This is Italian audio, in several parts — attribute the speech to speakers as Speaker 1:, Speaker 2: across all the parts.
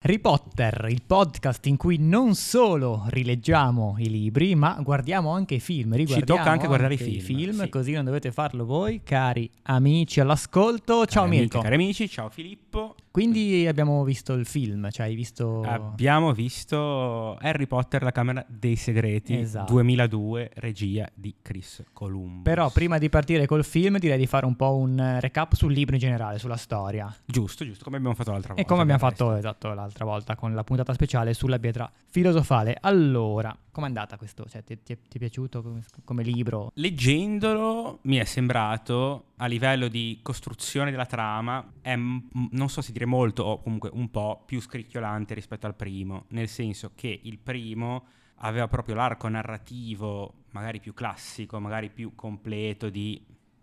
Speaker 1: Harry Potter, il podcast in cui non solo rileggiamo i libri, ma guardiamo anche i film.
Speaker 2: Ci tocca anche guardare i film, sì.
Speaker 1: Così non dovete farlo voi, cari amici all'ascolto. Ciao
Speaker 2: Cari
Speaker 1: Mirko.
Speaker 2: Amiche, cari amici, ciao Filippo.
Speaker 1: Quindi abbiamo visto il film, cioè hai visto...
Speaker 2: Abbiamo visto Harry Potter, la Camera dei Segreti,
Speaker 1: Esatto.
Speaker 2: 2002, regia di Chris Columbus.
Speaker 1: Però prima di partire col film direi di fare un po' un eh, recap sul libro in generale, sulla storia.
Speaker 2: Giusto, giusto, come abbiamo fatto l'altra volta.
Speaker 1: E come abbiamo
Speaker 2: del resto.
Speaker 1: fatto esatto l'altra volta con la puntata speciale sulla pietra filosofale. Allora, com'è andata questo? Cioè, ti, ti è, ti è piaciuto come, come libro?
Speaker 2: Leggendolo mi è sembrato, a livello di costruzione della trama, è, m- m- non so se dire molto o comunque un po' più scricchiolante rispetto al primo, nel senso che il primo aveva proprio l'arco narrativo magari più classico, magari più completo di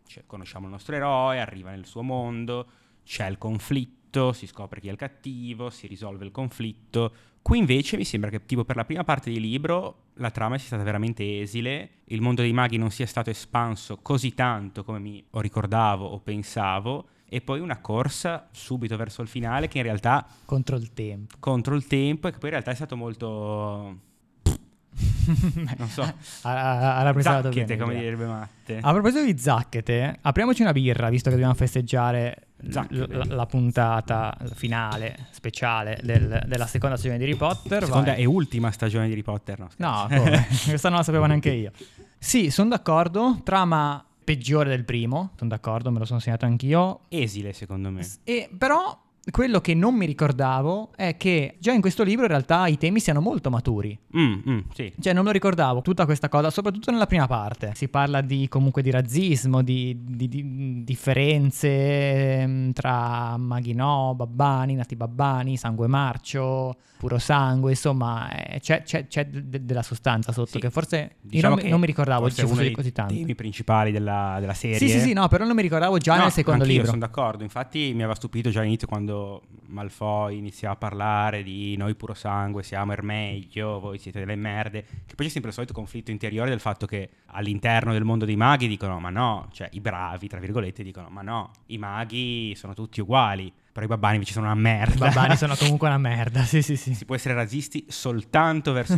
Speaker 2: cioè, conosciamo il nostro eroe, arriva nel suo mondo, c'è il conflitto, si scopre chi è il cattivo, si risolve il conflitto. Qui invece mi sembra che tipo per la prima parte del libro la trama sia stata veramente esile, il mondo dei maghi non sia stato espanso così tanto come mi o ricordavo o pensavo e poi una corsa subito verso il finale che in realtà
Speaker 1: Contro il tempo.
Speaker 2: contro il tempo e che poi in realtà è stato molto non so,
Speaker 1: Ah, Ha- ha- ha rappresentato
Speaker 2: zacchete,
Speaker 1: bene
Speaker 2: come
Speaker 1: l'idea.
Speaker 2: direbbe Matte.
Speaker 1: A proposito di zacchete, apriamoci una birra, visto che dobbiamo festeggiare l-
Speaker 2: Zacchete.
Speaker 1: la, la puntata finale, speciale del- della seconda stagione di Harry Potter.
Speaker 2: Seconda
Speaker 1: vai.
Speaker 2: e ultima stagione di Harry Potter, no? scherzo.
Speaker 1: No, come? questa non la sapevo neanche io. Sì, sono d'accordo, trama peggiore del primo, sono d'accordo, me lo sono segnato anch'io,
Speaker 2: esile, secondo me.
Speaker 1: E però quello che non mi ricordavo è che già in questo libro in realtà i temi siano molto maturi.
Speaker 2: Mm, mm, sì.
Speaker 1: Cioè non lo ricordavo tutta questa cosa, soprattutto nella prima parte. Si parla di, comunque di razzismo, di, di- di- differenze ehm, tra maghinò, babbani, nati babbani, sangue marcio, puro sangue, insomma eh, c'è, c'è- c'è de- della sostanza sotto
Speaker 2: Sì.
Speaker 1: che forse io non,
Speaker 2: Diciamo
Speaker 1: mi-
Speaker 2: che
Speaker 1: non mi ricordavo
Speaker 2: forse
Speaker 1: ci
Speaker 2: è uno
Speaker 1: fosse
Speaker 2: dei
Speaker 1: così tanto.
Speaker 2: temi principali della, della serie.
Speaker 1: Sì, sì, sì, no, però non mi ricordavo già
Speaker 2: No,
Speaker 1: nel secondo
Speaker 2: anch'io
Speaker 1: libro.
Speaker 2: sono d'accordo. Infatti, mi aveva stupito già all'inizio quando Malfoy iniziava a parlare di noi puro sangue siamo il meglio, voi siete delle merde. Che poi c'è sempre il solito conflitto interiore del fatto che all'interno del mondo dei maghi dicono: ma no, cioè i bravi, tra virgolette, dicono: ma no, i maghi sono tutti uguali. Però i babbani invece sono una
Speaker 1: I
Speaker 2: merda.
Speaker 1: babbani sono comunque una merda, sì, sì, sì.
Speaker 2: si può essere razzisti soltanto verso i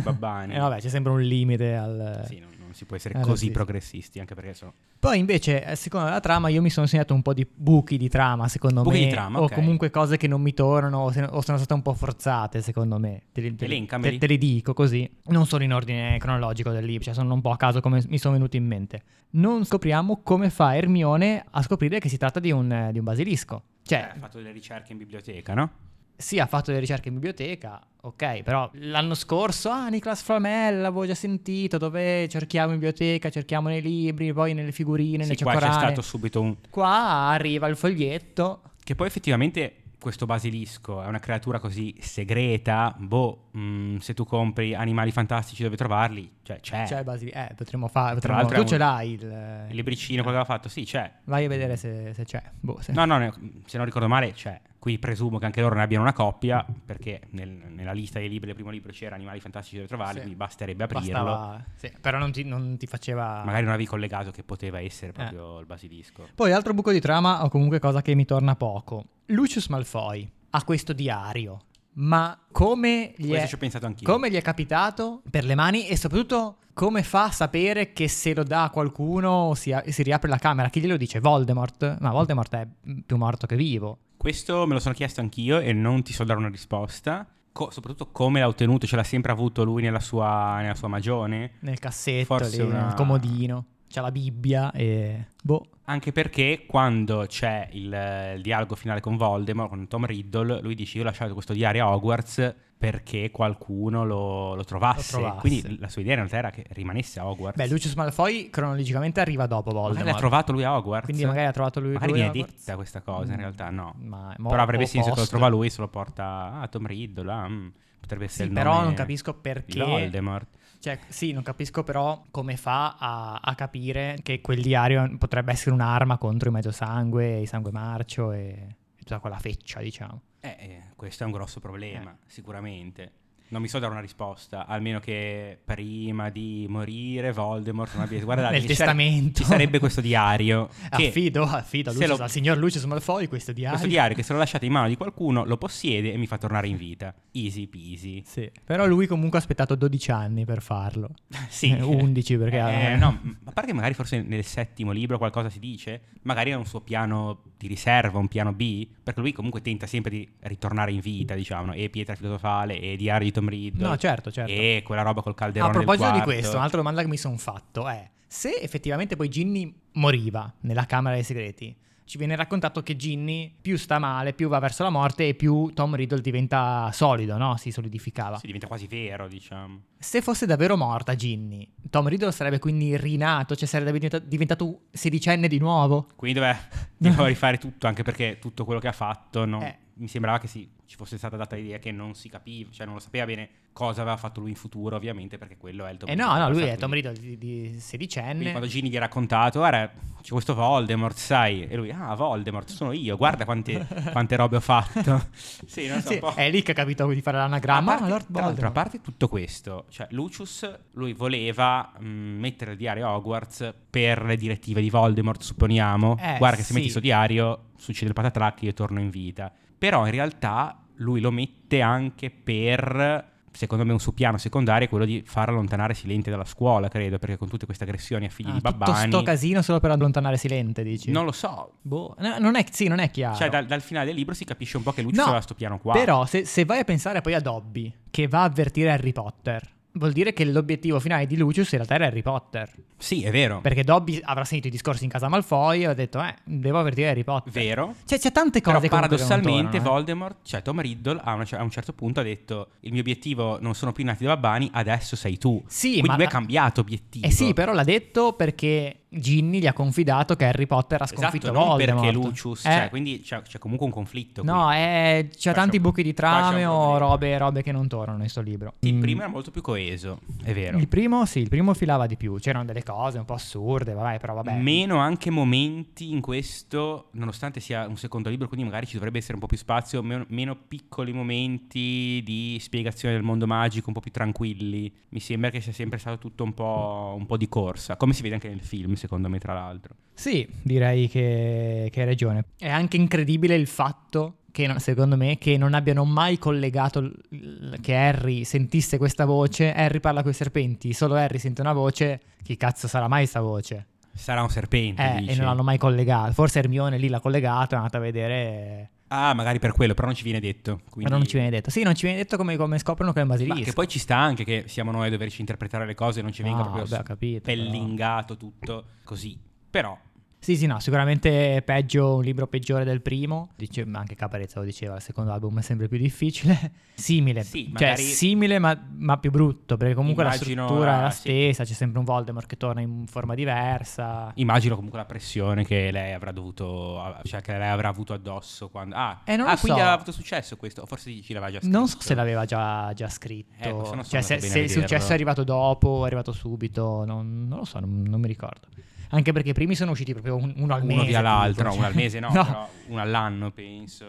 Speaker 2: babbani.
Speaker 1: Eh, vabbè, c'è sempre un limite al...
Speaker 2: Sì, non, non si può essere
Speaker 1: Eh,
Speaker 2: così
Speaker 1: razzisti.
Speaker 2: progressisti, anche perché sono...
Speaker 1: Poi invece, eh, secondo la trama, io mi sono segnato un po' di buchi di trama, secondo
Speaker 2: Buchi
Speaker 1: me.
Speaker 2: di trama,
Speaker 1: o
Speaker 2: ok.
Speaker 1: comunque cose che non mi tornano o, se- o sono state un po' forzate, secondo me. Te li, te li-
Speaker 2: Elencameli.
Speaker 1: te- te li dico così. Non sono in ordine cronologico del libro, cioè sono un po' a caso come mi sono venuti in mente. Non scopriamo come fa Hermione a scoprire che si tratta di un, eh, di un basilisco. Cioè,
Speaker 2: Ha eh, fatto delle ricerche in biblioteca, no?
Speaker 1: sì, ha fatto le ricerche in biblioteca, ok, però l'anno scorso, ah, Niklas Flamel, l'avevo già sentito, dove cerchiamo in biblioteca, cerchiamo nei libri, poi nelle figurine,
Speaker 2: Sì,
Speaker 1: nelle
Speaker 2: qua c'è
Speaker 1: cioccolate.
Speaker 2: stato subito un...
Speaker 1: Qua arriva il foglietto.
Speaker 2: Che poi effettivamente questo basilisco è una creatura così segreta, boh, mm, se tu compri animali fantastici dove trovarli, cioè c'è.
Speaker 1: Cioè, basi- eh, potremmo fare.
Speaker 2: l'altro è
Speaker 1: Tu
Speaker 2: un-
Speaker 1: ce l'hai il, eh,
Speaker 2: Il libricino, quello che aveva fatto, sì, c'è.
Speaker 1: Vai a vedere se, se c'è. Boh, se-
Speaker 2: No, no, ne- se non ricordo male, c'è. Qui presumo che anche loro ne abbiano una coppia, perché nel- nella lista dei libri del primo libro c'era animali fantastici dove trovarli,
Speaker 1: Sì.
Speaker 2: quindi basterebbe aprirlo.
Speaker 1: bastava. sì, però non ti, non ti faceva.
Speaker 2: Magari non avevi collegato che poteva
Speaker 1: Eh.
Speaker 2: essere proprio il basilisco.
Speaker 1: Poi, altro buco di trama, o comunque cosa che mi torna poco. Lucius Malfoy ha questo diario. Ma come gli
Speaker 2: Questo
Speaker 1: è.
Speaker 2: ci ho pensato anch'io.
Speaker 1: Come gli è capitato per le mani e soprattutto come fa a sapere che se lo dà a qualcuno si, si riapre la camera? Chi glielo dice? Voldemort? Ma Voldemort è più morto che vivo.
Speaker 2: Questo me lo sono chiesto anch'io e non ti so dare una risposta. Co- soprattutto come l'ha ottenuto, ce l'ha sempre avuto lui nella sua, nella sua magione.
Speaker 1: Nel cassetto,
Speaker 2: Forse
Speaker 1: lì,
Speaker 2: una-
Speaker 1: nel comodino. C'ha la Bibbia e... Boh.
Speaker 2: Anche perché quando c'è il, eh, il dialogo finale con Voldemort, con Tom Riddle, lui dice io ho lasciato questo diario a Hogwarts perché qualcuno lo, lo trovasse.
Speaker 1: Lo trovasse.
Speaker 2: Quindi la sua idea in realtà era che rimanesse a Hogwarts.
Speaker 1: Beh, Lucius Malfoy cronologicamente arriva dopo
Speaker 2: magari
Speaker 1: Voldemort.
Speaker 2: l'ha trovato lui a Hogwarts.
Speaker 1: Quindi magari ha trovato lui...
Speaker 2: Magari
Speaker 1: lui
Speaker 2: viene
Speaker 1: a Hogwarts. Mm.
Speaker 2: detta questa cosa, in realtà no.
Speaker 1: Ma
Speaker 2: Però avrebbe senso che lo trova lui, se lo porta a Tom Riddle. ah, mm, potrebbe essere
Speaker 1: Sì,
Speaker 2: il
Speaker 1: però
Speaker 2: nome
Speaker 1: non capisco
Speaker 2: di
Speaker 1: perché...
Speaker 2: Voldemort.
Speaker 1: Cioè, sì, non capisco però come fa a, a capire che quel diario potrebbe essere un'arma contro il mezzo sangue, il sangue marcio e, e tutta quella feccia, diciamo. Eh.
Speaker 2: Eh, eh, questo è un grosso problema, sicuramente. non mi so dare una risposta, almeno che prima di morire Voldemort non abbia... Guardate,
Speaker 1: Nel
Speaker 2: ci sare-
Speaker 1: testamento.
Speaker 2: ci sarebbe questo diario. che-
Speaker 1: Affido, affido a
Speaker 2: se
Speaker 1: Lucius-
Speaker 2: lo-
Speaker 1: al signor Lucius Malfoy questo diario.
Speaker 2: questo diario che se lo lasciate in mano di qualcuno lo possiede e mi fa tornare in vita. Easy peasy.
Speaker 1: Sì. Però lui comunque ha aspettato 12 anni per farlo.
Speaker 2: Sì.
Speaker 1: Eh, 11 perché...
Speaker 2: Eh,
Speaker 1: eh,
Speaker 2: no, m- a parte che magari forse nel settimo libro qualcosa si dice, magari è un suo piano di riserva, un piano B, perché lui comunque tenta sempre di ritornare in vita, diciamo, no? e Pietra Filosofale, e Diario di Tom Riddle,
Speaker 1: No, certo, certo.
Speaker 2: e quella roba col calderone
Speaker 1: A proposito
Speaker 2: del
Speaker 1: di
Speaker 2: quarto.
Speaker 1: questo, un'altra domanda che mi sono fatto è se effettivamente poi Ginny moriva nella Camera dei Segreti. Ci viene raccontato che Ginny più sta male, più va verso la morte e più Tom Riddle diventa solido, no? Si solidificava.
Speaker 2: Sì, diventa quasi vero, diciamo.
Speaker 1: Se fosse davvero morta Ginny, Tom Riddle sarebbe quindi rinato, cioè sarebbe diventa- diventato sedicenne di nuovo.
Speaker 2: Quindi dov'è? Devo rifare tutto, anche perché tutto quello che ha fatto non-
Speaker 1: Eh.
Speaker 2: mi sembrava che sì, ci fosse stata data l'idea che non si capiva, cioè non lo sapeva bene cosa aveva fatto lui in futuro, ovviamente, perché quello è il Tom
Speaker 1: Eh
Speaker 2: Riddle esatto,
Speaker 1: no, no, lui
Speaker 2: passato,
Speaker 1: è Tom
Speaker 2: quindi-
Speaker 1: Riddle di, di
Speaker 2: Quindi
Speaker 1: sedicenne.
Speaker 2: quando Gini gli ha raccontato, guarda, c'è questo Voldemort, sai? E lui, ah, Voldemort, sono io, guarda quante, quante robe ho fatto. sì, non so,
Speaker 1: Sì,
Speaker 2: un po'.
Speaker 1: è lì che ha capito di fare
Speaker 2: A
Speaker 1: l'anagramma.
Speaker 2: parte-
Speaker 1: Ah, Lord
Speaker 2: tra l'altro, a
Speaker 1: Voldemort.
Speaker 2: parte tutto questo, cioè Lucius, lui voleva mh, mettere il diario a Hogwarts per le direttive di Voldemort, supponiamo.
Speaker 1: Eh,
Speaker 2: Guarda che
Speaker 1: sì.
Speaker 2: se metti sto diario succede il patatrac, io torno in vita. Però in realtà lui lo mette anche per... Secondo me un suo piano secondario è quello di far allontanare Silente dalla scuola, credo, perché con tutte queste aggressioni a figli
Speaker 1: Ah,
Speaker 2: di
Speaker 1: tutto
Speaker 2: babbani...
Speaker 1: sto casino solo per allontanare Silente, dici?
Speaker 2: Non lo so.
Speaker 1: Boh, no, non è, sì, non è chiaro.
Speaker 2: Cioè, dal, dal finale del libro si capisce un po' che Lucius
Speaker 1: No,
Speaker 2: aveva sto piano qua.
Speaker 1: Però, se, se vai a pensare poi a Dobby, che va a avvertire Harry Potter, vuol dire che l'obiettivo finale di Lucius in realtà era Harry Potter.
Speaker 2: Sì, è vero.
Speaker 1: Perché Dobby avrà sentito i discorsi in casa Malfoy e ha detto, eh, devo avvertire Harry Potter.
Speaker 2: Vero.
Speaker 1: Cioè, c'è tante
Speaker 2: Però
Speaker 1: cose comunque che non
Speaker 2: paradossalmente
Speaker 1: tornano, eh.
Speaker 2: Voldemort, cioè Tom Riddle, a, una- a un certo punto ha detto il mio obiettivo non sono più i nati da babbani, adesso sei tu.
Speaker 1: Sì,
Speaker 2: Quindi
Speaker 1: ma-
Speaker 2: lui ha cambiato obiettivo.
Speaker 1: Eh sì, però l'ha detto perché Ginny gli ha confidato che Harry Potter ha sconfitto
Speaker 2: Esatto, non
Speaker 1: Voldemort.
Speaker 2: perché Lucius,
Speaker 1: Eh,
Speaker 2: cioè, quindi c'è, c'è comunque un conflitto. qui.
Speaker 1: No, eh, c'ha
Speaker 2: Qua c'è
Speaker 1: tanti
Speaker 2: un-
Speaker 1: buchi di
Speaker 2: qua c'è un
Speaker 1: trame o
Speaker 2: problema.
Speaker 1: robe, robe che non tornano in sto libro.
Speaker 2: Sì, Il
Speaker 1: Mm.
Speaker 2: primo era molto più coeso, è vero.
Speaker 1: Il primo, sì, il primo filava di più. C'erano delle cose un po' assurde, vabbè, però vabbè.
Speaker 2: Meno anche momenti in questo, nonostante sia un secondo libro, quindi magari ci dovrebbe essere un po' più spazio, meno, meno piccoli momenti di spiegazione del mondo magico, un po' più tranquilli. Mi sembra che sia sempre stato tutto un po', un po' di corsa, come si vede anche nel film, secondo me, tra l'altro.
Speaker 1: Sì, direi che, che hai ragione. È anche incredibile il fatto che, no- secondo me, che non abbiano mai collegato l- l- che Harry sentisse questa voce. Harry parla con i serpenti, solo Harry sente una voce. Chi cazzo sarà mai sta voce?
Speaker 2: Sarà un serpente,
Speaker 1: Eh, e
Speaker 2: dici?
Speaker 1: non l'hanno mai collegata. Forse Hermione lì l'ha collegata, è andata a vedere.
Speaker 2: Ah, magari per quello, però non ci viene detto. Quindi...
Speaker 1: Però non ci viene detto. Sì, non ci viene detto come, come scoprono che è un
Speaker 2: Ma
Speaker 1: basilisco.
Speaker 2: che poi ci sta anche che siamo noi a doverci interpretare le cose, non ci venga
Speaker 1: Ah,
Speaker 2: proprio
Speaker 1: vabbè, ho capito, però.
Speaker 2: spellingato tutto così. Però
Speaker 1: Sì, sì, no, sicuramente peggio, un libro peggiore del primo. Dice, ma anche Caparezza lo diceva, il secondo album è sempre più difficile. simile,
Speaker 2: Sì,
Speaker 1: cioè
Speaker 2: magari-
Speaker 1: simile ma, ma più brutto, perché comunque la
Speaker 2: Immagino
Speaker 1: struttura
Speaker 2: la-
Speaker 1: è la
Speaker 2: sì.
Speaker 1: stessa, c'è sempre un Voldemort che torna in forma diversa.
Speaker 2: Immagino comunque la pressione che lei avrà dovuto, cioè che lei avrà avuto addosso quando. Ah,
Speaker 1: Eh, non
Speaker 2: ah,
Speaker 1: lo
Speaker 2: quindi
Speaker 1: so.
Speaker 2: aveva avuto successo questo, o forse ci l'aveva già scritto.
Speaker 1: Non so se l'aveva già, già scritto,
Speaker 2: Eh, questo non sono
Speaker 1: cioè se,
Speaker 2: andato bene a
Speaker 1: se il
Speaker 2: vederlo.
Speaker 1: successo è arrivato dopo, è arrivato subito, non, non lo so, non, non mi ricordo. Anche perché i primi sono usciti proprio un- uno al
Speaker 2: Uno
Speaker 1: mese.
Speaker 2: via l'altro, no,
Speaker 1: tipo,
Speaker 2: uno al
Speaker 1: cioè-
Speaker 2: mese no, però uno all'anno penso.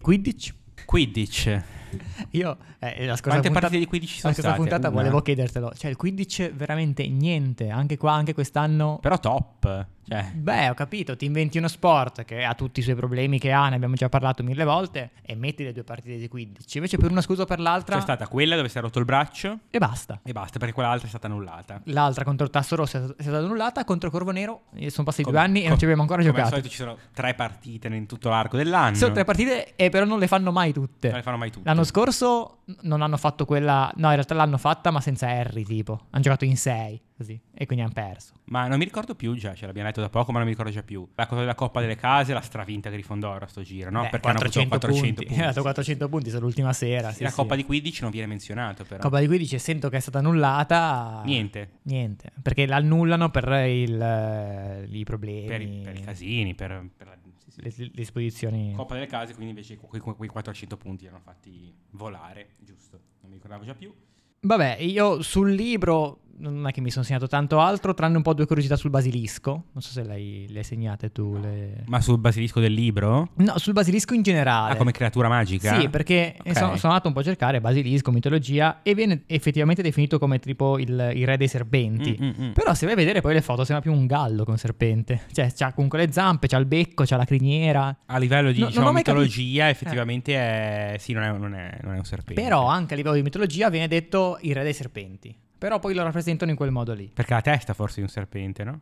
Speaker 1: Quidditch?
Speaker 2: Quidditch.
Speaker 1: Io eh, la scorsa
Speaker 2: Quante
Speaker 1: puntata-
Speaker 2: partite di Quidditch ci
Speaker 1: La
Speaker 2: sono
Speaker 1: scorsa
Speaker 2: state? Mm.
Speaker 1: puntata
Speaker 2: Una.
Speaker 1: volevo chiedertelo. Cioè, il 15 veramente niente. Anche qua, anche quest'anno.
Speaker 2: Però top. Cioè,
Speaker 1: Beh, ho capito, ti inventi uno sport che ha tutti i suoi problemi che ha, ne abbiamo già parlato mille volte, e metti le due partite di 15. Invece per una scusa o per l'altra
Speaker 2: c'è stata quella dove si è rotto il braccio
Speaker 1: e basta.
Speaker 2: e basta, perché quell'altra è stata annullata.
Speaker 1: L'altra contro il Tasso Rosso è stata- è stata annullata, contro Corvo Nero eh, sono passati
Speaker 2: Come-
Speaker 1: due anni e non
Speaker 2: co-
Speaker 1: ci abbiamo ancora
Speaker 2: Come al
Speaker 1: giocato.
Speaker 2: solito ci sono tre partite in tutto l'arco dell'anno.
Speaker 1: Sono tre partite e però non le fanno mai tutte.
Speaker 2: Non le fanno mai tutte.
Speaker 1: L'anno scorso n- non hanno fatto quella. No, in realtà l'hanno fatta, ma senza Harry, tipo. Hanno giocato in 6, così. E quindi hanno perso.
Speaker 2: Ma non mi ricordo più, già ce l'abbiamo detto da poco, ma non mi ricordo già più. La cosa della Coppa delle Case, la stravinta Grifondoro a sto giro, no?
Speaker 1: Beh,
Speaker 2: Perché hanno avuto 400 punti.
Speaker 1: Ha dato 400 punti solo l'ultima sera. sì,
Speaker 2: la
Speaker 1: sì.
Speaker 2: Coppa di 15 non viene menzionato però.
Speaker 1: Coppa di 15, essendo che è stata annullata,
Speaker 2: Niente.
Speaker 1: niente, perché l'annullano per il, eh, i problemi,
Speaker 2: Per, i- per i casini, per, per la sì, sì.
Speaker 1: le, le disposizioni.
Speaker 2: Coppa delle Case, quindi invece que- que- quei, 400 punti erano fatti volare, giusto? Non mi ricordavo già più.
Speaker 1: Vabbè, io sul libro non è che mi sono segnato tanto altro, tranne un po' due curiosità sul basilisco. Non so se lei- le hai segnate tu. le-
Speaker 2: Ma sul basilisco del libro?
Speaker 1: No, sul basilisco in generale.
Speaker 2: Ah, come creatura magica?
Speaker 1: Sì, perché
Speaker 2: Ok.
Speaker 1: eh, sono, sono andato un po' a cercare basilisco, mitologia, e viene effettivamente definito come tipo il, il re dei serpenti.
Speaker 2: Mm, mm, mm.
Speaker 1: Però se vai a vedere poi le foto sembra più un gallo che un serpente. Cioè, c'ha comunque le zampe, c'ha il becco, c'ha la criniera.
Speaker 2: A livello di
Speaker 1: No, non
Speaker 2: diciamo,
Speaker 1: ho mai capito. Eh.
Speaker 2: mitologia, effettivamente è... Sì, non è, non è- non è un serpente.
Speaker 1: Però anche a livello di mitologia viene detto il re dei serpenti. Però poi lo rappresentano in quel modo lì.
Speaker 2: Perché la testa forse di un serpente, no?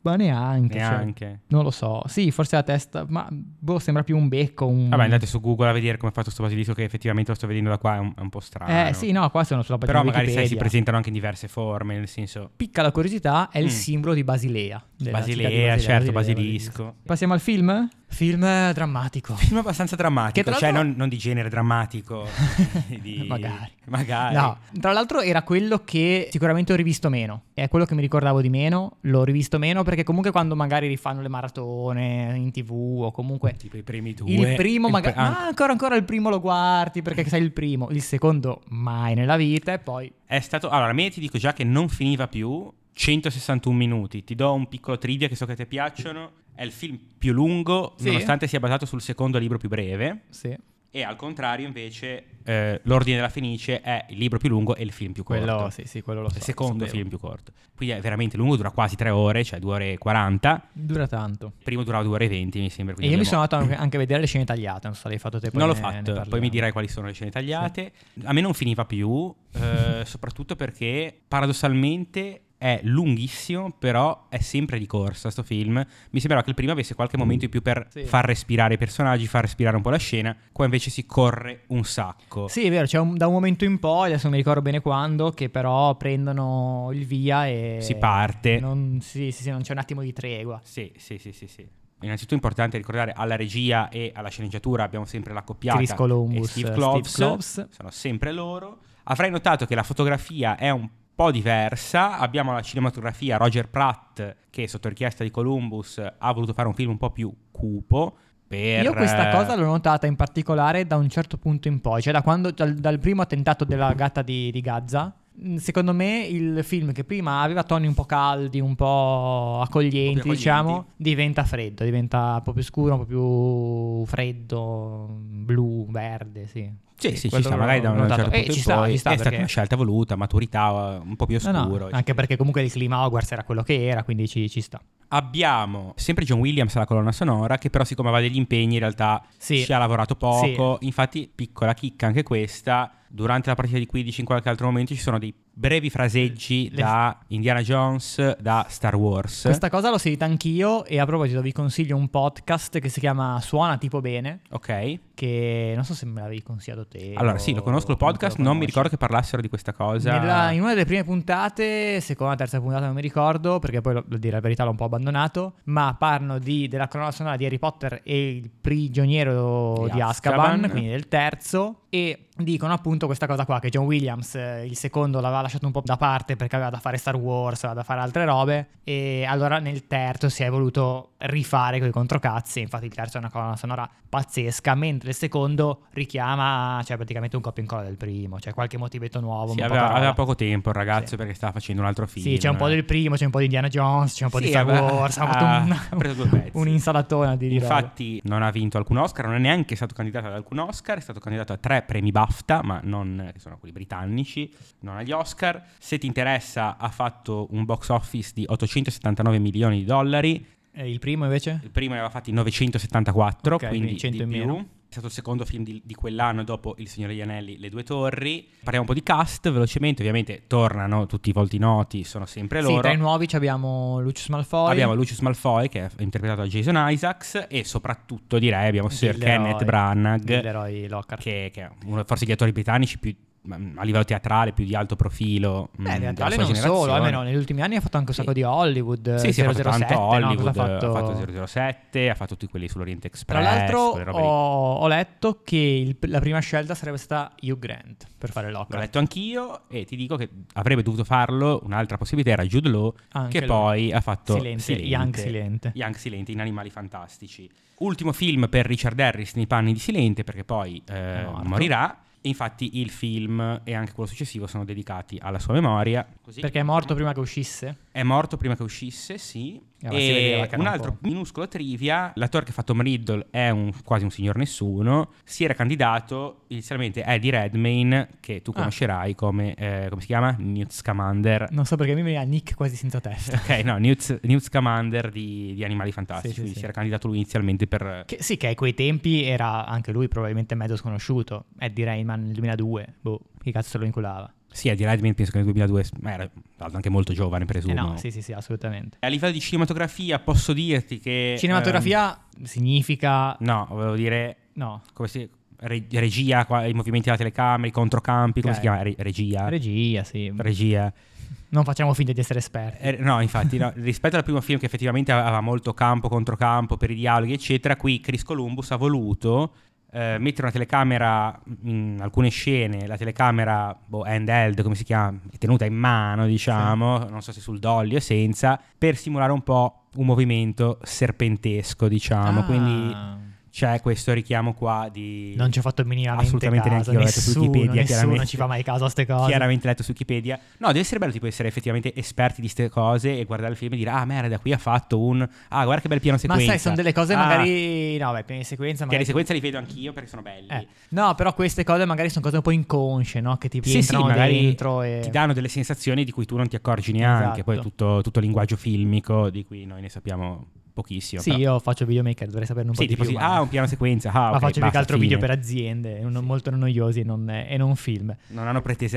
Speaker 1: Ma neanche. cioè,
Speaker 2: Neanche.
Speaker 1: non lo so. Sì, forse la testa, ma boh, sembra più un becco. Un...
Speaker 2: Vabbè, andate su Google a vedere come è fatto sto basilisco, che effettivamente lo sto vedendo da qua, è un, è un po' strano.
Speaker 1: Eh sì, no, qua sono sulla pagina
Speaker 2: Però magari sai, si
Speaker 1: Wikipedia.
Speaker 2: presentano anche in diverse forme, nel senso...
Speaker 1: Piccola curiosità, è il
Speaker 2: Mm.
Speaker 1: simbolo di Basilea. della città di
Speaker 2: Basilea, certo, basilisco.
Speaker 1: Passiamo al film? Film eh, drammatico.
Speaker 2: Film abbastanza
Speaker 1: Che
Speaker 2: drammatico,
Speaker 1: tra
Speaker 2: cioè
Speaker 1: l'altro-
Speaker 2: non, non di genere drammatico. di-
Speaker 1: Magari.
Speaker 2: Magari.
Speaker 1: No, tra l'altro era quello che sicuramente ho rivisto meno. È quello che mi ricordavo di meno, l'ho rivisto meno perché comunque quando magari rifanno le maratone in tv o comunque
Speaker 2: Tipo i primi due.
Speaker 1: il primo
Speaker 2: il
Speaker 1: magari...
Speaker 2: pre- ah,
Speaker 1: ma ancora ancora il primo lo guardi perché sei il primo, il secondo mai nella vita e poi...
Speaker 2: È stato... Allora, a me ti dico già che non finiva più 161 minuti. Ti do un piccolo trivia che so che ti piacciono. È il film più lungo,
Speaker 1: Sì.
Speaker 2: nonostante sia basato sul secondo libro più breve.
Speaker 1: Sì,
Speaker 2: E al contrario, invece, eh, L'Ordine della Fenice è il libro più lungo e il film più
Speaker 1: quello,
Speaker 2: corto.
Speaker 1: sì, sì, quello lo so.
Speaker 2: il secondo
Speaker 1: sapevo.
Speaker 2: film più corto. Quindi è veramente lungo, dura quasi tre ore, cioè due ore e 40.
Speaker 1: Dura tanto.
Speaker 2: Il primo durava due ore e 20, mi sembra.
Speaker 1: E
Speaker 2: quindi
Speaker 1: io mi sono
Speaker 2: abbiamo-
Speaker 1: andato anche- anche a vedere le scene tagliate, non so se l'hai fatto te poi
Speaker 2: non l'ho
Speaker 1: ne- ne
Speaker 2: fatto, poi
Speaker 1: parliamo.
Speaker 2: mi dirai quali sono le scene tagliate. A me non finiva più, eh, soprattutto perché paradossalmente è lunghissimo, però è sempre di corsa sto film. Mi sembrava che il primo avesse qualche momento in più per
Speaker 1: Sì.
Speaker 2: far respirare i personaggi, far respirare un po' la scena, qua invece si corre un sacco.
Speaker 1: Sì, è vero, c'è un- da un momento in poi, adesso non mi ricordo bene quando, che però prendono il via e...
Speaker 2: Si parte.
Speaker 1: Non, sì, sì, sì, non c'è un attimo di tregua.
Speaker 2: Sì, sì, sì, sì, sì. Innanzitutto è importante ricordare alla regia e alla sceneggiatura abbiamo sempre la coppiata
Speaker 1: Chris Columbus,
Speaker 2: e Steve
Speaker 1: eh,
Speaker 2: Kloves,
Speaker 1: Steve Kloves.
Speaker 2: sono sempre loro. Avrai notato che la fotografia è un po' diversa, abbiamo la cinematografia Roger Pratt che sotto richiesta di Columbus ha voluto fare un film un po' più cupo per
Speaker 1: Io questa
Speaker 2: eh,
Speaker 1: cosa l'ho notata in particolare da un certo punto in poi, cioè da quando, dal, dal primo attentato della gatta di, di Gaza. Mm, Secondo me il film che prima aveva toni un po' caldi, un po' accoglienti,
Speaker 2: Un po' più
Speaker 1: diciamo,
Speaker 2: accoglienti.
Speaker 1: diventa freddo, diventa un po' più scuro, un po' più freddo, blu, verde, sì.
Speaker 2: Sì, sì, ci
Speaker 1: quello
Speaker 2: sta,
Speaker 1: l'ho
Speaker 2: magari da un
Speaker 1: notato.
Speaker 2: certo
Speaker 1: Eh,
Speaker 2: punto
Speaker 1: ci
Speaker 2: in
Speaker 1: sta,
Speaker 2: poi
Speaker 1: ci sta,
Speaker 2: è stata
Speaker 1: perché-
Speaker 2: una scelta voluta, maturità eh, un po' più
Speaker 1: No, no,
Speaker 2: oscuro.
Speaker 1: anche perché comunque il clima Hogwarts era quello che era, quindi ci, ci sta.
Speaker 2: Abbiamo sempre John Williams alla colonna sonora, che però, siccome aveva degli impegni, in realtà
Speaker 1: Sì.
Speaker 2: ci ha lavorato poco. Infatti, piccola chicca anche questa. Durante la partita di 15 in qualche altro momento ci sono dei brevi fraseggi
Speaker 1: Le-
Speaker 2: da Indiana Jones, da Star Wars.
Speaker 1: Questa cosa l'ho sentita anch'io e a proposito vi consiglio un podcast che si chiama Suona tipo bene,
Speaker 2: Ok.
Speaker 1: che non so se me l'avevi consigliato te.
Speaker 2: Allora,
Speaker 1: o-
Speaker 2: sì, lo conosco il
Speaker 1: o Oh, non
Speaker 2: podcast,
Speaker 1: te lo
Speaker 2: non
Speaker 1: conosci.
Speaker 2: mi ricordo che parlassero di questa cosa.
Speaker 1: Nella- in una delle prime puntate, seconda, terza puntata non mi ricordo, perché poi lo- devo dire la verità l'ho un po' abbandonato, ma parlo di- della colonna sonora di Harry Potter e il prigioniero
Speaker 2: Di
Speaker 1: di Azkaban,
Speaker 2: Azkaban.
Speaker 1: quindi del terzo, e dicono appunto questa cosa qua, che John Williams eh, il secondo l'aveva lasciato un po' da parte perché aveva da fare Star Wars, aveva da fare altre robe, e allora nel terzo si è voluto rifare con i controcazzi, infatti il terzo è una colonna sonora pazzesca, mentre il secondo richiama, cioè praticamente un copia e incolla del primo, cioè qualche motivetto nuovo.
Speaker 2: Sì,
Speaker 1: un po'
Speaker 2: aveva,
Speaker 1: parola.
Speaker 2: aveva poco tempo il ragazzo
Speaker 1: Sì.
Speaker 2: perché stava facendo un altro film. eh.
Speaker 1: Sì, c'è un po' del primo, c'è un po' di Indiana Jones, c'è un po' di
Speaker 2: Sì,
Speaker 1: Star
Speaker 2: aveva-
Speaker 1: Wars. Ha
Speaker 2: ha
Speaker 1: fatto un-
Speaker 2: preso due pezzi.
Speaker 1: un'insalatona di di roba.
Speaker 2: Infatti non ha vinto alcun Oscar, non è neanche stato candidato ad alcun Oscar, è stato candidato a tre premi BAFTA, ma non che sono quelli britannici, non agli Oscar. Se ti interessa ha fatto un box office di 879 milioni di dollari,
Speaker 1: E Eh, il primo invece?
Speaker 2: il primo ne aveva fatti 974,
Speaker 1: Ok,
Speaker 2: quindi
Speaker 1: quindi 100
Speaker 2: di
Speaker 1: in
Speaker 2: più.
Speaker 1: meno.
Speaker 2: È stato il secondo film di, di quell'anno dopo Il Signore degli Anelli, Le Due Torri. Parliamo un po' di cast, velocemente, ovviamente tornano tutti i volti noti, sono sempre loro.
Speaker 1: Sì, tra i nuovi ci abbiamo Lucius Malfoy.
Speaker 2: Abbiamo Lucius Malfoy che è interpretato da Jason Isaacs e soprattutto direi abbiamo Sir
Speaker 1: Gilderoy.
Speaker 2: Kenneth Branagh
Speaker 1: L'eroe Lockhart.
Speaker 2: che, che è uno forse degli attori britannici più ma, a livello teatrale più di alto profilo mh,
Speaker 1: Beh, in realtà
Speaker 2: Mm, della
Speaker 1: lei
Speaker 2: sua
Speaker 1: Eh, non solo,
Speaker 2: generazione.
Speaker 1: almeno negli ultimi anni ha fatto anche un
Speaker 2: Sì.
Speaker 1: sacco di Hollywood.
Speaker 2: sì, sì, ha fatto
Speaker 1: 007,
Speaker 2: tanto
Speaker 1: no? Cosa
Speaker 2: Hollywood,
Speaker 1: ha fatto?
Speaker 2: fatto 007, ha fatto tutti quelli sull'Oriente Express.
Speaker 1: Tra l'altro
Speaker 2: quelle
Speaker 1: ho,
Speaker 2: robe lì.
Speaker 1: ho letto che il- la prima scelta sarebbe stata Hugh Grant per fare
Speaker 2: l'ho
Speaker 1: Lockhart.
Speaker 2: letto anch'io e ti dico che avrebbe dovuto farlo, un'altra possibilità era Jude Law
Speaker 1: Ah, Anche
Speaker 2: che
Speaker 1: lui.
Speaker 2: poi ha fatto
Speaker 1: Silente, Young Silente.
Speaker 2: Young Silente in Animali Fantastici. Ultimo film per Richard Harris nei panni di Silente perché poi eh,
Speaker 1: È morto.
Speaker 2: morirà. E infatti il film e anche quello successivo sono dedicati alla sua memoria. Così.
Speaker 1: Perché è morto prima che uscisse?
Speaker 2: È morto prima che uscisse, sì.
Speaker 1: Ah, ma si vedeva
Speaker 2: e
Speaker 1: che era
Speaker 2: un
Speaker 1: un
Speaker 2: altro minuscolo trivia, l'attore che ha fatto Tom Riddle è un- quasi un signor nessuno, si era candidato inizialmente Eddie Redmayne, che tu
Speaker 1: Ah.
Speaker 2: conoscerai come, eh, come si chiama? Newt Scamander.
Speaker 1: Non so perché mi veniva Nick quasi senza testa.
Speaker 2: Ok, no, Newt, Newt Scamander di, di Animali Fantastici,
Speaker 1: Sì, sì,
Speaker 2: quindi
Speaker 1: sì.
Speaker 2: si era candidato lui inizialmente per...
Speaker 1: Che, sì, che ai quei tempi era anche lui probabilmente mezzo sconosciuto. Eddie Rayman nel 2002. Boh, chi cazzo se lo inculava?
Speaker 2: Sì, Eddie Redmayne penso che nel 2002, ma era tra l'altro, anche molto giovane
Speaker 1: Eh
Speaker 2: presumo.
Speaker 1: no, sì, sì, sì, assolutamente.
Speaker 2: A livello di cinematografia posso dirti che...
Speaker 1: Cinematografia Eh, significa...
Speaker 2: ehm, no, volevo dire
Speaker 1: No,
Speaker 2: come si- re- regia, qua- i movimenti della telecamera, i controcampi, come
Speaker 1: Ok.
Speaker 2: si chiama? Re- regia.
Speaker 1: regia, sì.
Speaker 2: regia.
Speaker 1: Non facciamo finta di essere esperti.
Speaker 2: Eh, no, infatti, no, rispetto al primo film che effettivamente aveva molto campo, controcampo per i dialoghi, eccetera, qui Chris Columbus ha voluto eh, mettere una telecamera in alcune scene, la telecamera boh, handheld, come si chiama, è tenuta in mano, diciamo, non so se sul dollio o senza, per simulare un po' un movimento serpentesco, diciamo,
Speaker 1: Ah.
Speaker 2: quindi c'è questo richiamo qua di...
Speaker 1: Non ci ho fatto minimamente
Speaker 2: Assolutamente
Speaker 1: caso.
Speaker 2: neanche io, ho letto su
Speaker 1: nessuno,
Speaker 2: Wikipedia,
Speaker 1: nessuno
Speaker 2: chiaramente.
Speaker 1: ci fa mai caso a queste cose.
Speaker 2: chiaramente letto su Wikipedia. No, deve essere bello tipo essere effettivamente esperti di queste cose e guardare il film e dire "Ah, merda, qui ha fatto un Ah, guarda che bel piano
Speaker 1: Ma
Speaker 2: sequenza".
Speaker 1: sai, sono delle cose
Speaker 2: Ah,
Speaker 1: magari... No, beh, piani di sequenza
Speaker 2: piani
Speaker 1: magari...
Speaker 2: sequenza li vedo anch'io perché sono belli.
Speaker 1: Eh, No, però queste cose magari sono cose un po' inconsce, no? Che ti
Speaker 2: Sì, sì,
Speaker 1: entrano
Speaker 2: magari
Speaker 1: dentro e...
Speaker 2: Ti danno delle sensazioni di cui tu non ti accorgi neanche,
Speaker 1: Esatto.
Speaker 2: poi è tutto tutto linguaggio filmico di cui noi ne sappiamo pochissimo.
Speaker 1: Sì,
Speaker 2: però-
Speaker 1: io faccio videomaker, dovrei saperne un
Speaker 2: Sì,
Speaker 1: po' di
Speaker 2: tipo
Speaker 1: più.
Speaker 2: sì,
Speaker 1: ma-
Speaker 2: ah, un piano sequenza. Ah,
Speaker 1: ma
Speaker 2: ok,
Speaker 1: faccio più che
Speaker 2: basta,
Speaker 1: altro
Speaker 2: fine.
Speaker 1: video per aziende, non- molto molto noiosi non- e non film.
Speaker 2: Non hanno pretese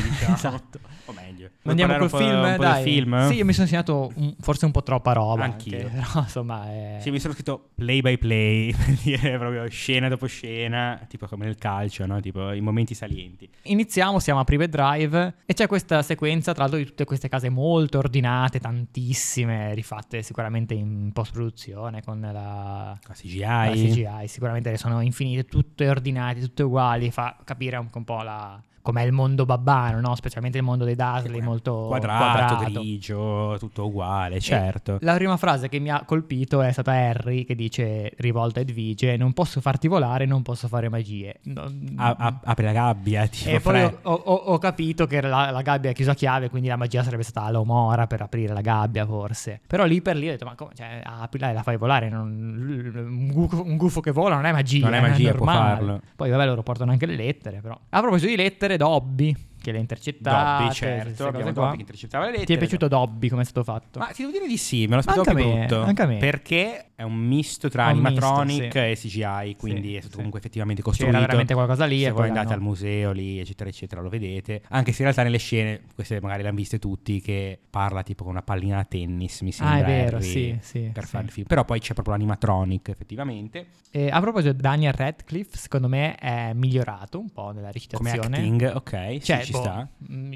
Speaker 2: diciamo.
Speaker 1: Esatto.
Speaker 2: O meglio. Vuoi
Speaker 1: Andiamo col
Speaker 2: parlare un po'-
Speaker 1: film,
Speaker 2: un po' del
Speaker 1: dai.
Speaker 2: film?
Speaker 1: Sì, io mi sono segnato un- forse un po' troppa roba.
Speaker 2: Anch'io.
Speaker 1: anche, però, insomma, eh. è...
Speaker 2: Sì, mi sono scritto play by play, per dire proprio scena dopo scena, tipo come nel calcio, no? Tipo i momenti salienti.
Speaker 1: Iniziamo, siamo a Private Drive e c'è questa sequenza tra l'altro di tutte queste case molto ordinate, tantissime, rifatte sicuramente in post-produzione con la,
Speaker 2: La
Speaker 1: la
Speaker 2: CGI.
Speaker 1: CGI, sicuramente sono infinite, tutte ordinate, tutte uguali, fa capire anche un po' la... com'è il mondo babbano, no? specialmente il mondo dei Dazzle, molto
Speaker 2: quadrato,
Speaker 1: quadrato.
Speaker 2: grigio, tutto uguale, certo.
Speaker 1: La prima frase che mi ha colpito è stata Harry che dice rivolta a Edvige, non posso farti volare, non posso fare magie. No-
Speaker 2: A- a- apri la gabbia, tipo
Speaker 1: E poi ho,
Speaker 2: Fred.
Speaker 1: ho- ho capito che la, la gabbia è chiusa a chiave, quindi la magia sarebbe stata l'omora per aprire la gabbia, forse. Però lì per lì ho detto: Ma come? Cioè, aprila e la fai volare. non- un, gufo, un gufo che vola non è magia. eh,
Speaker 2: Non è magia, può
Speaker 1: normale.
Speaker 2: farlo.
Speaker 1: Poi, vabbè, loro portano anche le lettere. Però. A proposito di lettere, Dobby che le intercetta.
Speaker 2: Dobby, certo. Abbiamo Dobby che intercettava le lettere.
Speaker 1: Ti è piaciuto Dobby come è stato fatto?
Speaker 2: Ma ti devo dire di sì, me lo aspettavo
Speaker 1: Certo. anche
Speaker 2: più
Speaker 1: a me,
Speaker 2: brutto.
Speaker 1: anche a me.
Speaker 2: Perché è un misto tra
Speaker 1: È un
Speaker 2: animatronic
Speaker 1: misto,
Speaker 2: e CGI, quindi
Speaker 1: Sì,
Speaker 2: è stato
Speaker 1: sì.
Speaker 2: comunque effettivamente costruito.
Speaker 1: C'era veramente qualcosa lì.
Speaker 2: se
Speaker 1: e
Speaker 2: voi
Speaker 1: poi
Speaker 2: andate al
Speaker 1: l'hanno-
Speaker 2: museo lì, eccetera, eccetera, lo vedete. Anche se in realtà nelle scene, queste magari le hanno viste tutti, che parla tipo con una pallina da tennis, mi sembra.
Speaker 1: Ah, è vero,
Speaker 2: Harry,
Speaker 1: sì, sì,
Speaker 2: Per
Speaker 1: sì.
Speaker 2: fare il film. Però poi c'è proprio l'animatronic, effettivamente.
Speaker 1: Eh, a proposito, Daniel Radcliffe, secondo me, è migliorato un po' nella
Speaker 2: Come
Speaker 1: recitazione.
Speaker 2: acting, ok,
Speaker 1: Cioè,
Speaker 2: sì, ci
Speaker 1: boh,
Speaker 2: sta.
Speaker 1: mh,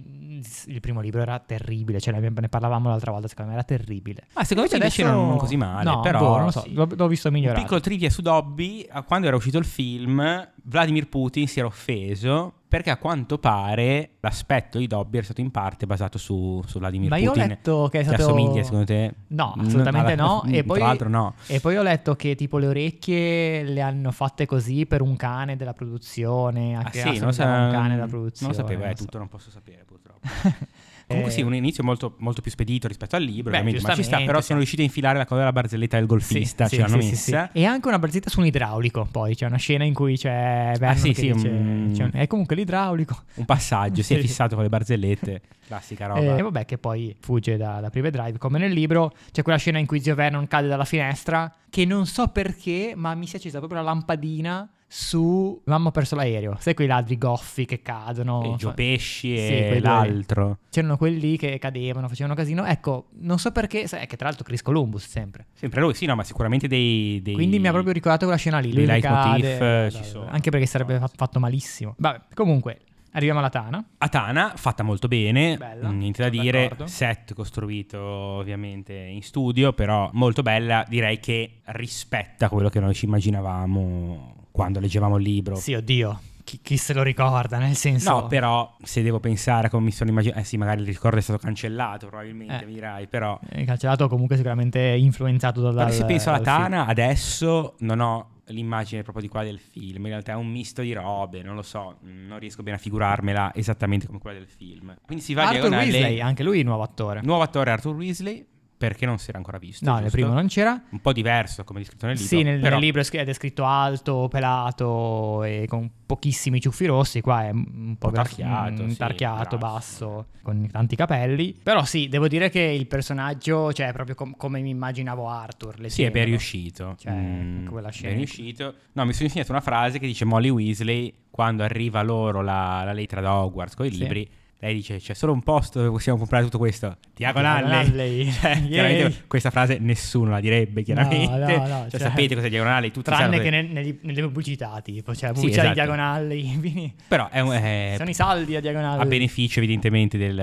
Speaker 1: il primo libro era terribile, cioè ne abbiamo- ne parlavamo l'altra volta, secondo me era terribile.
Speaker 2: Ma secondo me invece non, non così male,
Speaker 1: no,
Speaker 2: però...
Speaker 1: boh, non lo so,
Speaker 2: sì.
Speaker 1: l'ho, l'ho visto
Speaker 2: Un
Speaker 1: migliorato.
Speaker 2: piccolo trivia su Dobby, a quando era uscito il film, Vladimir Putin si era offeso perché a quanto pare l'aspetto di Dobby era stato in parte basato su, su Vladimir
Speaker 1: Ma io ho
Speaker 2: Putin.
Speaker 1: letto che è
Speaker 2: Ti
Speaker 1: stato...
Speaker 2: assomiglia secondo te?
Speaker 1: No,
Speaker 2: Mm,
Speaker 1: assolutamente
Speaker 2: alla-
Speaker 1: no. E
Speaker 2: mm,
Speaker 1: poi,
Speaker 2: Tra l'altro no.
Speaker 1: e poi ho letto che tipo le orecchie le hanno fatte così per un cane della produzione.
Speaker 2: Ah,
Speaker 1: Anche
Speaker 2: sì, non,
Speaker 1: assomigliava a un cane della
Speaker 2: non
Speaker 1: produzione.
Speaker 2: lo sapevo, eh,
Speaker 1: so. Eh,
Speaker 2: tutto non posso sapere purtroppo. Comunque sì, un inizio molto, molto più spedito rispetto al libro,
Speaker 1: Beh,
Speaker 2: ovviamente, ma ci sta,
Speaker 1: giustamente,
Speaker 2: però
Speaker 1: sì.
Speaker 2: sono riusciti a infilare la cosa della barzelletta del golfista, ce l'hanno messa.
Speaker 1: E anche una barzelletta su un idraulico, poi c'è una scena in cui c'è Vernon
Speaker 2: Ah, sì,
Speaker 1: che
Speaker 2: sì,
Speaker 1: dice,
Speaker 2: mm.
Speaker 1: c'è un- è comunque l'idraulico.
Speaker 2: Un passaggio, si è
Speaker 1: Sì.
Speaker 2: fissato con le barzellette, classica roba.
Speaker 1: E Eh, vabbè, che poi fugge da, da Private Drive. Come nel libro c'è quella scena in cui Zio Vernon cade dalla finestra. Che non so perché, ma mi si è accesa proprio la lampadina su Mamma ha perso l'aereo. Sai quei ladri goffi che cadono?
Speaker 2: e Gio Pesci
Speaker 1: Sì,
Speaker 2: e
Speaker 1: quei due.
Speaker 2: l'altro.
Speaker 1: C'erano quelli che cadevano, facevano casino. Ecco, non so perché. Sai, che tra l'altro Chris Columbus sempre.
Speaker 2: Sempre lui, sì, no, ma sicuramente dei... dei-
Speaker 1: Quindi mi ha proprio ricordato quella scena lì.
Speaker 2: dei
Speaker 1: Lui che
Speaker 2: leitmotiv,
Speaker 1: cade,
Speaker 2: eh, ci sono.
Speaker 1: Anche perché sarebbe fa- fatto malissimo. Vabbè, comunque, arriviamo alla Tana.
Speaker 2: Atana, fatta molto bene,
Speaker 1: Bella,
Speaker 2: mm, niente da
Speaker 1: sono
Speaker 2: dire,
Speaker 1: d'accordo.
Speaker 2: set costruito ovviamente in studio, però molto bella, direi che rispetta quello che noi ci immaginavamo quando leggevamo il libro.
Speaker 1: Sì, oddio. Chi, chi se lo ricorda, nel senso...
Speaker 2: No, però se devo pensare a come mi sono immaginato, eh sì, magari il ricordo è stato cancellato, probabilmente
Speaker 1: Eh.
Speaker 2: mi dirai, però
Speaker 1: Eh, Cancellato o comunque sicuramente influenzato dal
Speaker 2: Però se penso alla
Speaker 1: dal film.
Speaker 2: Tana adesso non ho l'immagine proprio di qua del film. In realtà è un misto di robe, non lo so, mm, non riesco bene a figurarmela esattamente come quella del film. Quindi si va a
Speaker 1: Arthur
Speaker 2: diagonale.
Speaker 1: Weasley, anche lui nuovo attore.
Speaker 2: Nuovo attore Arthur Weasley, perché non si era ancora visto.
Speaker 1: No, nel
Speaker 2: giusto?
Speaker 1: primo non c'era.
Speaker 2: Un po' diverso come descritto nel libro.
Speaker 1: Sì, nel,
Speaker 2: però-
Speaker 1: nel libro è scr- è descritto alto, pelato e con pochissimi ciuffi rossi. Qua è un po'
Speaker 2: Un po' tarchiato,
Speaker 1: mm,
Speaker 2: sì,
Speaker 1: tarchiato,
Speaker 2: grasso.
Speaker 1: basso, con tanti capelli. Però sì, devo dire che il personaggio, cioè, è proprio com- come mi immaginavo Arthur. le
Speaker 2: Sì, è ben
Speaker 1: sembra.
Speaker 2: riuscito. Mm.
Speaker 1: Cioè, quella scena.
Speaker 2: Ben riuscito. No, mi sono insegnato una frase che dice Molly Weasley quando arriva loro la, la lettera da Hogwarts con i
Speaker 1: Sì.
Speaker 2: libri. Lei dice: C'è solo un posto dove possiamo comprare tutto questo. Diagonale.
Speaker 1: Diagonale.
Speaker 2: Cioè,
Speaker 1: Yay.
Speaker 2: chiaramente questa frase nessuno la direbbe, chiaramente.
Speaker 1: no, no,
Speaker 2: Cioè,
Speaker 1: cioè,
Speaker 2: sapete cos'è diagonale? Tutti
Speaker 1: Tranne
Speaker 2: sanno
Speaker 1: che nel- nelle, nelle pubblicità, tipo, cioè, pubblicità di
Speaker 2: esatto. Eh,
Speaker 1: diagonale. quindi
Speaker 2: Però è, un- è-
Speaker 1: sono i saldi a diagonale.
Speaker 2: a beneficio, evidentemente, del,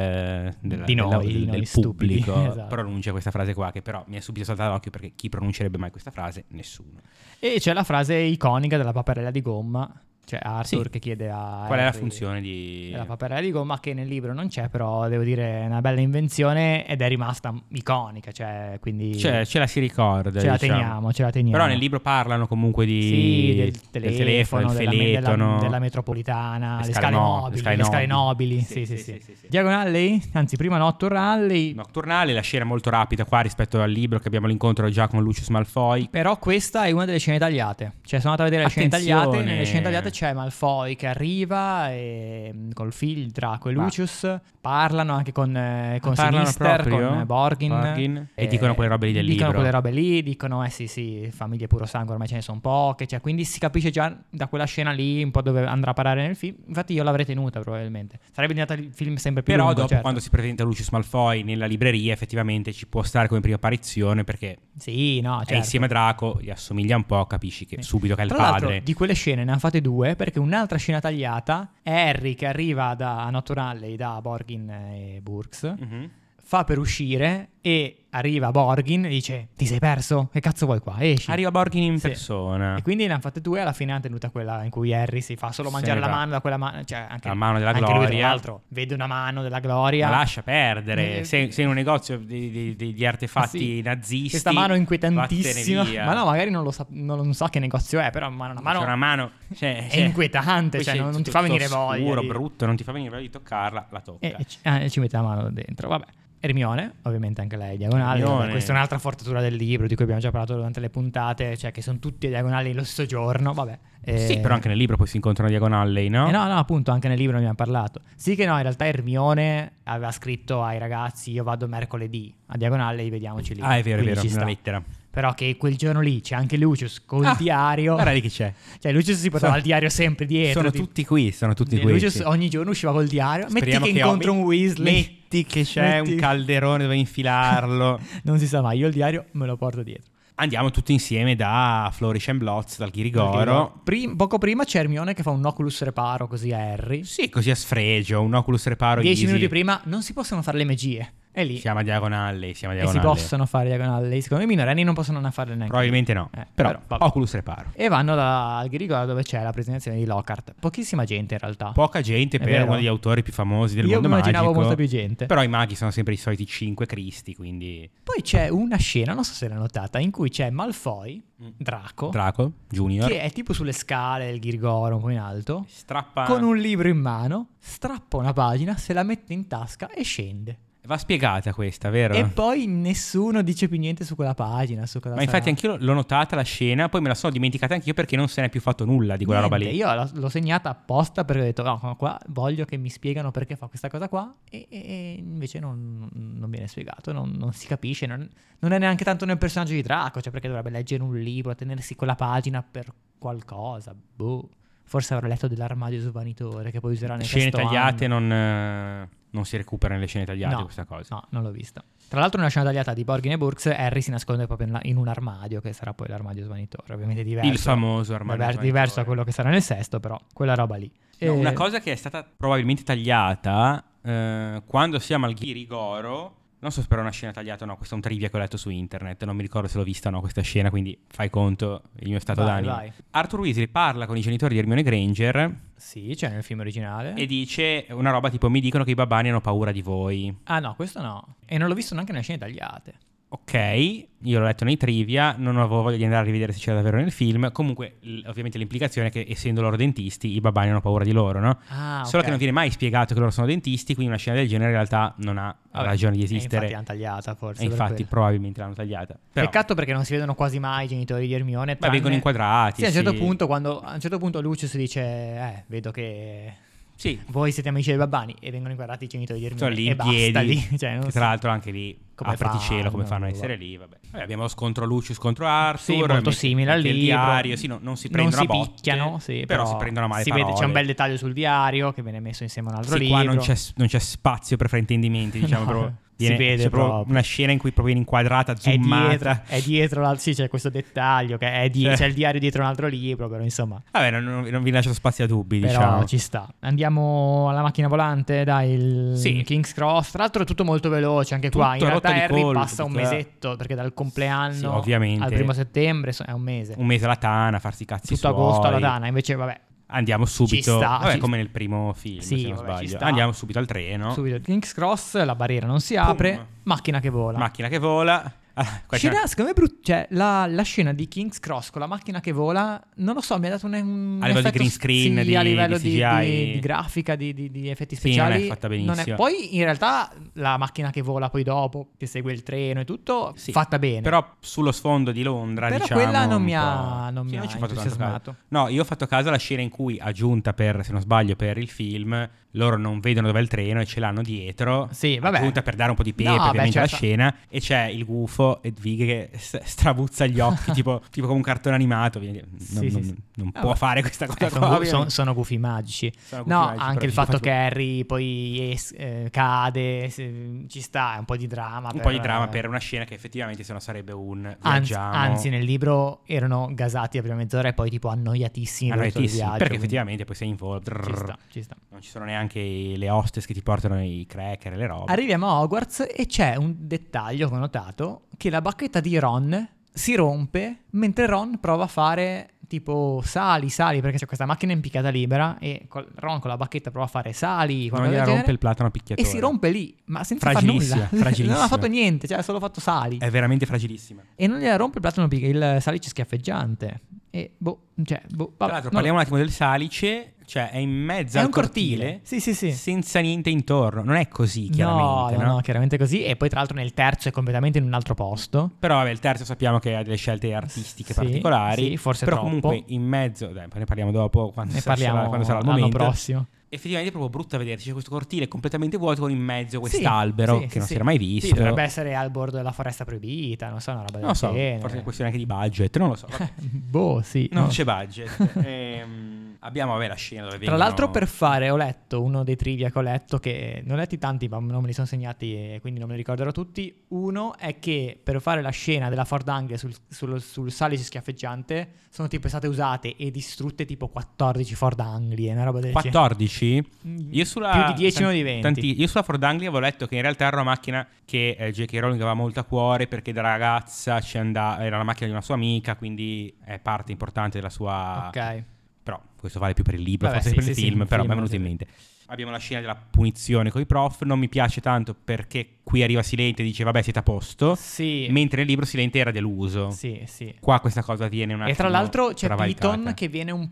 Speaker 2: del-
Speaker 1: Di noi,
Speaker 2: della-
Speaker 1: di
Speaker 2: del-
Speaker 1: noi
Speaker 2: del
Speaker 1: stupidi,
Speaker 2: pubblico.
Speaker 1: esatto.
Speaker 2: Pronuncia questa frase qua, che però mi è subito saltata l'occhio perché chi pronuncerebbe mai questa frase? Nessuno.
Speaker 1: E c'è la frase iconica della paperella di gomma. Cioè, Arthur
Speaker 2: Sì.
Speaker 1: che chiede a.
Speaker 2: Qual è la
Speaker 1: Harry-
Speaker 2: funzione di.
Speaker 1: È la paperella di gomma che nel libro non c'è, però devo dire è una bella invenzione ed è rimasta iconica, cioè, quindi
Speaker 2: Cioè, ce la si ricorda.
Speaker 1: ce la
Speaker 2: diciamo.
Speaker 1: teniamo, ce la teniamo.
Speaker 2: Però nel libro parlano comunque di,
Speaker 1: sì, del
Speaker 2: del
Speaker 1: telefono,
Speaker 2: telefono, del
Speaker 1: della,
Speaker 2: feletono.
Speaker 1: della, della metropolitana,
Speaker 2: le
Speaker 1: le
Speaker 2: scale
Speaker 1: scale,
Speaker 2: no-
Speaker 1: nobili,
Speaker 2: le scale
Speaker 1: le scale
Speaker 2: nobili.
Speaker 1: nobili,
Speaker 2: Sì,
Speaker 1: sì, sì,
Speaker 2: sì,
Speaker 1: sì.
Speaker 2: sì, sì, sì.
Speaker 1: Diagonal Alley, anzi prima Nocturne Alley,
Speaker 2: Nocturnale, la scena è molto rapida qua rispetto al libro che abbiamo l'incontro già con Lucius Malfoy.
Speaker 1: Però questa è una delle scene tagliate. Cioè, sono andato a vedere le scene
Speaker 2: Attenzione.
Speaker 1: tagliate. Nelle scene tagliate c'è Malfoy che arriva e, mm, col figlio, Draco e
Speaker 2: Ma-
Speaker 1: Lucius. Parlano anche con, eh, con
Speaker 2: Parlano
Speaker 1: Sinister,
Speaker 2: proprio?
Speaker 1: con eh, Borgin. eh,
Speaker 2: Borgin. E dicono quelle robe lì del
Speaker 1: Dicono
Speaker 2: libro.
Speaker 1: quelle robe lì, dicono, eh sì, sì, famiglie puro sangue ormai ce ne sono poche. Cioè, quindi si capisce già da quella scena lì un po' dove andrà a parare nel film. Infatti, io l'avrei tenuta probabilmente. Sarebbe diventato il film sempre più
Speaker 2: Però
Speaker 1: lungo,
Speaker 2: dopo
Speaker 1: certo.
Speaker 2: quando si presenta Lucius Malfoy nella libreria effettivamente ci può stare come prima apparizione perché
Speaker 1: Sì, no, certo.
Speaker 2: è insieme a Draco, gli assomiglia un po', capisci che
Speaker 1: Sì.
Speaker 2: subito che è il
Speaker 1: Tra
Speaker 2: padre.
Speaker 1: l'altro di quelle scene ne hanno fatte due perché un'altra scena tagliata è Harry che arriva da Notoralley da Borgin e Burks
Speaker 2: Mhm.
Speaker 1: fa per uscire e arriva Borgin e dice ti sei perso che cazzo vuoi qua esci
Speaker 2: Arriva Borgin in
Speaker 1: Sì.
Speaker 2: persona.
Speaker 1: e quindi ne hanno fatte due alla fine hanno tenuta quella in cui Harry si fa solo
Speaker 2: Se
Speaker 1: mangiare
Speaker 2: ne
Speaker 1: la
Speaker 2: va.
Speaker 1: mano da quella mano cioè anche,
Speaker 2: esatto. La mano della
Speaker 1: anche lui
Speaker 2: gloria.
Speaker 1: tra l'altro vede una mano della
Speaker 2: Ma
Speaker 1: gloria
Speaker 2: lascia perdere,
Speaker 1: Eh, Ah,
Speaker 2: sei, sei in un negozio di, di- di- di artefatti
Speaker 1: Sì.
Speaker 2: nazisti.
Speaker 1: questa mano
Speaker 2: vattene via.
Speaker 1: inquietantissima ma no magari non lo sa, non, non sa che negozio è però ma una mano
Speaker 2: C'è una mano cioè,
Speaker 1: è
Speaker 2: cioè,
Speaker 1: inquietante
Speaker 2: poi
Speaker 1: cioè,
Speaker 2: c'è
Speaker 1: non, non ti
Speaker 2: tutto
Speaker 1: fa venire voglia
Speaker 2: scuro,
Speaker 1: di-
Speaker 2: brutto, non ti fa venire voglia di toccarla, la tocca.
Speaker 1: E, e ci, ah, e ci mette la mano dentro, vabbè. Hermione, ovviamente anche lei è diagonale.
Speaker 2: Hermione.
Speaker 1: vabbè, questa è un'altra forzatura del libro di cui abbiamo già parlato durante le puntate, cioè che sono tutti diagonali lo stesso giorno, vabbè. Eh,
Speaker 2: Sì, però anche nel libro poi si incontrano diagonale, no?
Speaker 1: eh no, no, appunto, anche nel libro ne abbiamo parlato. Sì che no, in realtà Hermione aveva scritto ai ragazzi io vado mercoledì a diagonale e vediamoci lì.
Speaker 2: Ah, è vero, è
Speaker 1: Quindi
Speaker 2: vero,
Speaker 1: ci
Speaker 2: una
Speaker 1: sta.
Speaker 2: lettera.
Speaker 1: Però che quel giorno lì c'è anche Lucius col
Speaker 2: Ah,
Speaker 1: diario.
Speaker 2: Guarda lì che c'è.
Speaker 1: Cioè Lucius si portava
Speaker 2: Sono-
Speaker 1: il diario sempre dietro.
Speaker 2: sono
Speaker 1: tipo.
Speaker 2: tutti qui, sono tutti
Speaker 1: E
Speaker 2: qui.
Speaker 1: Lucius
Speaker 2: sì.
Speaker 1: ogni giorno usciva col diario.
Speaker 2: Speriamo
Speaker 1: metti che, incontra
Speaker 2: ho-
Speaker 1: un Weasley.
Speaker 2: Metti che c'è
Speaker 1: Metti-
Speaker 2: un calderone dove infilarlo.
Speaker 1: Non si sa mai, io il diario me lo porto dietro.
Speaker 2: Andiamo tutti insieme da Flourish and Blots, dal Ghirigoro.
Speaker 1: Prim- poco prima c'è Hermione che fa un Oculus reparo così a Harry.
Speaker 2: Sì, così a sfregio, un Oculus Reparo
Speaker 1: Dieci
Speaker 2: easy.
Speaker 1: minuti prima non si possono fare le magie. È lì.
Speaker 2: Siamo a diagonale, siamo a
Speaker 1: E si
Speaker 2: diagonale.
Speaker 1: possono fare diagonali. Secondo me i minorenni non possono farle neanche.
Speaker 2: Probabilmente no.
Speaker 1: Eh,
Speaker 2: però,
Speaker 1: però, vabbè.
Speaker 2: Oculus Reparo.
Speaker 1: E vanno da- al Ghirigoro dove c'è la presentazione di Lockhart. Pochissima gente in realtà.
Speaker 2: Poca gente
Speaker 1: È
Speaker 2: per
Speaker 1: vero.
Speaker 2: uno degli autori più famosi del
Speaker 1: Io
Speaker 2: mondo
Speaker 1: mi immaginavo
Speaker 2: magico.
Speaker 1: molta più gente.
Speaker 2: Però i maghi sono sempre i soliti 5 cristi, quindi
Speaker 1: Poi c'è una scena, non so se l'hai notata, in cui c'è Malfoy,
Speaker 2: Mm.
Speaker 1: Draco,
Speaker 2: Draco Junior
Speaker 1: che è tipo sulle scale del Ghirigoro, un po' in alto,
Speaker 2: strappa
Speaker 1: con un libro in mano, strappa una pagina, se la mette in tasca e scende.
Speaker 2: va spiegata questa, vero?
Speaker 1: E poi nessuno dice più niente su quella pagina, su cosa
Speaker 2: Ma infatti
Speaker 1: sarà.
Speaker 2: anch'io l'ho notata la scena, poi me la sono dimenticata anch'io perché non se n'è più fatto nulla di quella roba
Speaker 1: Niente,
Speaker 2: lì.
Speaker 1: Io l'ho, l'ho segnata apposta perché ho detto, no, qua voglio che mi spiegano perché fa questa cosa qua e, e- e invece non, non viene spiegato, non, non si capisce, non, non è neanche tanto nel personaggio di Draco, cioè perché dovrebbe leggere un libro, tenersi quella pagina per qualcosa, boh. Forse avrà letto dell'armadio svanitore che poi userà nel
Speaker 2: scene
Speaker 1: sesto
Speaker 2: tagliate
Speaker 1: anno.
Speaker 2: non, eh, non si recuperano le scene tagliate
Speaker 1: No,
Speaker 2: questa cosa.
Speaker 1: No, non l'ho vista. Tra l'altro, nella scena tagliata di Borgin e Burks, Harry si nasconde proprio in, in un armadio, che sarà poi l'armadio svanitore. Ovviamente diverso.
Speaker 2: Il famoso armadio
Speaker 1: Vabbè,
Speaker 2: svanitore.
Speaker 1: diverso da quello che sarà nel sesto, però quella roba lì.
Speaker 2: No,
Speaker 1: E-
Speaker 2: Una cosa che è stata probabilmente tagliata eh, quando siamo al Ghirigoro. Non so se però è una scena tagliata o no, questo è un trivia che ho letto su internet, non mi ricordo se l'ho vista o no questa scena, quindi fai conto il mio stato
Speaker 1: Vai,
Speaker 2: d'animo.
Speaker 1: vai.
Speaker 2: Arthur Weasley parla con i genitori di Hermione Granger
Speaker 1: Sì, c'è nel film originale.
Speaker 2: e dice una roba tipo mi dicono che i babbani hanno paura di voi.
Speaker 1: Ah, no, questo no. E non l'ho visto neanche nelle scene tagliate.
Speaker 2: ok, io l'ho letto nei trivia, non avevo voglia di andare a rivedere se c'era davvero nel film. Comunque, l- ovviamente l'implicazione è che essendo loro dentisti, i babbani hanno paura di loro, no?
Speaker 1: Ah, ok.
Speaker 2: Solo che non viene mai spiegato che loro sono dentisti, quindi una scena del genere in realtà non ha
Speaker 1: Vabbè,
Speaker 2: ragione di
Speaker 1: e
Speaker 2: esistere.
Speaker 1: infatti l'hanno tagliata forse.
Speaker 2: E
Speaker 1: per
Speaker 2: infatti
Speaker 1: quello.
Speaker 2: probabilmente l'hanno tagliata. Però,
Speaker 1: Peccato perché non si vedono quasi mai i genitori di Hermione.
Speaker 2: ma
Speaker 1: tranne-
Speaker 2: vengono inquadrati.
Speaker 1: Sì, a un certo punto, quando a un certo punto Lucius dice, eh, vedo che
Speaker 2: Sì,
Speaker 1: voi siete amici dei babbani e vengono inquadrati i genitori di
Speaker 2: sono
Speaker 1: Hermione.
Speaker 2: lì
Speaker 1: e
Speaker 2: in
Speaker 1: basta
Speaker 2: piedi.
Speaker 1: lì. Cioè, non
Speaker 2: che
Speaker 1: so.
Speaker 2: tra l'altro anche lì
Speaker 1: Come
Speaker 2: cielo
Speaker 1: fanno,
Speaker 2: come fanno a
Speaker 1: vabbè.
Speaker 2: essere lì. Vabbè. Vabbè, abbiamo lo scontro Lucius contro Arthur.
Speaker 1: Sì, molto
Speaker 2: mette-
Speaker 1: simile al
Speaker 2: mette il
Speaker 1: libro.
Speaker 2: diario. Sì, no, non si prendono a
Speaker 1: non si
Speaker 2: botte,
Speaker 1: picchiano, sì,
Speaker 2: però, si prendono male
Speaker 1: si
Speaker 2: parole.
Speaker 1: vede- c'è un bel dettaglio sul diario che viene messo insieme a un altro
Speaker 2: Sì,
Speaker 1: libro.
Speaker 2: qua non c'è, non c'è spazio per fraintendimenti, diciamo,
Speaker 1: No,
Speaker 2: proprio.
Speaker 1: si
Speaker 2: Viene-
Speaker 1: vede
Speaker 2: c'è proprio
Speaker 1: proprio.
Speaker 2: una scena in cui proprio viene inquadrata,
Speaker 1: è dietro,
Speaker 2: zoomata.
Speaker 1: è dietro l'al- sì, c'è questo dettaglio che è di-
Speaker 2: Cioè.
Speaker 1: c'è il diario dietro un altro libro, però insomma,
Speaker 2: Vabbè, non, non- non vi lascio spazio a dubbi,
Speaker 1: però
Speaker 2: diciamo.
Speaker 1: ci sta. Andiamo alla macchina volante, dai, il
Speaker 2: Sì.
Speaker 1: King's Cross. Tra l'altro è tutto molto veloce anche qua,
Speaker 2: Tutto
Speaker 1: in
Speaker 2: rotto
Speaker 1: realtà
Speaker 2: di
Speaker 1: Harry
Speaker 2: colpo,
Speaker 1: passa un
Speaker 2: tutta-
Speaker 1: mesetto perché dal compleanno
Speaker 2: Sì, ovviamente.
Speaker 1: al primo settembre so- è un mese.
Speaker 2: Un mese alla tana, farsi i cazzi
Speaker 1: tutto agosto alla
Speaker 2: suoi.
Speaker 1: Dana, invece vabbè,
Speaker 2: Andiamo subito.
Speaker 1: sta,
Speaker 2: vabbè,
Speaker 1: ci
Speaker 2: come nel primo film,
Speaker 1: Sì,
Speaker 2: se non
Speaker 1: vabbè, ci
Speaker 2: sbaglio.
Speaker 1: sta.
Speaker 2: Andiamo subito al treno.
Speaker 1: subito King's Cross, la barriera non si apre,
Speaker 2: Pum.
Speaker 1: macchina che vola.
Speaker 2: Macchina che vola. Ah, qua c'è-
Speaker 1: Scena, secondo me, brutta. Cioè, la, la scena di King's Cross con la macchina che vola, non lo so, mi ha dato un, un
Speaker 2: A livello di
Speaker 1: effetto
Speaker 2: green screen,
Speaker 1: sì,
Speaker 2: di-
Speaker 1: a livello di,
Speaker 2: di CGI.
Speaker 1: di- di grafica, di, di- di effetti
Speaker 2: Sì, non è
Speaker 1: speciali.
Speaker 2: fatta benissimo.
Speaker 1: Poi, in realtà, la macchina che vola poi dopo, che segue il treno e tutto,
Speaker 2: Sì,
Speaker 1: fatta bene.
Speaker 2: Però sullo sfondo di Londra,
Speaker 1: Però
Speaker 2: diciamo,
Speaker 1: quella non
Speaker 2: un
Speaker 1: mi ha,
Speaker 2: po'-
Speaker 1: non
Speaker 2: Sì,
Speaker 1: mi ha
Speaker 2: ci ho fatto tanto
Speaker 1: entusiasmato.
Speaker 2: caso. No, io ho fatto caso alla scena in cui, aggiunta per, se non sbaglio, per il film, loro non vedono dov'è il treno e ce l'hanno dietro.
Speaker 1: Sì, vabbè.
Speaker 2: Aggiunta per dare un po' di pepe,
Speaker 1: No, beh,
Speaker 2: ovviamente, alla
Speaker 1: certo.
Speaker 2: scena. E c'è il gufo Edwig che s- strabuzza gli occhi, tipo, tipo come un cartone animato. Quindi Non,
Speaker 1: Sì, sì,
Speaker 2: non-
Speaker 1: sì.
Speaker 2: non
Speaker 1: Ah,
Speaker 2: può
Speaker 1: beh.
Speaker 2: fare questa cosa
Speaker 1: Eh,
Speaker 2: qua,
Speaker 1: sono, gu-
Speaker 2: ovviamente.
Speaker 1: son- sono gufi magici. eh.
Speaker 2: Sono
Speaker 1: No,
Speaker 2: gufi magici,
Speaker 1: anche
Speaker 2: però
Speaker 1: il
Speaker 2: ci ho
Speaker 1: fatto
Speaker 2: fatto-
Speaker 1: che Harry poi es- eh, cade, se- ci sta, è un po' di dramma.
Speaker 2: Un po' di dramma per una scena che effettivamente se no sarebbe un
Speaker 1: eh, Anzi,
Speaker 2: viaggiamo.
Speaker 1: anzi, nel libro erano gasati la prima mezz'ora e poi tipo annoiatissimi per tutto il
Speaker 2: annoiatissimi,
Speaker 1: viaggio.
Speaker 2: perché
Speaker 1: quindi
Speaker 2: effettivamente poi sei in volo, drrr,
Speaker 1: ci sta, ci sta.
Speaker 2: non ci sono neanche i- le hostess che ti portano i cracker e le robe.
Speaker 1: Arriviamo a Hogwarts e c'è un dettaglio che ho notato, che la bacchetta di Ron si rompe mentre Ron prova a fare tipo sali, sali, perché c'è questa macchina impiccata libera e col- Ron con la bacchetta prova a fare sali,
Speaker 2: non
Speaker 1: qualcosa del
Speaker 2: gliela rompe
Speaker 1: genere,
Speaker 2: il platano picchiatore.
Speaker 1: e si rompe lì, ma senza far
Speaker 2: Fragilissima,
Speaker 1: nulla.
Speaker 2: fragilissima.
Speaker 1: non ha fatto niente, cioè ha solo fatto sali.
Speaker 2: È veramente fragilissima.
Speaker 1: E non gliela rompe il platano pic- il salice schiaffeggiante. E boh, cioè, boh, vabbè,
Speaker 2: Tra l'altro
Speaker 1: non lo-
Speaker 2: parliamo un attimo del salice, cioè è in mezzo
Speaker 1: È
Speaker 2: al
Speaker 1: un cortile. Sì, sì, sì.
Speaker 2: senza niente intorno. Non è così, chiaramente,
Speaker 1: no,
Speaker 2: no?
Speaker 1: no, chiaramente così. E poi, tra l'altro, nel terzo è completamente in un altro posto.
Speaker 2: Però vabbè, il terzo sappiamo che ha delle scelte artistiche
Speaker 1: Sì,
Speaker 2: particolari.
Speaker 1: sì, forse
Speaker 2: Però
Speaker 1: troppo.
Speaker 2: comunque in mezzo, dai, ne parliamo dopo quando,
Speaker 1: Ne
Speaker 2: sarà-
Speaker 1: parliamo
Speaker 2: quando sarà il
Speaker 1: l'anno
Speaker 2: momento.
Speaker 1: prossimo.
Speaker 2: Effettivamente è proprio brutta vederci. C'è questo cortile completamente vuoto con in mezzo quest'albero
Speaker 1: Sì, sì,
Speaker 2: che
Speaker 1: sì,
Speaker 2: non
Speaker 1: sì.
Speaker 2: si era mai
Speaker 1: Sì,
Speaker 2: visto.
Speaker 1: dovrebbe essere al bordo della foresta proibita, non so, una roba del
Speaker 2: non lo so,
Speaker 1: genere.
Speaker 2: forse è questione anche di budget, non lo so. vabbè.
Speaker 1: Boh, sì.
Speaker 2: non
Speaker 1: no.
Speaker 2: c'è budget. Ehm, abbiamo vabbè, la scena dove
Speaker 1: Tra l'altro, per fare, ho letto uno dei trivia che ho letto, che ne ho letti tanti, ma non me li sono segnati e quindi non me li ricorderò tutti. Uno è che per fare la scena della Ford Anglia sul, sul, sul salice schiaffeggiante sono tipo state usate e distrutte tipo 14 Ford Anglie, una roba del genere.
Speaker 2: 14? Io sulla,
Speaker 1: Mm, Più di 10 o
Speaker 2: tan-
Speaker 1: di 20.
Speaker 2: tanti- io sulla Ford Anglia avevo letto che in realtà era una macchina che eh, J.K. Rowling aveva molto a cuore perché da ragazza ci andava, era la macchina di una sua amica, quindi è parte importante della sua...
Speaker 1: Ok.
Speaker 2: Però questo vale più per il libro,
Speaker 1: Vabbè,
Speaker 2: forse
Speaker 1: sì,
Speaker 2: per il
Speaker 1: sì, sì,
Speaker 2: film,
Speaker 1: il
Speaker 2: però mi è
Speaker 1: film,
Speaker 2: venuto in
Speaker 1: sì.
Speaker 2: mente. Abbiamo la scena della punizione con i prof, non mi piace tanto perché qui arriva Silente e dice vabbè siete a posto,
Speaker 1: Sì.
Speaker 2: mentre nel libro Silente era deluso.
Speaker 1: Sì, sì.
Speaker 2: Qua questa cosa viene una...
Speaker 1: E tra l'altro c'è Piton che viene un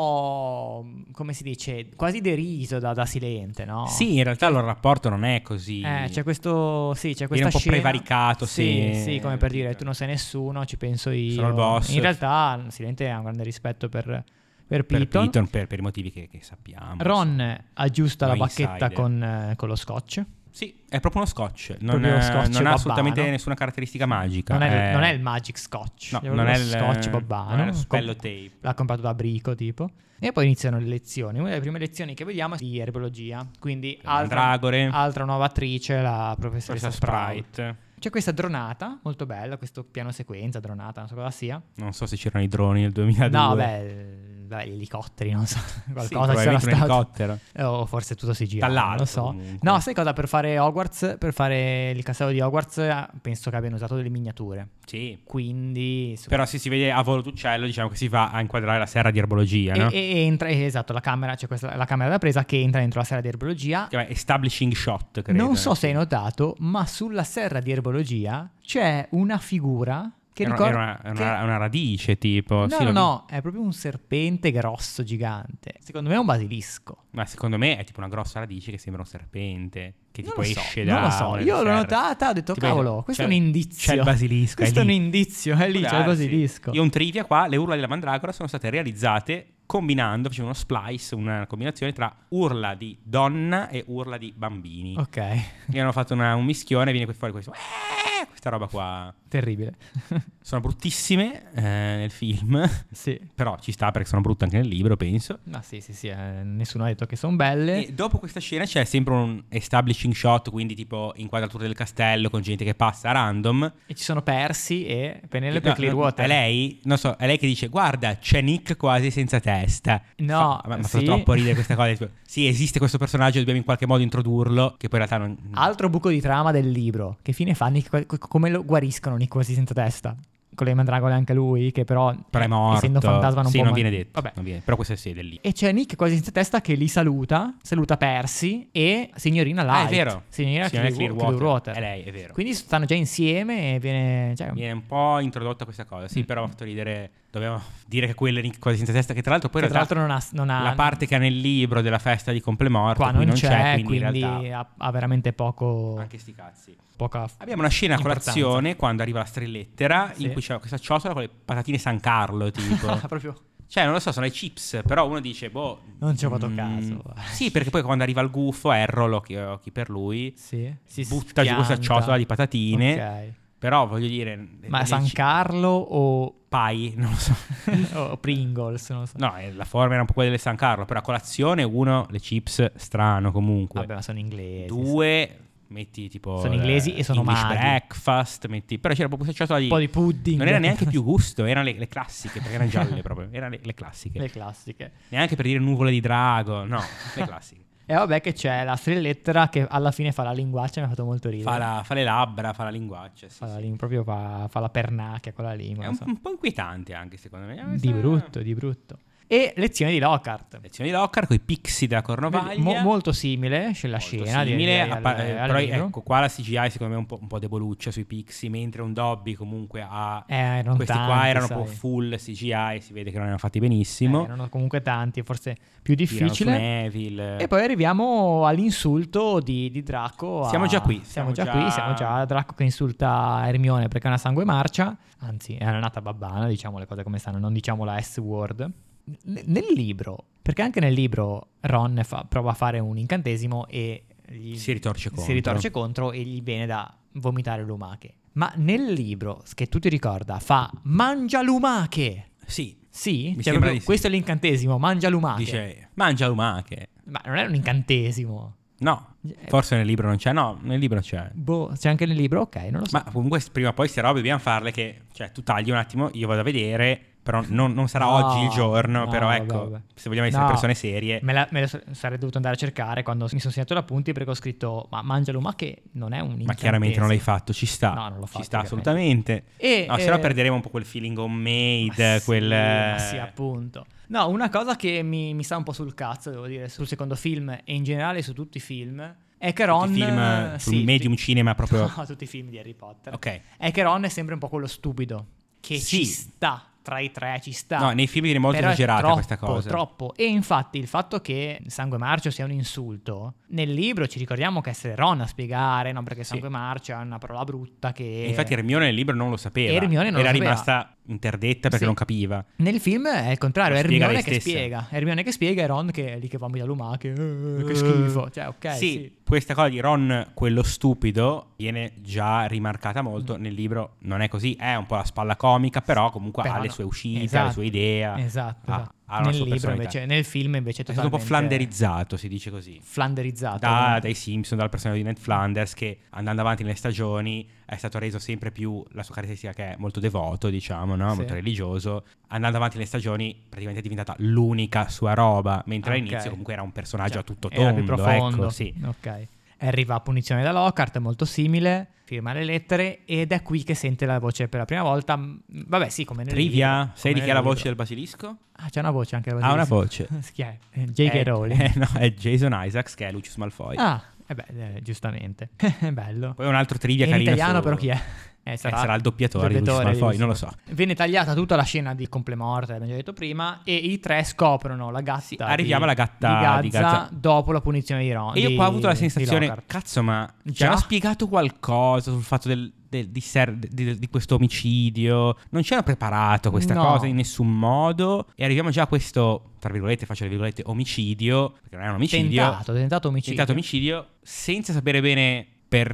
Speaker 1: po', come si dice, quasi deriso da, da Silente, no?
Speaker 2: Sì, in realtà il loro rapporto non è così...
Speaker 1: Cioè Eh, c'è questo, sì, c'è
Speaker 2: Viene
Speaker 1: questa
Speaker 2: un po'
Speaker 1: scena.
Speaker 2: prevaricato,
Speaker 1: Sì,
Speaker 2: se-
Speaker 1: sì, come per dire, tu non sei nessuno, ci penso io.
Speaker 2: Sono il boss.
Speaker 1: In realtà Silente ha un grande rispetto per, per
Speaker 2: per
Speaker 1: Piton.
Speaker 2: Piton per, per i motivi che, che sappiamo.
Speaker 1: Ron aggiusta
Speaker 2: No,
Speaker 1: la bacchetta
Speaker 2: insider.
Speaker 1: con, eh, con lo scotch.
Speaker 2: insomma. Sì, è proprio uno scotch. Non,
Speaker 1: Proprio uno
Speaker 2: eh,
Speaker 1: scotch
Speaker 2: non
Speaker 1: babbano.
Speaker 2: ha assolutamente nessuna caratteristica magica. Eh,
Speaker 1: Non è, non è il magic scotch.
Speaker 2: No,
Speaker 1: proprio
Speaker 2: non
Speaker 1: lo
Speaker 2: è il-
Speaker 1: scotch babbano.
Speaker 2: non è lo spello
Speaker 1: Com-
Speaker 2: tape.
Speaker 1: L'ha comprato da Brico, tipo. E poi iniziano le lezioni. Una delle prime lezioni che vediamo è di erbologia. Quindi altra,
Speaker 2: Dragore,
Speaker 1: altra nuova attrice, la
Speaker 2: questa
Speaker 1: professoressa Sprite.
Speaker 2: Sprite.
Speaker 1: C'è questa dronata, molto bella, questo piano sequenza, dronata, non so cosa sia.
Speaker 2: Non so se c'erano i droni nel 2002.
Speaker 1: No, beh, vabbè, gli elicotteri, non so, qualcosa
Speaker 2: sì,
Speaker 1: c'era
Speaker 2: probabilmente un
Speaker 1: stato.
Speaker 2: elicottero.
Speaker 1: Eh, O forse tutto CGI, non
Speaker 2: Dall'alto,
Speaker 1: lo so.
Speaker 2: comunque.
Speaker 1: No, sai cosa? Per fare Hogwarts, per fare il castello di Hogwarts, eh, penso che abbiano usato delle miniature.
Speaker 2: Sì.
Speaker 1: Quindi... su-
Speaker 2: Però se si vede a volo d'uccello, diciamo che si va a inquadrare la serra di erbologia,
Speaker 1: e,
Speaker 2: no?
Speaker 1: e entra, eh, esatto, la camera, c'è questa, la camera da presa che entra dentro la serra di erbologia.
Speaker 2: Che è establishing shot, credo.
Speaker 1: Non so se hai notato, ma sulla serra di erbologia c'è una figura che
Speaker 2: Era-
Speaker 1: ricorda...
Speaker 2: era, una, era una- una radice, tipo.
Speaker 1: No,
Speaker 2: sì,
Speaker 1: no,
Speaker 2: l'ho vi-
Speaker 1: no, è proprio un serpente grosso, gigante. Secondo me è un basilisco.
Speaker 2: Ma secondo me è tipo una grossa radice che sembra un serpente. Che
Speaker 1: Non
Speaker 2: tipo
Speaker 1: lo so,
Speaker 2: esce da.
Speaker 1: non lo so.
Speaker 2: una
Speaker 1: Io l'ho
Speaker 2: serra.
Speaker 1: notata, ho detto,
Speaker 2: Tipo,
Speaker 1: cavolo, questo
Speaker 2: c'è-
Speaker 1: è un indizio.
Speaker 2: C'è il basilisco.
Speaker 1: Questo è,
Speaker 2: lì.
Speaker 1: un indizio, è lì,
Speaker 2: Può
Speaker 1: c'è il
Speaker 2: darsi.
Speaker 1: basilisco.
Speaker 2: Io un trivia qua, le urla della mandragora sono state realizzate combinando, facendo uno splice, una combinazione tra urla di donna e urla di bambini.
Speaker 1: Ok,
Speaker 2: E hanno fatto una- un mischione e viene fuori questo. "Eh", Questa roba qua.
Speaker 1: terribile.
Speaker 2: Sono bruttissime eh, nel film,
Speaker 1: sì.
Speaker 2: però ci sta perché sono brutte anche nel libro, penso.
Speaker 1: Ma sì, sì, sì, eh, nessuno ha detto che sono belle.
Speaker 2: E dopo questa scena c'è sempre un establishing shot, quindi tipo inquadratura del castello con gente che passa a random.
Speaker 1: E ci sono persi e Penelope
Speaker 2: No,
Speaker 1: Clearwater.
Speaker 2: È lei, non so, è lei che dice: Guarda, c'è Nick quasi senza testa.
Speaker 1: No,
Speaker 2: Fa- ma mi fa
Speaker 1: sì.
Speaker 2: troppo ridere questa cosa. tipo, sì, esiste questo personaggio, dobbiamo in qualche modo introdurlo. Che poi in realtà non.
Speaker 1: Altro buco di trama del libro. Che fine fa Nick? co- Come lo guariscono Nick quasi senza testa? Con le mandragole anche lui, che però,
Speaker 2: però è
Speaker 1: eh,
Speaker 2: morto.
Speaker 1: essendo fantasma non
Speaker 2: sì,
Speaker 1: può
Speaker 2: non
Speaker 1: man-
Speaker 2: viene detto.
Speaker 1: Vabbè.
Speaker 2: non viene- Però questa è sede lì.
Speaker 1: E c'è Nick quasi senza testa che li saluta, saluta Percy e signorina
Speaker 2: Ah,
Speaker 1: Light.
Speaker 2: è vero.
Speaker 1: Signorina,
Speaker 2: Signora
Speaker 1: Clearwa- Clearwater.
Speaker 2: Clearwater. È lei, è vero.
Speaker 1: Quindi stanno già insieme e viene... Cioè,
Speaker 2: Viene un po' introdotta questa cosa. Sì,
Speaker 1: Mm.
Speaker 2: però mi ha fatto ridere. Dobbiamo dire che quello è Nick quasi senza testa. Che tra l'altro poi
Speaker 1: che
Speaker 2: in
Speaker 1: tra
Speaker 2: realtà
Speaker 1: l'altro non ha... non ha-
Speaker 2: la parte che ha nel libro della festa di complemorto
Speaker 1: Ah, qua
Speaker 2: qui
Speaker 1: non, c'è,
Speaker 2: quindi,
Speaker 1: quindi, boh.
Speaker 2: in realtà.
Speaker 1: ha, ha veramente poco...
Speaker 2: Anche sti cazzi.
Speaker 1: Poca...
Speaker 2: Abbiamo una scena a
Speaker 1: Importanza.
Speaker 2: colazione quando arriva la strellettera
Speaker 1: Sì.
Speaker 2: in cui c'è questa ciotola con le patatine San Carlo, tipo.
Speaker 1: Proprio...
Speaker 2: cioè, non lo so, sono i chips, però uno dice, boh...
Speaker 1: Non ci ho fatto
Speaker 2: mm,
Speaker 1: caso.
Speaker 2: Sì, perché poi quando arriva il gufo, Errol, occhi, occhi per lui,
Speaker 1: Sì. Si
Speaker 2: butta giù questa
Speaker 1: schianta.
Speaker 2: ciotola di patatine,
Speaker 1: Ok.
Speaker 2: però voglio dire...
Speaker 1: Ma
Speaker 2: le
Speaker 1: San
Speaker 2: chi-
Speaker 1: Carlo o...
Speaker 2: Pai, non lo so.
Speaker 1: o Pringles, non lo so.
Speaker 2: No, eh, la forma era un po' quella del San Carlo, però a colazione uno, le chips, strano comunque.
Speaker 1: Vabbè, ma sono inglesi.
Speaker 2: Due... Metti tipo.
Speaker 1: Sono inglesi e sono
Speaker 2: English
Speaker 1: maghi.
Speaker 2: breakfast. Metti. Però c'era proprio questa ciotola
Speaker 1: Un po' di pudding.
Speaker 2: Non era neanche più gusto, erano le, le classiche, perché erano gialle proprio, erano le, le classiche.
Speaker 1: Le classiche.
Speaker 2: Neanche per dire nuvole di drago, no, le classiche.
Speaker 1: E vabbè che c'è la strillettera che alla fine fa la linguaccia, mi ha fatto molto ridere.
Speaker 2: Fa, la- fa le labbra, fa la linguaccia, sì,
Speaker 1: Fa la
Speaker 2: sì.
Speaker 1: lin- proprio fa, fa la pernacchia con la lingua.
Speaker 2: È
Speaker 1: non so.
Speaker 2: un, un po' inquietante anche secondo me. Eh,
Speaker 1: Di
Speaker 2: sa-
Speaker 1: brutto, di brutto. E lezione di Lockhart.
Speaker 2: Lezione di Lockhart con i pixie della cornovaglia.
Speaker 1: Mo- molto simile c'è la
Speaker 2: Molto
Speaker 1: scena. direi,
Speaker 2: simile,
Speaker 1: al-
Speaker 2: a par- eh,
Speaker 1: al
Speaker 2: però
Speaker 1: libro.
Speaker 2: ecco qua la CGI secondo me è un po', un po' deboluccia sui pixie, mentre un Dobby comunque ha...
Speaker 1: Eh, non
Speaker 2: questi qua
Speaker 1: tanti,
Speaker 2: erano
Speaker 1: sai.
Speaker 2: un po' full CGI, si vede che non erano fatti
Speaker 1: Eh,
Speaker 2: benissimo.
Speaker 1: erano comunque tanti, forse più
Speaker 2: Tirano su
Speaker 1: difficile.
Speaker 2: Neville.
Speaker 1: Eh. E poi arriviamo all'insulto di, di Draco. a-
Speaker 2: Siamo già qui,
Speaker 1: Siamo,
Speaker 2: siamo
Speaker 1: già,
Speaker 2: già-
Speaker 1: qui. Siamo già a Draco che insulta Hermione perché è una sangue marcia. Anzi, è una nata babbana, diciamo le cose come stanno, non diciamo la S-word. N- nel libro, perché anche nel libro Ron fa- prova a fare un incantesimo e gli-
Speaker 2: Si ritorce
Speaker 1: si
Speaker 2: contro.
Speaker 1: ritorce contro e gli viene da vomitare lumache. Ma nel libro, che tu ti ricorda, fa mangia lumache.
Speaker 2: Sì,
Speaker 1: Sì,
Speaker 2: Mi
Speaker 1: Cioè,
Speaker 2: sembra
Speaker 1: proprio
Speaker 2: di sì.
Speaker 1: questo è l'incantesimo, mangia lumache.
Speaker 2: Dice, mangia lumache.
Speaker 1: Ma non è un incantesimo.
Speaker 2: No,
Speaker 1: Eh,
Speaker 2: forse nel libro non c'è. No, nel libro c'è.
Speaker 1: Boh, c'è anche nel libro? Ok, non lo so.
Speaker 2: Ma comunque s- prima o poi queste robe dobbiamo farle che... Cioè, tu tagli un attimo, io vado a vedere, però non, non sarà
Speaker 1: No,
Speaker 2: oggi il giorno,
Speaker 1: no,
Speaker 2: però
Speaker 1: vabbè,
Speaker 2: ecco,
Speaker 1: vabbè.
Speaker 2: se vogliamo essere
Speaker 1: No.
Speaker 2: persone serie...
Speaker 1: Me, la, me lo s- sarei dovuto andare a cercare quando mi sono segnato gli appunti perché ho scritto ma mangialo ma che non è un
Speaker 2: Ma chiaramente non l'hai fatto, ci sta.
Speaker 1: No, non l'ho fatto,
Speaker 2: Ci sta
Speaker 1: chiaramente.
Speaker 2: assolutamente.
Speaker 1: E,
Speaker 2: No, se no
Speaker 1: eh,
Speaker 2: perderemo un po' quel feeling homemade,
Speaker 1: Ma sì,
Speaker 2: quel...
Speaker 1: ma sì, appunto. No, una cosa che mi, mi sta un po' sul cazzo, devo dire, sul secondo film e in generale su tutti i film, è che Ron...
Speaker 2: tutti i film
Speaker 1: eh,
Speaker 2: sul
Speaker 1: sì,
Speaker 2: medium
Speaker 1: tutti-
Speaker 2: cinema proprio...
Speaker 1: No, tutti i film di Harry Potter.
Speaker 2: ok.
Speaker 1: È che Ron è sempre un po' quello stupido, che
Speaker 2: Sì.
Speaker 1: ci sta, tra i tre ci sta.
Speaker 2: No, nei film viene molto
Speaker 1: Però è
Speaker 2: esagerata
Speaker 1: troppo,
Speaker 2: questa cosa.
Speaker 1: Troppo. E infatti il fatto che sangue marcio sia un insulto, nel libro ci ricordiamo che è Ron a spiegare, no, perché
Speaker 2: Sì.
Speaker 1: sangue marcio è una parola brutta che...
Speaker 2: E infatti Hermione nel libro non lo sapeva.
Speaker 1: Hermione non
Speaker 2: Era
Speaker 1: lo sapeva.
Speaker 2: rimasta interdetta perché
Speaker 1: Sì.
Speaker 2: non capiva.
Speaker 1: Nel film è il contrario,
Speaker 2: Lo
Speaker 1: è
Speaker 2: spiega
Speaker 1: Hermione
Speaker 2: lei
Speaker 1: che
Speaker 2: stessa.
Speaker 1: spiega. Hermione che spiega e Ron che è lì che vomita lumache, eh, che schifo. Cioè, ok, sì.
Speaker 2: sì, questa cosa di Ron, quello stupido, viene già rimarcata
Speaker 1: Mm.
Speaker 2: molto. Nel libro non è così, è un po' la spalla comica, però comunque
Speaker 1: Però
Speaker 2: ha le
Speaker 1: no.
Speaker 2: sue uscite, ha
Speaker 1: Esatto.
Speaker 2: le sue idee. ha-
Speaker 1: Esatto,
Speaker 2: ha-
Speaker 1: esatto.
Speaker 2: alla
Speaker 1: nel
Speaker 2: sua
Speaker 1: libro
Speaker 2: personalità.
Speaker 1: invece, nel film invece è
Speaker 2: è stato un
Speaker 1: Esatto, totalmente
Speaker 2: po' flanderizzato, si dice così.
Speaker 1: flanderizzato.
Speaker 2: Da-
Speaker 1: veramente.
Speaker 2: dai Simpson, dal personaggio di Ned Flanders che andando avanti nelle stagioni è stato reso sempre più la sua caratteristica che è molto devoto, diciamo, no?
Speaker 1: Sì.
Speaker 2: molto religioso. Andando avanti nelle stagioni praticamente è diventata l'unica sua roba, mentre
Speaker 1: Ah, ok.
Speaker 2: all'inizio comunque era un personaggio
Speaker 1: Cioè,
Speaker 2: a tutto
Speaker 1: era più
Speaker 2: tondo,
Speaker 1: profondo.
Speaker 2: ecco, sì.
Speaker 1: Ok. Harry va a punizione da Lockhart, è molto simile, firma le lettere ed è qui che sente la voce per la prima volta. Mm, Vabbè, sì, come nel
Speaker 2: Trivia,
Speaker 1: libro,
Speaker 2: sai
Speaker 1: come
Speaker 2: di chi
Speaker 1: nel
Speaker 2: è la
Speaker 1: libro.
Speaker 2: voce del basilisco?
Speaker 1: Ah, c'è una voce anche la
Speaker 2: Ha una
Speaker 1: basilisca.
Speaker 2: voce.
Speaker 1: Chi è? Eh, J.K.
Speaker 2: È-
Speaker 1: Rowling.
Speaker 2: eh, no, è Jason Isaacs che è Lucius Malfoy.
Speaker 1: Ah, eh beh, eh, giustamente. Bello.
Speaker 2: Poi un altro trivia
Speaker 1: In
Speaker 2: carino
Speaker 1: italiano
Speaker 2: su-
Speaker 1: però chi è? Eh,
Speaker 2: Eh, sarà il doppiatore di Lucius
Speaker 1: di
Speaker 2: Malfoy, non lo
Speaker 1: Lucius
Speaker 2: so.
Speaker 1: Malfoy. Viene tagliata tutta la scena di Complemorte, l'abbiamo già detto prima, e i tre scoprono la gatta.
Speaker 2: Sì, arriviamo
Speaker 1: di-
Speaker 2: alla gatta
Speaker 1: di
Speaker 2: di
Speaker 1: Gaza,
Speaker 2: Gaza.
Speaker 1: dopo la punizione di Ron.
Speaker 2: E io
Speaker 1: di-
Speaker 2: qua ho avuto la
Speaker 1: di
Speaker 2: sensazione,
Speaker 1: Lockhart.
Speaker 2: cazzo, ma ci
Speaker 1: Già?
Speaker 2: hanno spiegato qualcosa sul fatto del- del- di, Ser- di- di questo omicidio. Non ci hanno preparato questa
Speaker 1: No.
Speaker 2: cosa in nessun modo. E arriviamo già a questo, tra virgolette, faccio le virgolette, omicidio, perché non è un omicidio.
Speaker 1: Tentato, tentato omicidio.
Speaker 2: tentato omicidio, senza sapere bene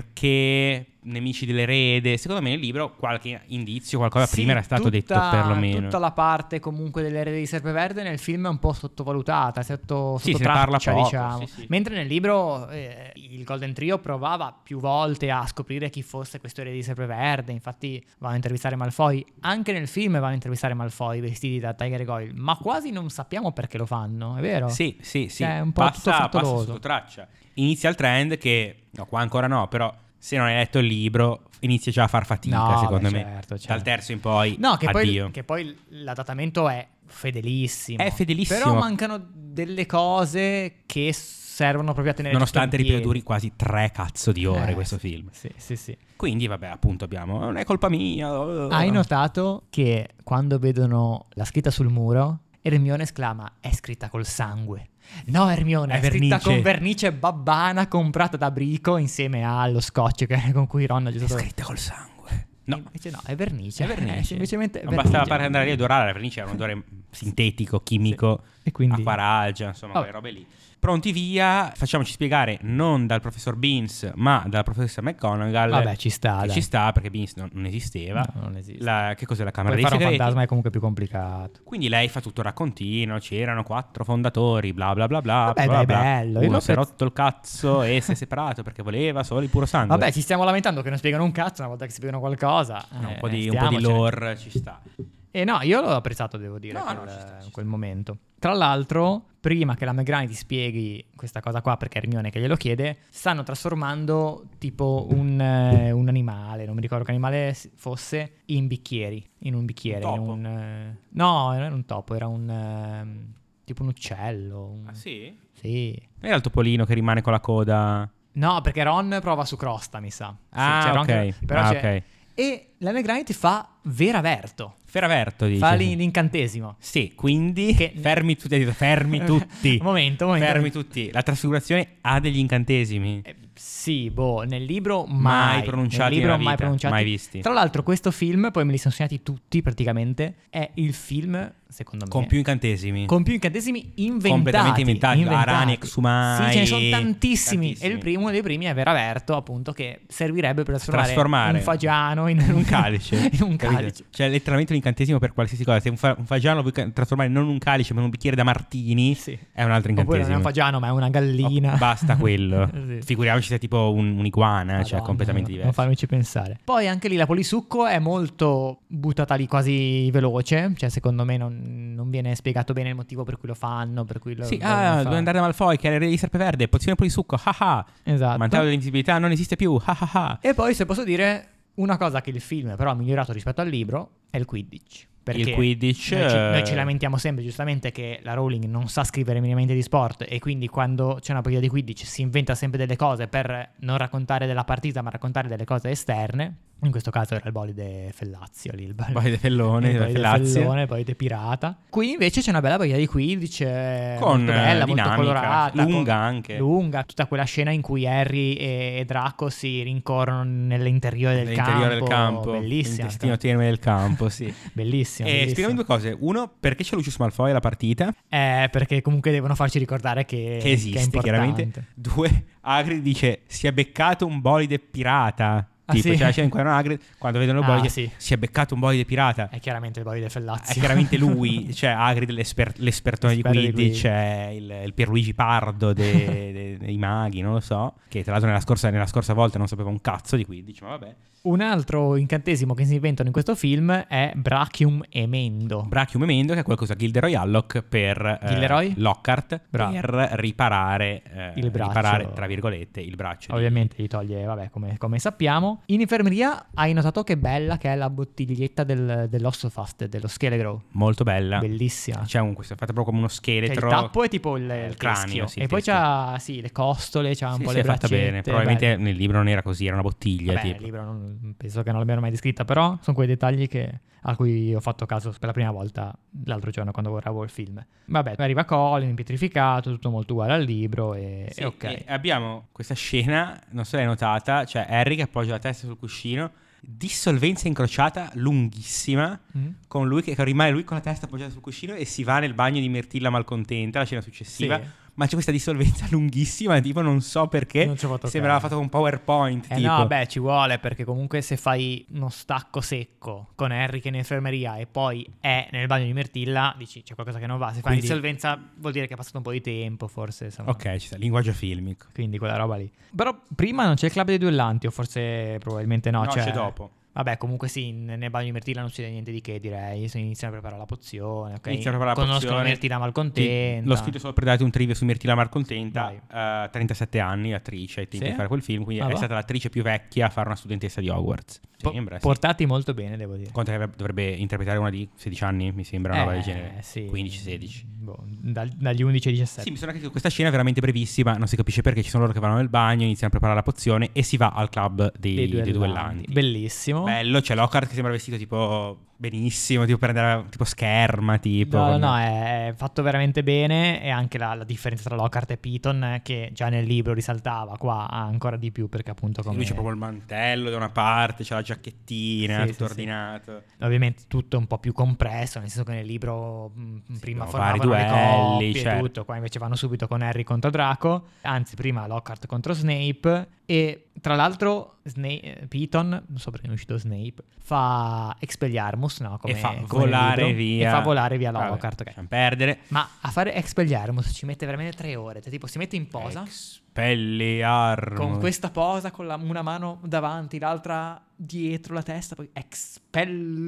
Speaker 2: perché, nemici dell'erede. Secondo me nel libro qualche indizio, qualcosa
Speaker 1: Sì,
Speaker 2: prima era stato detto
Speaker 1: tutta-
Speaker 2: perlomeno.
Speaker 1: Tutta la parte comunque dell'erede di Serpeverde nel film è un po' sottovalutata, sotto,
Speaker 2: Sì,
Speaker 1: sotto
Speaker 2: se ne parla
Speaker 1: traccia,
Speaker 2: poco,
Speaker 1: diciamo.
Speaker 2: sì, sì.
Speaker 1: Mentre nel libro eh, il Golden Trio provava più volte a scoprire chi fosse questo erede di Serpeverde, infatti vanno a intervistare Malfoy, anche nel film vanno a intervistare Malfoy vestiti da Tiger Goyle, ma quasi non sappiamo perché lo fanno, è vero?
Speaker 2: Sì, sì, sì.
Speaker 1: Cioè, è un po' tutto
Speaker 2: passa, passa
Speaker 1: frettoloso.
Speaker 2: sotto traccia. Inizia il trend che, no, qua ancora no, però se non hai letto il libro inizia già a far fatica,
Speaker 1: No,
Speaker 2: secondo
Speaker 1: beh,
Speaker 2: me.
Speaker 1: certo, certo.
Speaker 2: Dal terzo in poi,
Speaker 1: No, che
Speaker 2: addio.
Speaker 1: poi, che poi l'adatamento è fedelissimo.
Speaker 2: È fedelissimo.
Speaker 1: Però mancano delle cose che servono proprio a tenere
Speaker 2: Nonostante
Speaker 1: tutto in
Speaker 2: ripeto,
Speaker 1: piedi.
Speaker 2: duri quasi tre cazzo di ore
Speaker 1: Eh,
Speaker 2: questo
Speaker 1: sì,
Speaker 2: film.
Speaker 1: Sì, sì, sì.
Speaker 2: Quindi, vabbè, appunto abbiamo... Non è colpa mia. oh.
Speaker 1: Hai notato che quando vedono la scritta sul muro, Hermione esclama: È scritta col sangue. No, Hermione, è,
Speaker 2: È
Speaker 1: scritta
Speaker 2: vernice.
Speaker 1: con vernice babbana comprata da Brico insieme allo scotch che- con cui Ron ha
Speaker 2: È
Speaker 1: aggiustato.
Speaker 2: scritta col sangue. No,
Speaker 1: Invece no, è vernice.
Speaker 2: è vernice.
Speaker 1: È eh, semplicemente
Speaker 2: non
Speaker 1: vernice.
Speaker 2: bastava fare andare lì ad odorare, la vernice era un odore sintetico, chimico.
Speaker 1: E quindi. Oh.
Speaker 2: Acquaraggia, insomma,
Speaker 1: Vabbè.
Speaker 2: quelle robe lì. Pronti via, facciamoci spiegare non dal professor Beans, ma dalla professoressa McGonagall.
Speaker 1: Vabbè, ci sta.
Speaker 2: che
Speaker 1: dai.
Speaker 2: ci sta perché Beans non, non esisteva.
Speaker 1: No, non esiste.
Speaker 2: La- che cos'è la Camera
Speaker 1: Poi
Speaker 2: dei
Speaker 1: fare un
Speaker 2: Segreti?
Speaker 1: fantasma è comunque più complicato.
Speaker 2: Quindi lei fa tutto il raccontino, c'erano quattro fondatori, bla bla bla bla.
Speaker 1: Vabbè,
Speaker 2: bla,
Speaker 1: dai,
Speaker 2: bla.
Speaker 1: bello, io
Speaker 2: Uno
Speaker 1: l'ho
Speaker 2: si è
Speaker 1: apprezz-
Speaker 2: rotto il cazzo e si è separato perché voleva solo il puro sangue.
Speaker 1: Vabbè, ci stiamo lamentando che non spiegano un cazzo una volta che spiegano qualcosa.
Speaker 2: No, un,
Speaker 1: eh,
Speaker 2: po di, un po' di
Speaker 1: stiamocene.
Speaker 2: lore ci sta.
Speaker 1: E no, io l'ho apprezzato, devo dire,
Speaker 2: No,
Speaker 1: quel,
Speaker 2: no, ci sta, ci
Speaker 1: quel momento. Tra l'altro, prima che la McGrane ti spieghi questa cosa qua, perché è Hermione che glielo chiede, stanno trasformando tipo un, eh, un animale, non mi ricordo che animale s- fosse, in bicchieri, in un bicchiere.
Speaker 2: Un
Speaker 1: in
Speaker 2: topo?
Speaker 1: un, eh, no, non era un topo, era un... ehm, tipo un uccello. un-
Speaker 2: Ah sì?
Speaker 1: Sì.
Speaker 2: Non era il topolino che rimane con la coda?
Speaker 1: No, perché Ron prova su Crosta, mi sa. Sì,
Speaker 2: Ah,
Speaker 1: c'è Ron
Speaker 2: ok.
Speaker 1: che- però
Speaker 2: ah,
Speaker 1: c'è-
Speaker 2: ok.
Speaker 1: E la McGrane ti fa veraverto.
Speaker 2: Feraverto dice.
Speaker 1: Fa l'in- l'incantesimo.
Speaker 2: Sì, quindi
Speaker 1: Che-
Speaker 2: fermi tutti, ha detto, fermi tutti.
Speaker 1: Un momento, un momento.
Speaker 2: Fermi tutti. La trasfigurazione ha degli incantesimi.
Speaker 1: Eh, sì, boh, nel libro mai,
Speaker 2: Mai pronunciati
Speaker 1: nel libro
Speaker 2: nella
Speaker 1: mai
Speaker 2: vita,
Speaker 1: pronunciati.
Speaker 2: mai visti.
Speaker 1: Tra l'altro questo film, poi me li sono segnati tutti praticamente, è il film, secondo me,
Speaker 2: Con più incantesimi.
Speaker 1: Eh. con più incantesimi inventati.
Speaker 2: Completamente inventati, arane, exumai,
Speaker 1: Sì, ce ne sono tantissimi. E
Speaker 2: tantissimi.
Speaker 1: il primo, uno dei primi è Veraverto, appunto, che servirebbe per trasformare,
Speaker 2: Trasformare
Speaker 1: un fagiano in
Speaker 2: un calice.
Speaker 1: in un
Speaker 2: capito?
Speaker 1: calice.
Speaker 2: Cioè, letteralmente un incantesimo per qualsiasi cosa. Se un, fa- un fagiano lo vuoi ca- trasformare non in un calice, ma in un bicchiere da martini,
Speaker 1: Sì.
Speaker 2: è un altro
Speaker 1: Oppure non è
Speaker 2: incantesimo.
Speaker 1: un fagiano, ma è una gallina.
Speaker 2: Oh, basta quello.
Speaker 1: Sì.
Speaker 2: Figuriamoci se è tipo un- un'iguana, cioè
Speaker 1: Madonna,
Speaker 2: completamente
Speaker 1: no,
Speaker 2: diverso.
Speaker 1: Non farmici pensare. Poi anche lì la polisucco è molto buttata lì quasi veloce. Cioè, secondo me non, non viene spiegato bene il motivo per cui lo fanno. Per cui lo
Speaker 2: Sì,
Speaker 1: vogliono
Speaker 2: ah,
Speaker 1: fare.
Speaker 2: dobbiamo andare da Malfoy che è l'erede di Serpeverde, pozione polisucco, ah ah.
Speaker 1: Esatto.
Speaker 2: Mantello dell'invisibilità non esiste più, ah ah ah.
Speaker 1: E poi, se posso dire, una cosa che il film però ha migliorato rispetto al libro è il Quidditch. Perché
Speaker 2: Il Quidditch,
Speaker 1: Noi ci,
Speaker 2: eh,
Speaker 1: noi ci lamentiamo sempre, giustamente, che la Rowling non sa scrivere minimamente di sport e quindi quando c'è una partita di Quidditch si inventa sempre delle cose per non raccontare della partita ma raccontare delle cose esterne. In questo caso era il bolide Fellazio lì, il bol-
Speaker 2: Poi Fellone,
Speaker 1: il bolide
Speaker 2: Lazio.
Speaker 1: Fellone, poi de Pirata. Qui invece c'è una bella partita di Quidditch eh,
Speaker 2: con
Speaker 1: molto
Speaker 2: eh,
Speaker 1: bella,
Speaker 2: dinamica,
Speaker 1: molto colorata, con-
Speaker 2: lunga anche.
Speaker 1: lunga, tutta quella scena in cui Harry e e Draco si rincorrono nell'interiore del
Speaker 2: L'interiore del campo,
Speaker 1: Bellissima.
Speaker 2: l'intestino tenue del campo, sì.
Speaker 1: tra- Bellissima.
Speaker 2: e
Speaker 1: bellissima.
Speaker 2: spiegami due cose. Uno, perché c'è Lucius Malfoy alla partita?
Speaker 1: Eh, perché comunque devono farci ricordare che,
Speaker 2: che esiste,
Speaker 1: che è importante.
Speaker 2: chiaramente. Due, Agri dice si è beccato un bolide pirata.
Speaker 1: Ah,
Speaker 2: tipo,
Speaker 1: sì?
Speaker 2: cioè, c'è in Quadrano Hagrid, quando vedono il
Speaker 1: Ah,
Speaker 2: bolide,
Speaker 1: sì. Eh,
Speaker 2: si è beccato un bolide pirata.
Speaker 1: È chiaramente il bolide Fellazzi.
Speaker 2: È chiaramente lui, cioè Hagrid l'esper- l'espertone di
Speaker 1: Esperto di
Speaker 2: Quidditch,
Speaker 1: Quidditch.
Speaker 2: c'è il, il Pierluigi Pardo de- de- dei maghi, non lo so, che tra l'altro nella scorsa, nella scorsa volta non sapeva un cazzo di Quidditch, ma vabbè.
Speaker 1: Un altro incantesimo che si inventano in questo film è Brachium Emendo.
Speaker 2: Brachium Emendo, che è qualcosa Gilderoy Alloc per eh,
Speaker 1: Gilderoy?
Speaker 2: Lockhart
Speaker 1: Bravo.
Speaker 2: per riparare eh,
Speaker 1: Il braccio.
Speaker 2: riparare, tra virgolette, il braccio. di-
Speaker 1: Ovviamente gli toglie, vabbè, come, come sappiamo. In infermeria hai notato che bella che è la bottiglietta del, dell'ossofast, dello Skelegrow.
Speaker 2: Molto bella. Ah,
Speaker 1: Bellissima.
Speaker 2: C'è un, questo è fatto proprio come uno
Speaker 1: Cioè, il
Speaker 2: scheletro.
Speaker 1: tappo è tipo il, il teschio.
Speaker 2: cranio, sì, il
Speaker 1: e poi
Speaker 2: teschio.
Speaker 1: c'ha, sì, le costole, c'ha un
Speaker 2: Sì,
Speaker 1: po'
Speaker 2: sì,
Speaker 1: le
Speaker 2: è fatta
Speaker 1: braccette.
Speaker 2: bene. Probabilmente nel libro non era così, era una bottiglia.
Speaker 1: Vabbè,
Speaker 2: tipo.
Speaker 1: il libro non, penso che non l'abbiano mai descritta, però sono quei dettagli che- a cui ho fatto caso per la prima volta l'altro giorno quando guardavo il film. Vabbè, arriva Colin, pietrificato, tutto molto uguale al libro e,
Speaker 2: Sì,
Speaker 1: e eh, ok.
Speaker 2: e eh, abbiamo questa scena, non so se l'hai notata, cioè Harry che appoggia la testa sul cuscino, dissolvenza incrociata lunghissima,
Speaker 1: Mm?
Speaker 2: con lui che che rimane lui con la testa appoggiata sul cuscino e si va nel bagno di Mirtilla malcontenta, la scena
Speaker 1: Sì,
Speaker 2: successiva, ma c'è questa dissolvenza lunghissima, tipo non so perché,
Speaker 1: non ci ho fatto
Speaker 2: sembrava
Speaker 1: caso.
Speaker 2: fatto con PowerPoint,
Speaker 1: Eh
Speaker 2: tipo.
Speaker 1: no, beh, ci vuole perché comunque se fai uno stacco secco con Harry che è in infermeria e poi è nel bagno di Mirtilla, dici c'è qualcosa che non va. Se fai
Speaker 2: Quindi-
Speaker 1: insolvenza vuol dire che è passato un po' di tempo, forse. insomma.
Speaker 2: Ok, ci sta, linguaggio filmico.
Speaker 1: Quindi quella roba lì. Però prima non c'è il club dei duellanti, o forse probabilmente no.
Speaker 2: No,
Speaker 1: cioè-
Speaker 2: c'è dopo.
Speaker 1: Vabbè, comunque sì, in- nel bagno di Mirtilla non succede niente di che, direi. Si iniziano a preparare la pozione, ok?
Speaker 2: Iniziano a preparare la
Speaker 1: Conoscono
Speaker 2: pozione.
Speaker 1: Mirtilla
Speaker 2: Sì,
Speaker 1: malcontenta.
Speaker 2: L'ho scritto solo per darti un trivia su Mirtilla Marcontenta,
Speaker 1: Vai.
Speaker 2: eh, 37 anni, attrice ai tempi
Speaker 1: Sì?
Speaker 2: di fare quel film, quindi
Speaker 1: Ah,
Speaker 2: è
Speaker 1: va.
Speaker 2: stata l'attrice più vecchia a fare una studentessa di Hogwarts.
Speaker 1: Po-
Speaker 2: Sembra, sì.
Speaker 1: portati molto bene, devo dire. Eh,
Speaker 2: Conta che avrebbe- dovrebbe interpretare una di 16 anni, mi sembra, una roba del genere.
Speaker 1: sì.
Speaker 2: 15-16.
Speaker 1: Boh, dal- dagli 11 ai 17.
Speaker 2: Sì, mi sono anche detto, questa scena è veramente brevissima, non si capisce perché ci sono loro che vanno nel bagno, iniziano a preparare la pozione e si va al club dei, dei duellanti.
Speaker 1: Bellissimo.
Speaker 2: Bello, c'è Lockhart che sembra vestito tipo benissimo, tipo per andare a- tipo scherma, tipo.
Speaker 1: No, no,
Speaker 2: con-
Speaker 1: no, è è fatto veramente bene e anche la, la differenza tra Lockhart e Piton eh, che già nel libro risaltava qua ha ancora di più perché appunto
Speaker 2: Sì,
Speaker 1: come
Speaker 2: Lui c'è proprio il mantello da una parte, c'è la giacchettina,
Speaker 1: Sì,
Speaker 2: tutto
Speaker 1: sì, sì.
Speaker 2: ordinato.
Speaker 1: ovviamente tutto è un po' più compresso nel senso che nel libro mh, prima
Speaker 2: no,
Speaker 1: formavano
Speaker 2: vari
Speaker 1: le
Speaker 2: duelli,
Speaker 1: coppie e
Speaker 2: certo.
Speaker 1: tutto qua invece vanno subito con Harry contro Draco anzi prima Lockhart contro Snape e tra l'altro Sna- Piton non so perché è uscito Snape fa Expelliarmus no? come,
Speaker 2: e fa
Speaker 1: come nel
Speaker 2: volare
Speaker 1: libro,
Speaker 2: via.
Speaker 1: e fa volare via
Speaker 2: Vabbè,
Speaker 1: Lockhart ok.
Speaker 2: Lasciamo perdere.
Speaker 1: Ma a fare Expelliarmus ci mette veramente tre ore. Cioè, tipo, si mette in posa
Speaker 2: Expelliarmus.
Speaker 1: con questa posa, con la- una mano davanti, l'altra dietro la testa, poi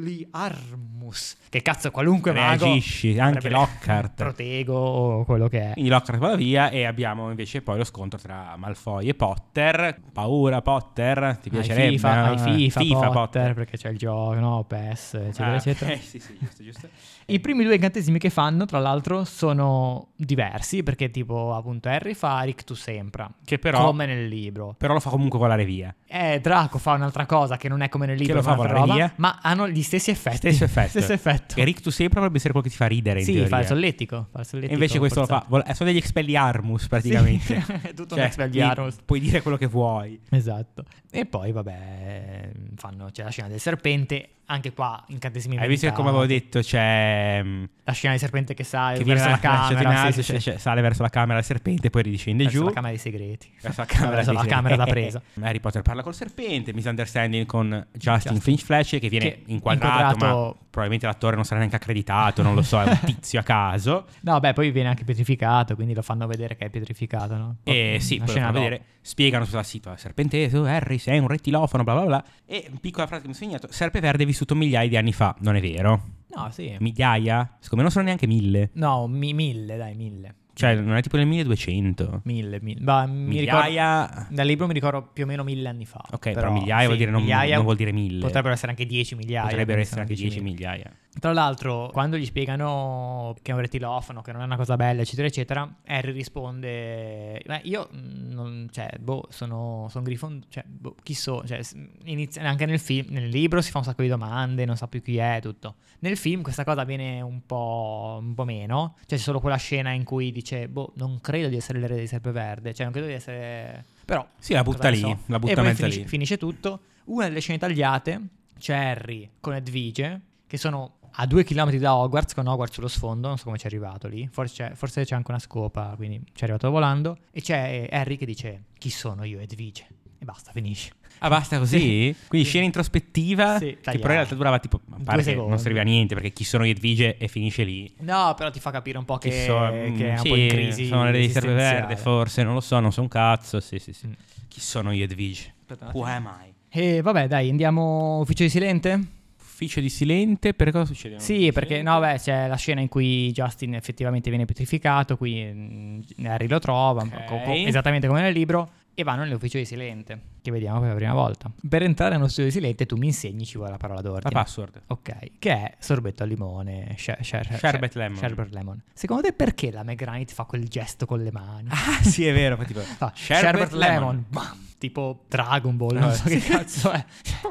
Speaker 1: Expelliarmus. Che cazzo, qualunque mago.
Speaker 2: Reagisci, anche
Speaker 1: avrebbe-
Speaker 2: Lockhart.
Speaker 1: Protego o quello che è.
Speaker 2: Quindi Lockhart va via e abbiamo invece poi lo scontro tra Malfoy e Potter. Paura Potter, ti piacerebbe?
Speaker 1: Ai FIFA, ai
Speaker 2: eh?
Speaker 1: FIFA, Potter, perché c'è il gioco, no? PES, eccetera,
Speaker 2: Ah,
Speaker 1: eccetera.
Speaker 2: ok, sì, sì, giusto, giusto.
Speaker 1: I primi due incantesimi che fanno, tra l'altro, sono diversi, perché tipo, appunto, Harry fa Rictus Sempra,
Speaker 2: Che però,
Speaker 1: come nel libro.
Speaker 2: però lo fa comunque volare via.
Speaker 1: Eh, Draco fa un'altra cosa che non è come nel libro,
Speaker 2: lo
Speaker 1: ma
Speaker 2: fa
Speaker 1: un'altra
Speaker 2: volare
Speaker 1: roba,
Speaker 2: via?
Speaker 1: ma hanno gli stessi effetti.
Speaker 2: Stesso effetto.
Speaker 1: Stesso effetto.
Speaker 2: E Rictus sempre dovrebbe essere quello che ti fa ridere in
Speaker 1: sì,
Speaker 2: teoria.
Speaker 1: fa il solletico, fa il solletico
Speaker 2: E invece questo lo fa.
Speaker 1: forzato.
Speaker 2: vol- eh, sono degli expelliarmus praticamente.
Speaker 1: Sì, è tutto
Speaker 2: Cioè,
Speaker 1: un expelliarmus.
Speaker 2: gli- Puoi dire quello che vuoi.
Speaker 1: Esatto. E poi, vabbè, fanno, c'è la scena del serpente, anche qua incantesimi
Speaker 2: Hai visto che, come avevo
Speaker 1: inventati.
Speaker 2: detto, c'è. mm,
Speaker 1: La scena del serpente che sale
Speaker 2: che viene
Speaker 1: verso la
Speaker 2: lanciato in
Speaker 1: camera, sì,
Speaker 2: alto,
Speaker 1: sì,
Speaker 2: c'è-
Speaker 1: sì.
Speaker 2: c'è- sale verso la camera il serpente, poi ridiscende
Speaker 1: Verso
Speaker 2: giù.
Speaker 1: la camera dei segreti.
Speaker 2: Verso la camera,
Speaker 1: Verso Cioè, la
Speaker 2: dice-
Speaker 1: camera da presa.
Speaker 2: Harry Potter parla col serpente, misunderstanding con Justin
Speaker 1: Justin.
Speaker 2: Finch Fletch che viene
Speaker 1: Che
Speaker 2: inquadrato,
Speaker 1: inquadrato-
Speaker 2: ma probabilmente l'attore non sarà neanche accreditato, non lo so, è un tizio a caso.
Speaker 1: No, beh, poi viene anche pietrificato, quindi lo fanno vedere che è pietrificato, no?
Speaker 2: E Eh, sì,
Speaker 1: Oh, Una
Speaker 2: poi lo
Speaker 1: scena
Speaker 2: fanno
Speaker 1: dopo.
Speaker 2: vedere, spiegano sulla sito serpente, tu Harry sei un rettilofono, bla bla bla. E piccola frase che mi sono segnato, serpe verde è vissuto migliaia di anni fa, non è vero?
Speaker 1: No, sì.
Speaker 2: Migliaia? Secondo me non sono neanche mille,
Speaker 1: No, mi- mille, dai, mille.
Speaker 2: cioè non è tipo nel 1200.
Speaker 1: Mille, mille. Bah, mi ricordo,
Speaker 2: Migliaia...
Speaker 1: dal libro mi ricordo più o meno mille anni fa.
Speaker 2: Ok, però, migliaia vuol
Speaker 1: sì,
Speaker 2: dire non,
Speaker 1: migliaia
Speaker 2: non vuol dire mille.
Speaker 1: Potrebbero essere anche 10 migliaia.
Speaker 2: Potrebbero
Speaker 1: quindi sono
Speaker 2: essere anche 10
Speaker 1: 10.000.
Speaker 2: migliaia.
Speaker 1: Tra l'altro, quando gli spiegano che è un retilofono, che non è una cosa bella, eccetera, eccetera, Harry risponde: Beh, io, mm, non, cioè, boh, sono, sono Gryffondor, cioè, boh, chi so. Cioè, s- inizia- anche nel film, nel libro si fa un sacco di domande, non sa più chi è, tutto. Nel film questa cosa viene un po', un po' meno. Cioè, c'è solo quella scena in cui dice: Boh, non credo di essere l'erede di Serpeverde, cioè, non credo di essere. Però
Speaker 2: Sì, la
Speaker 1: cosa
Speaker 2: butta
Speaker 1: ne
Speaker 2: lì,
Speaker 1: so.
Speaker 2: la butta
Speaker 1: e poi
Speaker 2: mezza
Speaker 1: finisce,
Speaker 2: lì.
Speaker 1: finisce tutto. Una delle scene tagliate c'è Harry con Edvige, che sono a due chilometri da Hogwarts, con Hogwarts sullo sfondo, non so come ci è arrivato lì, forse c'è, forse eh, c'è anche una scopa, quindi ci è arrivato volando, e c'è Harry che dice chi sono io Edvige? E e basta, finisce.
Speaker 2: Ah, basta così? Quindi scena introspettiva
Speaker 1: Sì,
Speaker 2: che però
Speaker 1: tagliata.
Speaker 2: in realtà durava tipo... ma
Speaker 1: Due
Speaker 2: Pare che
Speaker 1: secondi.
Speaker 2: non serviva a niente perché chi sono gli Edvige e finisce lì.
Speaker 1: No, però ti fa capire un po' che,
Speaker 2: Chi so-
Speaker 1: che è un
Speaker 2: sì,
Speaker 1: po' in crisi.
Speaker 2: Sono le riserve
Speaker 1: esistenziale.
Speaker 2: verde forse, non lo so, non so un cazzo. Sì, sì, sì.
Speaker 1: Mm.
Speaker 2: Chi sono gli Edvige?
Speaker 1: Aspetta un
Speaker 2: Who am I?
Speaker 1: E vabbè, dai, andiamo ufficio di silente?
Speaker 2: Ufficio di Silente, per cosa succede?
Speaker 1: Sì, perché no, beh, c'è la scena in cui Justin effettivamente viene petrificato, qui mm, Harry lo trova, un po'
Speaker 2: Ok.
Speaker 1: co- co- esattamente come nel libro, e vanno nell'ufficio di Silente, che vediamo per la prima volta. Per entrare nello studio di Silente tu mi insegni, ci vuole la parola
Speaker 2: La
Speaker 1: d'ordine.
Speaker 2: password.
Speaker 1: Ok, che è sorbetto al limone, sher- sher- sher-
Speaker 2: Sherbet lemon.
Speaker 1: sherbet lemon. Secondo te perché la Megranite fa quel gesto con le mani?
Speaker 2: Ah, sì, è vero. fa tipo,
Speaker 1: Fa
Speaker 2: sherbet, lemon.
Speaker 1: bam, tipo Dragon Ball, non
Speaker 2: Eh,
Speaker 1: so che cazzo è.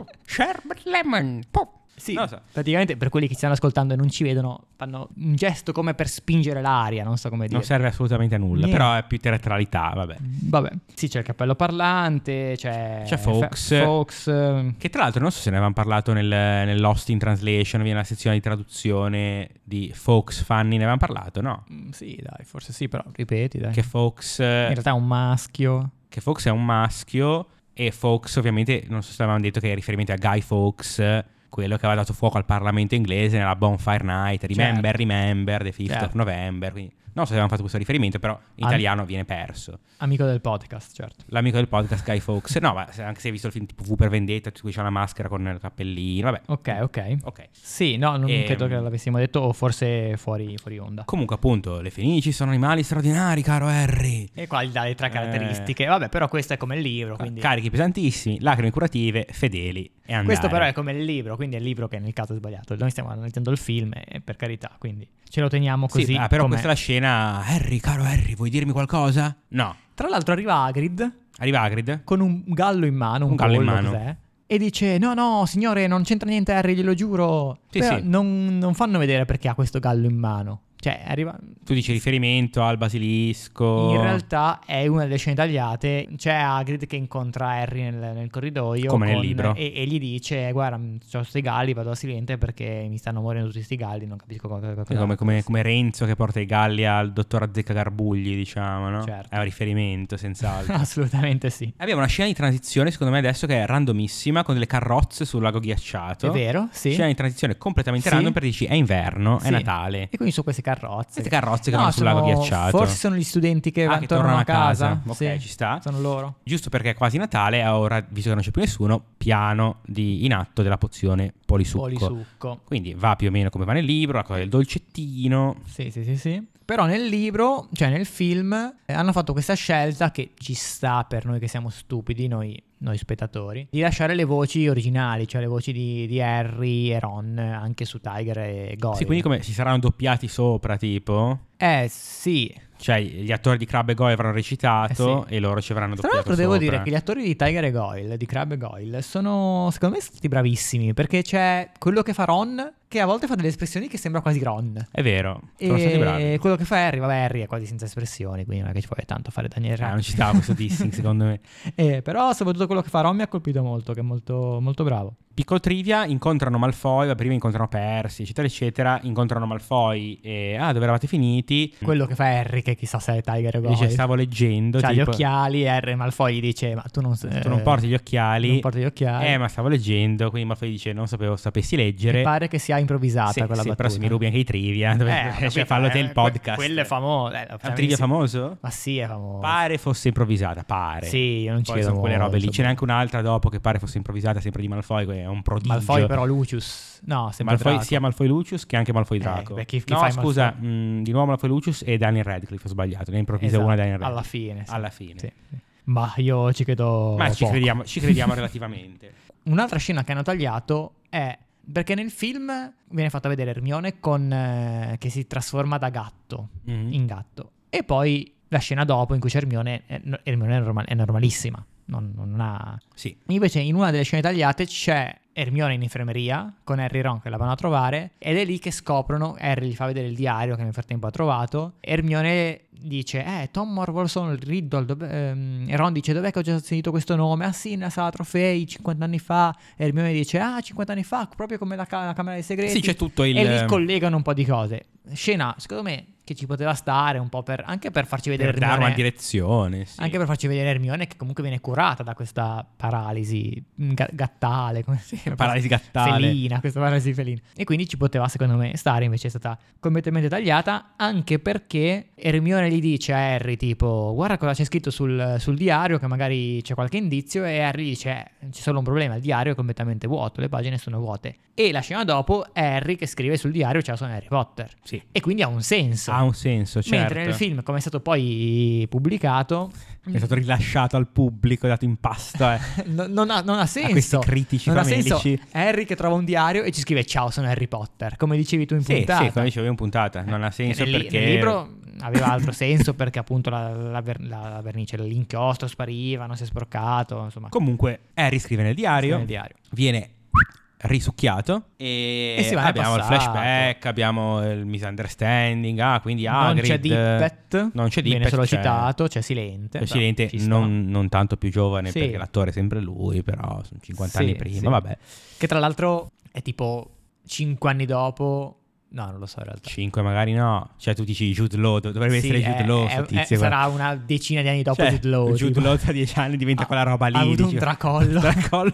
Speaker 2: Sherbet lemon. Pop.
Speaker 1: Sì,
Speaker 2: Non lo so.
Speaker 1: praticamente per quelli che ci stanno ascoltando e non ci vedono, fanno un gesto come per spingere l'aria, non so come dire.
Speaker 2: Non serve assolutamente a nulla,
Speaker 1: Niente.
Speaker 2: però è più teatralità, vabbè.
Speaker 1: Vabbè, sì, c'è il cappello parlante, c'è,
Speaker 2: C'è
Speaker 1: Fe-
Speaker 2: Fox.
Speaker 1: Fox, eh,
Speaker 2: Che tra l'altro non so se ne avevamo parlato nel, nell'Host in Translation, viene la sezione di traduzione di Fox Fanny, ne avevamo parlato, no?
Speaker 1: mm, sì, dai, forse sì, però ripeti, dai.
Speaker 2: Che Fox...
Speaker 1: In realtà è un maschio.
Speaker 2: che Fox è un maschio e Fox ovviamente non so se avevamo detto che è riferimento a Guy Fox quello che aveva dato fuoco al Parlamento inglese nella Bonfire Night Remember
Speaker 1: Certo.
Speaker 2: Remember the 5th of
Speaker 1: Certo.
Speaker 2: November quindi non so se avevamo fatto questo riferimento però in
Speaker 1: Ah.
Speaker 2: italiano viene perso
Speaker 1: Amico del podcast, certo.
Speaker 2: l'amico del podcast Guy Fox no ma se- anche se hai visto il film tipo V per Vendetta tu cui c'è la maschera con il cappellino vabbè
Speaker 1: Ok, ok.
Speaker 2: ok
Speaker 1: Sì, no, non
Speaker 2: Ehm.
Speaker 1: credo che l'avessimo detto, o forse fuori, fuori onda.
Speaker 2: comunque appunto le fenici sono animali straordinari caro Harry
Speaker 1: E qua gli dà le tre
Speaker 2: Eh.
Speaker 1: caratteristiche. Vabbè, però questo è come il libro, quindi...
Speaker 2: carichi pesantissimi lacrime curative fedeli e andare
Speaker 1: Questo però è come il libro, quindi è il libro che nel caso è sbagliato. Noi stiamo analizzando il film, e per carità, quindi ce lo teniamo così.
Speaker 2: Sì, ah, però
Speaker 1: com'è.
Speaker 2: questa è la scena. Harry, caro Harry, vuoi dirmi qualcosa? No.
Speaker 1: Tra l'altro arriva Hagrid
Speaker 2: Arriva Hagrid.
Speaker 1: con un gallo in mano, un,
Speaker 2: Un gallo in
Speaker 1: pollo,
Speaker 2: mano.
Speaker 1: cos'è? E dice: No, no, signore, non c'entra niente Harry, glielo giuro.
Speaker 2: Sì,
Speaker 1: Però
Speaker 2: sì.
Speaker 1: Non, non fanno vedere perché ha questo gallo in mano. Cioè, arriva...
Speaker 2: Tu dici riferimento al basilisco.
Speaker 1: in realtà è una delle scene tagliate. C'è Hagrid che incontra Harry nel, nel corridoio
Speaker 2: Come nel
Speaker 1: con-
Speaker 2: libro.
Speaker 1: E, e gli dice: Guarda, mh, c'ho sti galli, vado a silente perché mi stanno morendo tutti sti galli. Non capisco cosa. cosa
Speaker 2: Sì, Come, come- come Renzo che porta i galli al dottor Azzecca Garbugli, diciamo, no?
Speaker 1: Certo.
Speaker 2: È un riferimento, senz'altro.
Speaker 1: Assolutamente sì.
Speaker 2: Abbiamo una scena di transizione, secondo me adesso, che è randomissima, con delle carrozze sul lago ghiacciato.
Speaker 1: È vero, sì.
Speaker 2: Scena di transizione completamente
Speaker 1: Sì.
Speaker 2: random per dici è inverno, è
Speaker 1: Sì.
Speaker 2: Natale.
Speaker 1: E quindi sono queste carrozze.
Speaker 2: Queste carrozze che
Speaker 1: No,
Speaker 2: vanno sul
Speaker 1: sono-
Speaker 2: lago ghiacciato.
Speaker 1: Forse sono gli studenti che,
Speaker 2: Ah,
Speaker 1: van-
Speaker 2: che
Speaker 1: tornano a casa.
Speaker 2: Ok,
Speaker 1: Sì,
Speaker 2: ci sta.
Speaker 1: Sono loro.
Speaker 2: Giusto perché è quasi Natale, a ora, visto che non c'è più nessuno, piano di, in atto della pozione polisucco.
Speaker 1: Polisucco.
Speaker 2: Quindi va più o meno come va nel libro, la cosa del dolcettino.
Speaker 1: Sì, sì, sì, sì. Però nel libro, cioè nel film, eh, hanno fatto questa scelta che ci sta per noi che siamo stupidi, noi, noi spettatori, di lasciare le voci originali, cioè le voci di, di Harry e Ron, eh, anche su Tiger e Goyle.
Speaker 2: Sì, quindi come si saranno doppiati sopra, tipo.
Speaker 1: Eh sì.
Speaker 2: Cioè, gli attori di Crab e Goy avranno recitato
Speaker 1: Eh
Speaker 2: e loro ci avranno
Speaker 1: Tra
Speaker 2: doppiato
Speaker 1: l'altro devo
Speaker 2: sopra.
Speaker 1: dire che gli attori di Tiger e Goyle, di Crab e Goyle, sono secondo me stati bravissimi perché c'è quello che fa Ron che a volte fa delle espressioni che sembra quasi Ron.
Speaker 2: È vero, sono stati bravi.
Speaker 1: E quello che fa Harry, vabbè Harry è quasi senza espressioni, quindi non è che ci puoi tanto fare Daniel
Speaker 2: Ah,
Speaker 1: Radcliffe.
Speaker 2: non ci stava questo dissing, secondo me.
Speaker 1: Eh, però soprattutto quello che fa Ron mi ha colpito molto, che è molto, molto bravo.
Speaker 2: Piccolo trivia, incontrano Malfoy, ma prima incontrano Percy, eccetera, eccetera. Incontrano Malfoy e... Ah, dove eravate finiti?
Speaker 1: Quello che fa Harry, che chissà se è Tiger o Goyle.
Speaker 2: Mm. Dice, stavo leggendo,
Speaker 1: C'ha gli
Speaker 2: tipo,
Speaker 1: occhiali, Harry Malfoy gli dice, ma tu non, sei-
Speaker 2: Tu non porti gli occhiali.
Speaker 1: non porti gli occhiali.
Speaker 2: Eh, ma stavo leggendo, quindi Malfoy dice: Non sapevo sapessi leggere.
Speaker 1: Mi pare che sia improvvisata
Speaker 2: Sì,
Speaker 1: quella
Speaker 2: sì,
Speaker 1: battuta.
Speaker 2: però se mi rubi anche i trivia,
Speaker 1: Eh,
Speaker 2: dove-
Speaker 1: ho capito,
Speaker 2: cioè, fallo te
Speaker 1: eh,
Speaker 2: il
Speaker 1: que-
Speaker 2: podcast.
Speaker 1: Quello è famoso. eh,
Speaker 2: È un trivia famoso?
Speaker 1: Ma sì, è famoso.
Speaker 2: Pare fosse improvvisata, pare.
Speaker 1: Sì, io non ci
Speaker 2: Poi
Speaker 1: vedo
Speaker 2: sono quelle robe lì.
Speaker 1: molto.
Speaker 2: Ce n'è anche un'altra dopo che pare fosse improvvisata, sempre di Malfoy, che è un prodigio.
Speaker 1: Malfoy però Lucius. No, sempre
Speaker 2: Malfoy-
Speaker 1: Draco.
Speaker 2: sia Malfoy Lucius che anche Malfoy
Speaker 1: Eh,
Speaker 2: Draco.
Speaker 1: beh, chi- chi
Speaker 2: no,
Speaker 1: fa i
Speaker 2: scusa,
Speaker 1: Malfoy?
Speaker 2: mh, di nuovo Malfoy Lucius e Daniel Radcliffe. Ho sbagliato, ne improvvisa
Speaker 1: Esatto,
Speaker 2: una Daniel Radcliffe.
Speaker 1: Alla fine. sì.
Speaker 2: Alla fine.
Speaker 1: Sì. Ma io ci credo
Speaker 2: Ma ci
Speaker 1: poco.
Speaker 2: crediamo, ci crediamo relativamente.
Speaker 1: Un'altra scena che hanno tagliato è perché nel film viene fatta vedere Hermione con, eh, che si trasforma da gatto
Speaker 2: Mhm.
Speaker 1: in gatto. E poi la scena dopo in cui c'è Hermione, è, no- Hermione è, norma- è normalissima. Non, non ha...
Speaker 2: Sì.
Speaker 1: Invece in una delle scene tagliate c'è Hermione in infermeria con Harry e Ron che la vanno a trovare ed è lì che scoprono, Harry gli fa vedere il diario che nel frattempo ha trovato, Hermione dice eh Tom Morvolson Riddle, dov'è- ehm, e Ron dice dov'è che ho già sentito questo nome? Ah sì, nella sala trofei 50 anni fa, e Hermione dice ah 50 anni fa, proprio come la, ca- la Camera dei Segreti.
Speaker 2: Sì, c'è tutto il. ehm,
Speaker 1: E lì collegano un po' di cose. Scena, secondo me, che ci poteva stare un po' per, anche per farci vedere
Speaker 2: per dare una
Speaker 1: Hermione-
Speaker 2: direzione. sì.
Speaker 1: eh. anche per farci vedere Hermione che comunque viene curata da questa paralisi mm, ga- gattale, come si chiama?
Speaker 2: Paralisi gattale.
Speaker 1: Felina, questa paralisi felina. E quindi ci poteva, secondo me, stare, invece è stata completamente tagliata, anche perché Hermione gli dice a Harry, tipo, guarda cosa c'è scritto sul, sul diario, che magari c'è qualche indizio, e Harry dice, eh, c'è solo un problema, il diario è completamente vuoto, le pagine sono vuote. E la scena dopo è Harry che scrive sul diario, c'è la sono Harry Potter.
Speaker 2: Sì.
Speaker 1: E quindi ha un senso.
Speaker 2: Ha un senso, certo.
Speaker 1: Mentre nel film, come è stato poi pubblicato,
Speaker 2: È stato rilasciato al pubblico, è dato in pasto eh,
Speaker 1: no- non, ha, non ha
Speaker 2: a questi
Speaker 1: senso.
Speaker 2: critici
Speaker 1: Non ha senso
Speaker 2: famelici.
Speaker 1: Harry che trova un diario e ci scrive ciao sono Harry Potter, come dicevi tu in
Speaker 2: Sì,
Speaker 1: puntata.
Speaker 2: sì, come dicevo io in puntata, non ha senso
Speaker 1: Eh, nel, li-
Speaker 2: perché...
Speaker 1: nel libro aveva altro senso perché appunto la, la ver- la vernice, l'inchiostro spariva, non si è sporcato, insomma.
Speaker 2: Comunque, Harry scrive nel diario,
Speaker 1: nel diario.
Speaker 2: viene risucchiato e,
Speaker 1: E si va nel
Speaker 2: abbiamo il
Speaker 1: passato.
Speaker 2: flashback, abbiamo il misunderstanding, ah, quindi
Speaker 1: non c'è
Speaker 2: Hagrid...
Speaker 1: Dippet,
Speaker 2: non c'è
Speaker 1: viene
Speaker 2: Dippet,
Speaker 1: solo
Speaker 2: c'è-
Speaker 1: citato, c'è Silente.
Speaker 2: Lo Silente
Speaker 1: Beh, ci sta.
Speaker 2: non, non tanto più giovane
Speaker 1: Sì.
Speaker 2: perché l'attore è sempre lui, però sono 50
Speaker 1: Sì,
Speaker 2: anni prima,
Speaker 1: sì.
Speaker 2: vabbè,
Speaker 1: Che tra l'altro è tipo 5 anni dopo... No, non lo so in realtà.
Speaker 2: 5 magari no, cioè tu dici Jude Law, dov- dovrebbe
Speaker 1: Sì,
Speaker 2: essere Jude
Speaker 1: è-
Speaker 2: Law,
Speaker 1: è-
Speaker 2: sto
Speaker 1: è-
Speaker 2: tizio qua.
Speaker 1: sarà una decina di anni dopo
Speaker 2: Cioè,
Speaker 1: Jude Law.
Speaker 2: Jude
Speaker 1: tipo.
Speaker 2: Law tra 10 anni diventa
Speaker 1: Ha-
Speaker 2: quella roba lì.
Speaker 1: Ha avuto un
Speaker 2: dici,
Speaker 1: tracollo.
Speaker 2: tracollo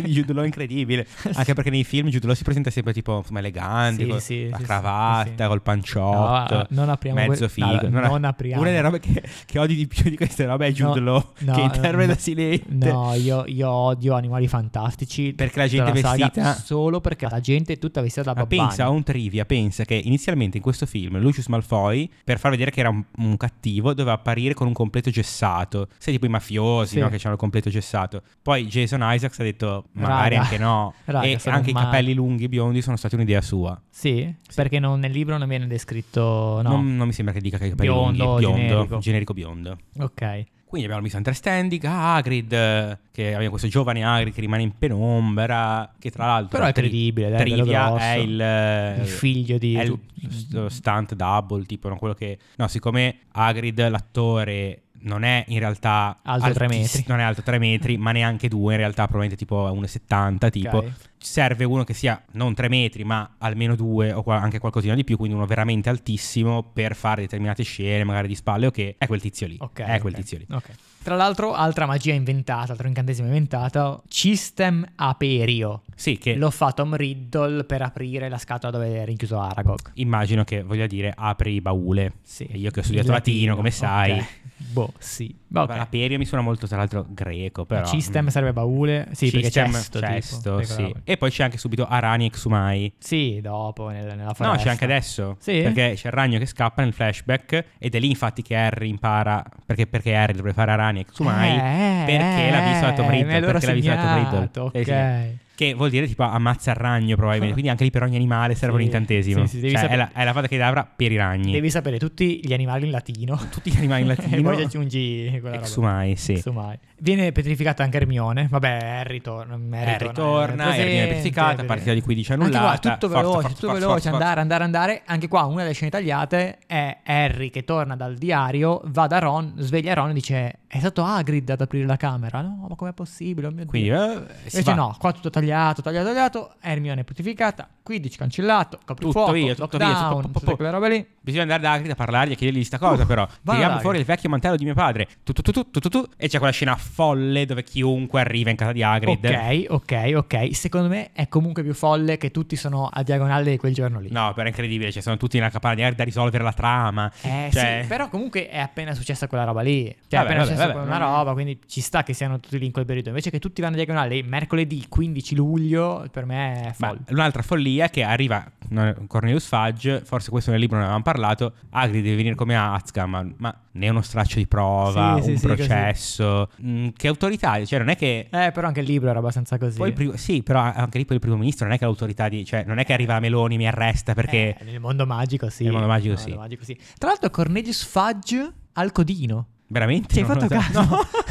Speaker 2: di Jude Law incredibile. Anche perché nei film Jude Law si presenta sempre tipo insomma, elegante,
Speaker 1: Sì,
Speaker 2: con
Speaker 1: sì,
Speaker 2: la
Speaker 1: sì,
Speaker 2: cravatta,
Speaker 1: sì, sì.
Speaker 2: col panciotto,
Speaker 1: No, non apriamo
Speaker 2: mezzo
Speaker 1: quel-
Speaker 2: figo.
Speaker 1: no, non apriamo.
Speaker 2: Una delle robe che, che odi di più di queste robe è Jude
Speaker 1: No,
Speaker 2: Law,
Speaker 1: no, eh,
Speaker 2: che interpreta
Speaker 1: no,
Speaker 2: Silente.
Speaker 1: No, io, io odio Animali Fantastici.
Speaker 2: Perché la gente
Speaker 1: tutta saga,
Speaker 2: vestita-
Speaker 1: Solo perché la gente è tutta vestita da
Speaker 2: Ma
Speaker 1: babbani.
Speaker 2: pensa a un trivia, pensa che inizialmente in questo film Lucius Malfoy, per far vedere che era un, un cattivo, doveva apparire con un completo gessato. Sai tipo i mafiosi,
Speaker 1: Sì.
Speaker 2: no? Che hanno il completo gessato. Poi Jason Isaacs ha detto, magari
Speaker 1: Raga.
Speaker 2: anche no.
Speaker 1: Raga,
Speaker 2: e
Speaker 1: sono
Speaker 2: anche i
Speaker 1: male.
Speaker 2: capelli lunghi biondi sono stati un'idea sua.
Speaker 1: Sì, perché non- nel libro non viene descritto... No,
Speaker 2: Non, non mi sembra che dica che i capelli
Speaker 1: Biondo,
Speaker 2: lunghi, biondo, generico.
Speaker 1: generico.
Speaker 2: biondo.
Speaker 1: ok.
Speaker 2: Quindi abbiamo il misunderstanding, Hagrid, eh, che abbiamo questo giovane Hagrid che rimane in penombra, che tra l'altro...
Speaker 1: Però è
Speaker 2: tri-
Speaker 1: credibile, dai, bello
Speaker 2: Trivia
Speaker 1: grosso.
Speaker 2: è il, eh,
Speaker 1: Il figlio di...
Speaker 2: è il st- stunt double, tipo no, quello che. No, siccome Hagrid, l'attore, non è in realtà
Speaker 1: Alto tre
Speaker 2: altiss-
Speaker 1: metri.
Speaker 2: Non è alto 3 metri, ma neanche 2, in realtà, probabilmente tipo è 1,70. Tipo,
Speaker 1: Ok.
Speaker 2: serve uno che sia non 3 metri, ma almeno 2 o qua- anche qualcosina di più, quindi uno veramente altissimo per fare determinate scene, magari di spalle, o che è quel tizio lì.
Speaker 1: Ok,
Speaker 2: è quel
Speaker 1: ok,
Speaker 2: tizio lì.
Speaker 1: ok. Tra l'altro, altra magia inventata, altro incantesimo inventato, Cistem Aperio.
Speaker 2: Sì, che
Speaker 1: Lo fa Tom Riddle per aprire la scatola dove è rinchiuso Aragog.
Speaker 2: immagino che voglia dire apri i baule.
Speaker 1: Sì.
Speaker 2: E io che ho
Speaker 1: Il
Speaker 2: studiato latino, come
Speaker 1: ok.
Speaker 2: sai.
Speaker 1: Boh, sì. Ma ok.
Speaker 2: L'aperio mi suona molto, tra l'altro, greco, però.
Speaker 1: Cistem
Speaker 2: mm.
Speaker 1: sarebbe baule. Sì,
Speaker 2: System,
Speaker 1: perché cesto, tipo,
Speaker 2: cesto,
Speaker 1: quelle
Speaker 2: sì.
Speaker 1: robe.
Speaker 2: E poi c'è anche subito Arani e Xumai.
Speaker 1: Sì, dopo nel- nella
Speaker 2: No,
Speaker 1: foresta.
Speaker 2: c'è anche adesso.
Speaker 1: Sì?
Speaker 2: Perché c'è il ragno che scappa nel flashback. Ed è lì, infatti, che Harry impara. Perché, perché Harry dovrebbe fare Arani e Xumai.
Speaker 1: Eh,
Speaker 2: perché l'ha visto da Tom
Speaker 1: eh,
Speaker 2: Riddle,
Speaker 1: me l'ero
Speaker 2: perché l'ha visto da Tom Riddle.
Speaker 1: segnato,
Speaker 2: Eh, sì.
Speaker 1: Ok.
Speaker 2: Che vuol dire tipo ammazza il ragno, probabilmente. Quindi anche lì per ogni animale serve un
Speaker 1: Sì,
Speaker 2: incantesimo.
Speaker 1: sì, sì, devi
Speaker 2: Cioè, è,
Speaker 1: sapere-
Speaker 2: la, è la fata che avrà per i ragni.
Speaker 1: Devi sapere tutti gli animali in latino.
Speaker 2: Tutti gli animali in
Speaker 1: e
Speaker 2: latino.
Speaker 1: poi aggiungi quella roba.
Speaker 2: Xumai, sì.
Speaker 1: Insomma, viene petrificata anche Hermione. Vabbè, Harry torna. eh,
Speaker 2: Harry torna,
Speaker 1: presente,
Speaker 2: Harry viene petrificata,
Speaker 1: presente.
Speaker 2: partita di 15
Speaker 1: Anche
Speaker 2: annullata.
Speaker 1: qua, tutto
Speaker 2: Cioè, forza,
Speaker 1: veloce,
Speaker 2: forza,
Speaker 1: tutto
Speaker 2: forza,
Speaker 1: veloce,
Speaker 2: forza,
Speaker 1: andare, andare, andare. Anche qua una delle scene tagliate è Harry che torna dal diario, va da Ron, sveglia Ron e dice è stato Hagrid ad aprire la camera. No, ma com'è possibile? Oh mio
Speaker 2: Quindi,
Speaker 1: Dio.
Speaker 2: eh, si
Speaker 1: Invece
Speaker 2: va.
Speaker 1: no, qua tutto tagliato, tagliato, tagliato, Hermione puttificata, 15 cancellato,
Speaker 2: Tutto
Speaker 1: caprifuoco,
Speaker 2: via, tutto via,
Speaker 1: lockdown,
Speaker 2: tutto-
Speaker 1: tutte quelle robe lì.
Speaker 2: Bisogna andare da Hagrid a parlargli e chiedergli sta
Speaker 1: Uh,
Speaker 2: cosa, però.
Speaker 1: da
Speaker 2: Tiriamo
Speaker 1: Hagrid.
Speaker 2: fuori il vecchio mantello di mio padre. Tu, tu, tu, tu, tu, tu, tu. E c'è quella scena folle dove chiunque arriva in casa di Hagrid.
Speaker 1: Ok, ok, ok. Secondo me è comunque più folle che tutti sono a diagonale di quel giorno lì.
Speaker 2: No, però è incredibile. Cioè, sono tutti nella capanna di Hagrid a risolvere la trama.
Speaker 1: Eh
Speaker 2: Cioè-
Speaker 1: sì, però comunque è appena successa quella roba lì. Cioè, è
Speaker 2: Vabbè,
Speaker 1: appena
Speaker 2: vabbè,
Speaker 1: successa
Speaker 2: vabbè,
Speaker 1: quella
Speaker 2: non-
Speaker 1: roba, quindi ci sta che siano tutti lì in quel periodo. Invece che tutti vanno a diagonale mercoledì 15 luglio, per me è
Speaker 2: Ma
Speaker 1: folle.
Speaker 2: un'altra follia è che arriva no, Cornelius Fudge, forse questo nel libro non avevamo parlato, Hagrid deve venire come Azkaban, ma, ma ne è uno straccio di prova,
Speaker 1: Sì, sì,
Speaker 2: un
Speaker 1: sì,
Speaker 2: processo. Mm, che autorità, cioè non è che...
Speaker 1: Eh, però anche il libro era abbastanza così.
Speaker 2: Poi il primo- sì, però anche lì poi il primo ministro non è che l'autorità di... Cioè non è che arriva Meloni, mi arresta perché...
Speaker 1: Eh, nel mondo magico sì.
Speaker 2: Nel mondo magico
Speaker 1: Nel
Speaker 2: sì.
Speaker 1: mondo magico sì. Tra l'altro Cornelius Fudge al codino.
Speaker 2: Veramente?
Speaker 1: Ci hai
Speaker 2: Non
Speaker 1: fatto
Speaker 2: lo so.
Speaker 1: caso?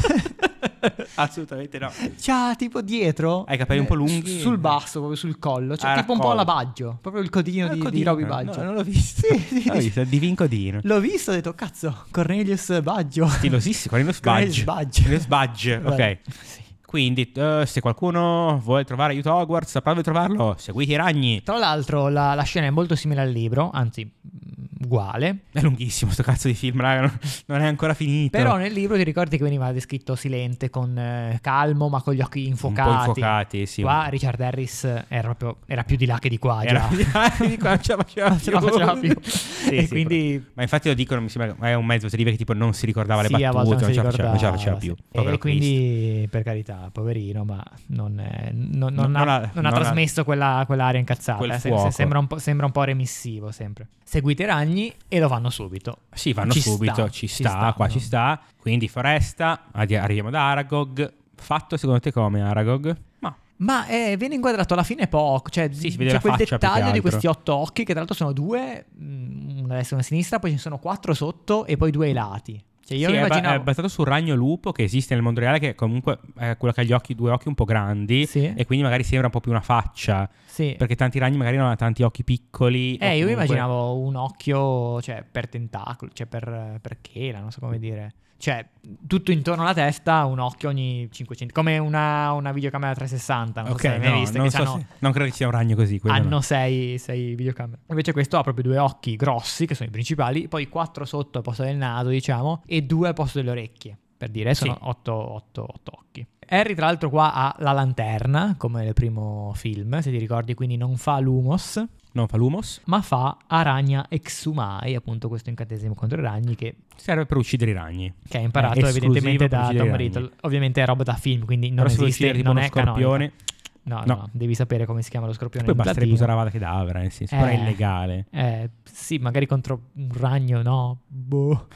Speaker 2: No. Assolutamente no.
Speaker 1: C'ha tipo dietro
Speaker 2: Ha i capelli un
Speaker 1: eh,
Speaker 2: po' lunghi.
Speaker 1: Sul basso, proprio sul collo C'è
Speaker 2: Ah,
Speaker 1: tipo un po'
Speaker 2: raccolto.
Speaker 1: la Baggio Proprio il codino
Speaker 2: Ah,
Speaker 1: di,
Speaker 2: Codino.
Speaker 1: di Roby
Speaker 2: No,
Speaker 1: Baggio
Speaker 2: non l'ho visto. Ah,
Speaker 1: Sì, sì,
Speaker 2: L'ho
Speaker 1: sì.
Speaker 2: visto, è di Vincodino.
Speaker 1: L'ho visto e ho detto Cazzo, Cornelius Baggio
Speaker 2: Stilosissimo, con lo
Speaker 1: Cornelius
Speaker 2: sbaggio.
Speaker 1: Baggio
Speaker 2: Con lo sbaggio, ok.
Speaker 1: Vabbè, sì.
Speaker 2: Quindi, eh, se qualcuno vuole trovare aiuto a Hogwarts, sapete trovarlo, seguite i ragni.
Speaker 1: Tra l'altro la, la scena è molto simile al libro Anzi, mh, uguale.
Speaker 2: È lunghissimo sto cazzo di film, raga, non, non è ancora finito.
Speaker 1: Però nel libro ti ricordi che veniva descritto silente, con eh, calmo, ma con gli occhi infuocati.
Speaker 2: Un po' infuocati, sì.
Speaker 1: Qua Richard Harris era, proprio, era più di là che di qua.
Speaker 2: Era
Speaker 1: già.
Speaker 2: di là che di qua, non ce la faceva
Speaker 1: Non ce la
Speaker 2: più.
Speaker 1: faceva più.
Speaker 2: Sì,
Speaker 1: e
Speaker 2: sì,
Speaker 1: quindi
Speaker 2: Ma infatti lo dicono, mi sembra che è un mezzo trivia che tipo non si ricordava
Speaker 1: sì,
Speaker 2: le
Speaker 1: a
Speaker 2: battute,
Speaker 1: volte non,
Speaker 2: non ce la
Speaker 1: si
Speaker 2: faceva, non ce la faceva
Speaker 1: ricordava,
Speaker 2: più.
Speaker 1: sì.
Speaker 2: Povero
Speaker 1: E quindi, per carità, poverino, ma non, è- non- non
Speaker 2: Non-
Speaker 1: ha,
Speaker 2: non ha-
Speaker 1: non ha
Speaker 2: non ha-
Speaker 1: trasmesso quella, quell'aria incazzata.
Speaker 2: quel
Speaker 1: eh, se-
Speaker 2: fuoco.
Speaker 1: se- sembra, un po', sembra un po' remissivo sempre. Seguite i ragni e lo fanno subito.
Speaker 2: Christ. Sì, vanno
Speaker 1: Ci
Speaker 2: subito,
Speaker 1: sta,
Speaker 2: ci
Speaker 1: ci
Speaker 2: sta,
Speaker 1: sta,
Speaker 2: qua
Speaker 1: no.
Speaker 2: ci sta. Quindi Foresta, addi- arriviamo ad Aragog. Fatto secondo te come Aragog? Ma
Speaker 1: Ma eh, viene inquadrato alla fine poco, cioè
Speaker 2: Sì, si
Speaker 1: c'è
Speaker 2: vede la
Speaker 1: quel
Speaker 2: faccia più che
Speaker 1: dettaglio di
Speaker 2: altro.
Speaker 1: questi otto occhi, che tra l'altro sono due, mh, una a destra e una a sinistra, poi ce ne sono quattro sotto e poi due ai lati. Cioè io
Speaker 2: sì,
Speaker 1: mi
Speaker 2: è ba-
Speaker 1: immaginavo...
Speaker 2: è basato sul ragno lupo che esiste nel mondo reale, che comunque è quello che ha gli occhi, due occhi un po' grandi.
Speaker 1: Sì,
Speaker 2: E quindi magari sembra un po' più una faccia.
Speaker 1: sì.
Speaker 2: Perché tanti ragni magari non hanno tanti occhi piccoli. o
Speaker 1: Eh, io mi
Speaker 2: comunque-
Speaker 1: immaginavo un occhio, cioè, per tentacolo, cioè, per, per chela, non so come dire. Cioè, tutto intorno alla testa, un occhio ogni 500, come una, una videocamera 360, non
Speaker 2: Ok,
Speaker 1: so se l'hai mai
Speaker 2: no,
Speaker 1: vista,
Speaker 2: non,
Speaker 1: che
Speaker 2: so
Speaker 1: c'hanno- Ah,
Speaker 2: se- non credo ci sia un ragno così. quello no.
Speaker 1: hanno sei, sei videocamere. Invece questo ha proprio due occhi grossi, che sono i principali, poi quattro sotto al posto del naso, diciamo, e due al posto delle orecchie. Per dire, sono
Speaker 2: Sì.
Speaker 1: otto, otto- otto occhi. Harry, tra l'altro, qua ha la lanterna, come nel primo film, se ti ricordi, quindi non fa l'humos,
Speaker 2: Non fa l'humos.
Speaker 1: ma fa Aragna Exumai, appunto questo incantesimo contro i ragni che,
Speaker 2: Serve per uccidere i ragni.
Speaker 1: che ha imparato
Speaker 2: È Eh, esclusivo
Speaker 1: evidentemente
Speaker 2: per
Speaker 1: da
Speaker 2: uccidere i
Speaker 1: Tom
Speaker 2: ragni.
Speaker 1: Riddle. Ovviamente è roba da film, quindi non
Speaker 2: Però se vuoi
Speaker 1: esiste,
Speaker 2: uccidere tipo
Speaker 1: non
Speaker 2: uno
Speaker 1: è
Speaker 2: scorpione,
Speaker 1: canonica. No, no,
Speaker 2: No.
Speaker 1: no, devi sapere come si chiama lo scorpione.
Speaker 2: poi
Speaker 1: in
Speaker 2: basterebbe
Speaker 1: latino.
Speaker 2: usare Avada Kedavra, nel senso, però è
Speaker 1: Eh.
Speaker 2: illegale.
Speaker 1: Eh, sì, magari contro un ragno, no? Boh.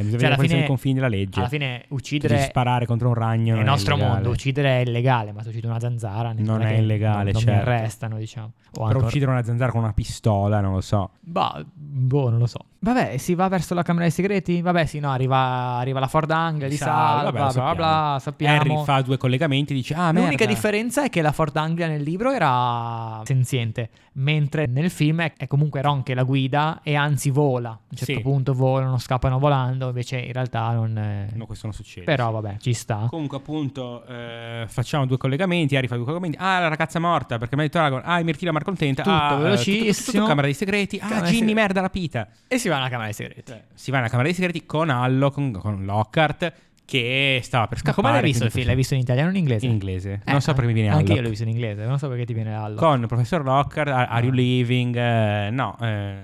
Speaker 1: alla
Speaker 2: bisogna vedere quali sono
Speaker 1: fine-
Speaker 2: i confini della legge. Cioè,
Speaker 1: Alla fine
Speaker 2: Devi
Speaker 1: uccidere
Speaker 2: sparare contro un
Speaker 1: nel
Speaker 2: ragno. non è
Speaker 1: nostro
Speaker 2: illegale.
Speaker 1: mondo, uccidere è illegale, ma se uccidi una zanzara
Speaker 2: Non è
Speaker 1: che
Speaker 2: illegale,
Speaker 1: non, non
Speaker 2: certo.
Speaker 1: mi arrestano, diciamo. O
Speaker 2: Però
Speaker 1: ancora-
Speaker 2: uccidere una zanzara con una pistola, non lo so.
Speaker 1: Bah, boh, non lo so. Vabbè, si va verso la Camera dei Segreti? Vabbè, sì, no, arriva, arriva la Ford Anglia, li
Speaker 2: Sa-
Speaker 1: salva, bla
Speaker 2: vabbè, lo
Speaker 1: bla
Speaker 2: sappiamo.
Speaker 1: bla, sappiamo.
Speaker 2: Harry fa due collegamenti e dice: Ah, merda.
Speaker 1: L'unica differenza è che la Ford Anglia nel libro era senziente, mentre nel film è, è comunque Ron che la guida e anzi vola. A un certo
Speaker 2: Sì.
Speaker 1: punto volano, scappano volando, invece in realtà non... è-
Speaker 2: Eh, No, questo non succede.
Speaker 1: Però vabbè, ci sta.
Speaker 2: Comunque, appunto, eh, facciamo due collegamenti. Harry fa due collegamenti. Ah, la ragazza morta perché mi ha detto Aragorn. Ah, Mirtilla Marcontenta.
Speaker 1: Tutto
Speaker 2: ah, eh,
Speaker 1: velocissimo.
Speaker 2: tutto, Camera dei segreti.
Speaker 1: Camera
Speaker 2: Ah,
Speaker 1: dei
Speaker 2: Ginny,
Speaker 1: segreti.
Speaker 2: merda, rapita.
Speaker 1: E si va alla Camera dei Segreti.
Speaker 2: Si va nella Camera dei segreti con Allo, con, con Lockhart, che stava per scappare.
Speaker 1: Come l'hai visto il
Speaker 2: quindi-
Speaker 1: film? L'hai visto in italiano o in inglese?
Speaker 2: In inglese.
Speaker 1: Eh,
Speaker 2: non so perché mi viene
Speaker 1: Anche
Speaker 2: Allo.
Speaker 1: io l'ho visto in inglese, non so Ah. perché ti viene Allo.
Speaker 2: Con il professor Lockhart, are are you leaving? Eh, no, eh,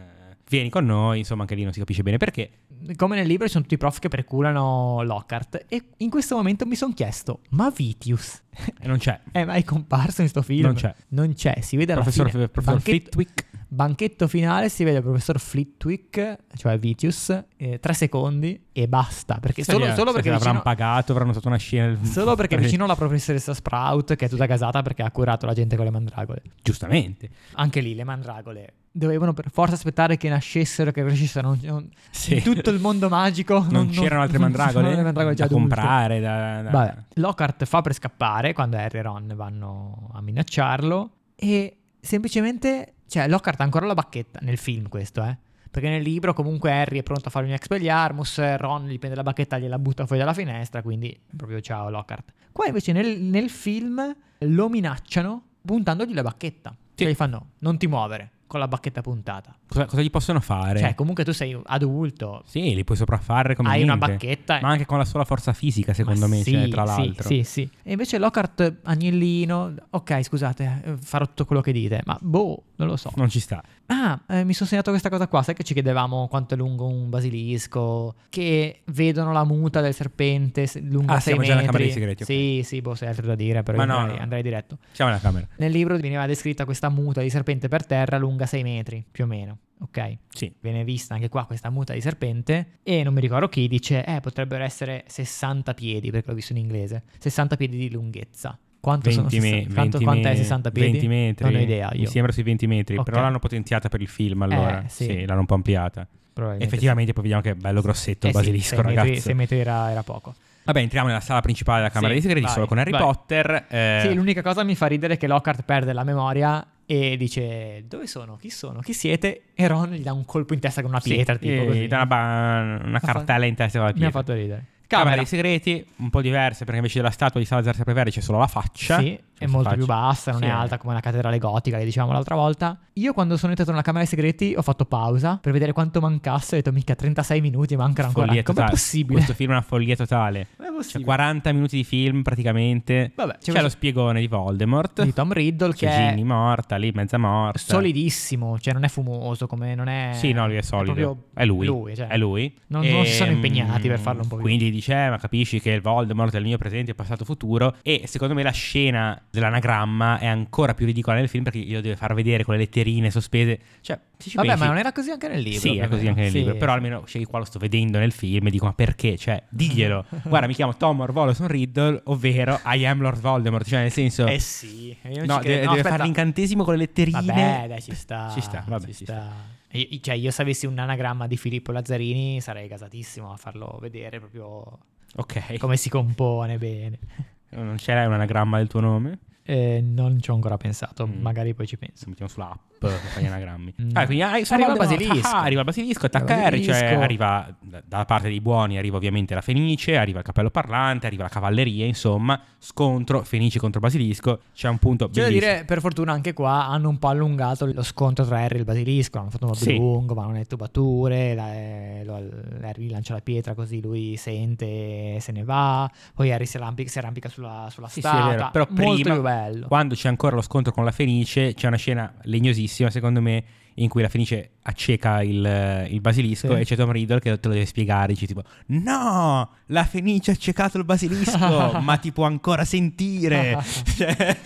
Speaker 2: vieni con noi. Insomma, anche lì non si capisce bene perché.
Speaker 1: Come nel libro ci sono tutti i prof che perculano Lockhart e in questo momento mi sono chiesto, ma Vitius
Speaker 2: E non c'è.
Speaker 1: è mai comparso in sto film?
Speaker 2: Non c'è.
Speaker 1: Non c'è, si vede alla
Speaker 2: Professor,
Speaker 1: fine.
Speaker 2: professor
Speaker 1: Banchetto-
Speaker 2: Flitwick.
Speaker 1: Banchetto finale si vede il professor Flitwick, cioè Vitius, eh, tre secondi e basta. Perché
Speaker 2: Chissà
Speaker 1: solo,
Speaker 2: chi-
Speaker 1: solo
Speaker 2: chissà chi
Speaker 1: perché
Speaker 2: l'avranno
Speaker 1: vicino,
Speaker 2: pagato, avranno usato una scena.
Speaker 1: solo perché vicino alla professoressa Sprout, che è tutta casata perché ha curato la gente con le mandragole.
Speaker 2: Giustamente.
Speaker 1: Anche lì le mandragole dovevano per forza aspettare che nascessero, che crescessero. non- non-
Speaker 2: Sì.
Speaker 1: In tutto il mondo magico
Speaker 2: non, c'erano altre
Speaker 1: non c'erano
Speaker 2: mandragole,
Speaker 1: le mandragole già
Speaker 2: da
Speaker 1: adulte.
Speaker 2: comprare. Da, da-
Speaker 1: Vabbè, Lockhart fa per scappare quando Harry e Ron vanno a minacciarlo e semplicemente, cioè Lockhart ha ancora la bacchetta nel film questo, eh. Perché nel libro comunque Harry è pronto a fare un expelliarmus, Ron gli prende la bacchetta e gliela butta fuori dalla finestra, quindi proprio ciao Lockhart. Qua invece nel, nel film lo minacciano puntandogli la bacchetta. Cioè gli fanno non ti muovere con la bacchetta puntata.
Speaker 2: Cosa, cosa gli possono fare?
Speaker 1: Cioè comunque tu sei adulto,
Speaker 2: sì, li puoi sopraffare come
Speaker 1: hai una
Speaker 2: niente.
Speaker 1: bacchetta eh.
Speaker 2: Ma anche con la sola forza fisica, secondo
Speaker 1: Ma
Speaker 2: me,
Speaker 1: sì,
Speaker 2: cioè, tra
Speaker 1: sì,
Speaker 2: l'altro.
Speaker 1: Sì, sì. E invece Lockhart Agnellino, ok, scusate, eh, farò tutto quello che dite, ma boh, non lo so.
Speaker 2: Non ci sta.
Speaker 1: Ah, eh, mi sono segnato questa cosa qua, sai che ci chiedevamo quanto è lungo un basilisco, che vedono la muta del serpente se- lunga
Speaker 2: Ah,
Speaker 1: 6
Speaker 2: siamo
Speaker 1: metri.
Speaker 2: già alla Camera dei Segreti, ok.
Speaker 1: Sì, sì, boh, se hai altro da dire, però
Speaker 2: Ma
Speaker 1: io
Speaker 2: no,
Speaker 1: andrei,
Speaker 2: no.
Speaker 1: andrei diretto.
Speaker 2: Siamo nella camera.
Speaker 1: Nel libro veniva descritta questa muta di serpente per terra lunga 6 metri, più o meno, ok?
Speaker 2: Sì.
Speaker 1: viene vista anche qua questa muta di serpente e non mi ricordo chi dice eh potrebbero essere 60 piedi perché l'ho visto in inglese 60 piedi di lunghezza quanto
Speaker 2: 20
Speaker 1: sono
Speaker 2: me-
Speaker 1: 60 quanto,
Speaker 2: 20
Speaker 1: quanto è
Speaker 2: me-
Speaker 1: 60 piedi
Speaker 2: 20 metri.
Speaker 1: non ho idea
Speaker 2: Mi
Speaker 1: io
Speaker 2: sembra sui 20 metri,
Speaker 1: Ok.
Speaker 2: però l'hanno potenziata per il film allora.
Speaker 1: Eh, sì.
Speaker 2: sì. l'hanno un po' ampliata.
Speaker 1: probabilmente
Speaker 2: Effettivamente poi vediamo che è bello grossetto
Speaker 1: sì. Eh
Speaker 2: il
Speaker 1: sì,
Speaker 2: basilisco,
Speaker 1: sei metri-
Speaker 2: ragazzi.
Speaker 1: sei metri era, era poco
Speaker 2: Vabbè, entriamo nella sala principale della Camera
Speaker 1: Sì,
Speaker 2: dei Segreti
Speaker 1: vai,
Speaker 2: solo con Harry
Speaker 1: vai.
Speaker 2: Potter. eh,
Speaker 1: sì l'unica cosa mi fa ridere è che Lockhart perde la memoria e dice dove sono chi sono chi siete e Ron gli dà un colpo in testa con una
Speaker 2: sì,
Speaker 1: pietra tipo
Speaker 2: eh,
Speaker 1: così.
Speaker 2: dà una, ba- una
Speaker 1: fa-
Speaker 2: cartella in testa con la
Speaker 1: mi ha
Speaker 2: pietra.
Speaker 1: fatto ridere
Speaker 2: Camera
Speaker 1: Camera.
Speaker 2: dei segreti, un po' diverse perché invece della statua di Salazar Sapeveri c'è solo la faccia.
Speaker 1: Sì, è
Speaker 2: Cioè,
Speaker 1: molto
Speaker 2: faccia.
Speaker 1: più bassa, non
Speaker 2: Sì.
Speaker 1: è alta come la cattedrale gotica, le dicevamo l'altra volta. Io quando sono entrato nella camera dei segreti ho fatto pausa per vedere quanto mancasse, ho detto mica 36 minuti mancano ancora.
Speaker 2: Follia
Speaker 1: Com'è
Speaker 2: totale.
Speaker 1: possibile?
Speaker 2: Questo film è una follia totale.
Speaker 1: Com'è
Speaker 2: Cioè,
Speaker 1: possibile?
Speaker 2: 40 minuti di film praticamente.
Speaker 1: Vabbè, c'è
Speaker 2: c'è
Speaker 1: questo-
Speaker 2: lo spiegone di Voldemort.
Speaker 1: di Tom Riddle che
Speaker 2: C'è
Speaker 1: è
Speaker 2: Ginny morta lì, mezza morta.
Speaker 1: Cioè,
Speaker 2: Eh,
Speaker 1: solidissimo, cioè non è fumoso come non è
Speaker 2: Sì, no, lui è solido.
Speaker 1: proprio
Speaker 2: È, lui.
Speaker 1: cioè.
Speaker 2: È lui.
Speaker 1: Non- non si sono
Speaker 2: Ehm,
Speaker 1: impegnati per farlo un po' più.
Speaker 2: Quindi dice, "Eh, ma capisci che il Voldemort è il mio presente, passato, futuro. E secondo me la scena dell'anagramma è ancora più ridicola nel film perché glielo deve far vedere con le letterine sospese. Cioè, se ci
Speaker 1: Vabbè,
Speaker 2: pensi-
Speaker 1: ma non era così anche nel libro.
Speaker 2: Sì,
Speaker 1: più
Speaker 2: è
Speaker 1: o
Speaker 2: così
Speaker 1: meno.
Speaker 2: anche nel
Speaker 1: Sì,
Speaker 2: libro. Però
Speaker 1: sì.
Speaker 2: almeno cioè, qua lo sto vedendo nel film e dico: Ma perché? Cioè, diglielo. Guarda, mi chiamo Tom Lord Volson Riddle, ovvero I am Lord Voldemort. Cioè, nel senso.
Speaker 1: Eh sì, io non
Speaker 2: no,
Speaker 1: ci credo.
Speaker 2: deve,
Speaker 1: No,
Speaker 2: deve
Speaker 1: aspetta.
Speaker 2: fare l'incantesimo con le letterine.
Speaker 1: Vabbè, dai, ci sta.
Speaker 2: Ci sta, vabbè,
Speaker 1: ci
Speaker 2: ci
Speaker 1: sta. Io- cioè, io se avessi un anagramma di Filippo Lazzarini sarei gasatissimo a farlo vedere proprio
Speaker 2: Ok.
Speaker 1: come si compone bene.
Speaker 2: Non c'era un anagramma del tuo nome?
Speaker 1: Eh, non ci ho ancora pensato,
Speaker 2: Mm.
Speaker 1: magari poi ci penso.
Speaker 2: Se mettiamo sull'app per fare gli anagrammi.
Speaker 1: Mm.
Speaker 2: Ah, quindi, ah, sono
Speaker 1: Arriva il
Speaker 2: Voldemort,
Speaker 1: basilisco.
Speaker 2: ah, arriva il basilisco, attacca
Speaker 1: Arriva il
Speaker 2: Harry, cioè
Speaker 1: basilisco.
Speaker 2: arriva da- dalla parte dei buoni, arriva ovviamente la Fenice, arriva il cappello parlante, arriva la cavalleria, insomma, scontro Fenice contro basilisco, c'è un punto
Speaker 1: C'è da
Speaker 2: bellissimo.
Speaker 1: dire, per fortuna anche qua hanno un po' allungato lo scontro tra Harry e il basilisco. Hanno fatto un po' più
Speaker 2: Sì.
Speaker 1: lungo, ma non è tubature. la- eh, lo- Harry lancia la pietra così lui sente e se ne va. Poi Harry si arrampica, si arrampica sulla, sulla
Speaker 2: Sì, sì, è
Speaker 1: statua.
Speaker 2: vero, però
Speaker 1: Molto
Speaker 2: prima-
Speaker 1: più bello.
Speaker 2: Quando c'è ancora lo scontro con la Fenice, c'è una scena legnosissima, secondo me, in cui la Fenice acceca il, il basilisco
Speaker 1: Sì.
Speaker 2: e c'è Tom Riddle che te lo deve spiegare. Dice tipo: No, la Fenice ha accecato il basilisco, ma ti può ancora sentire. Cioè,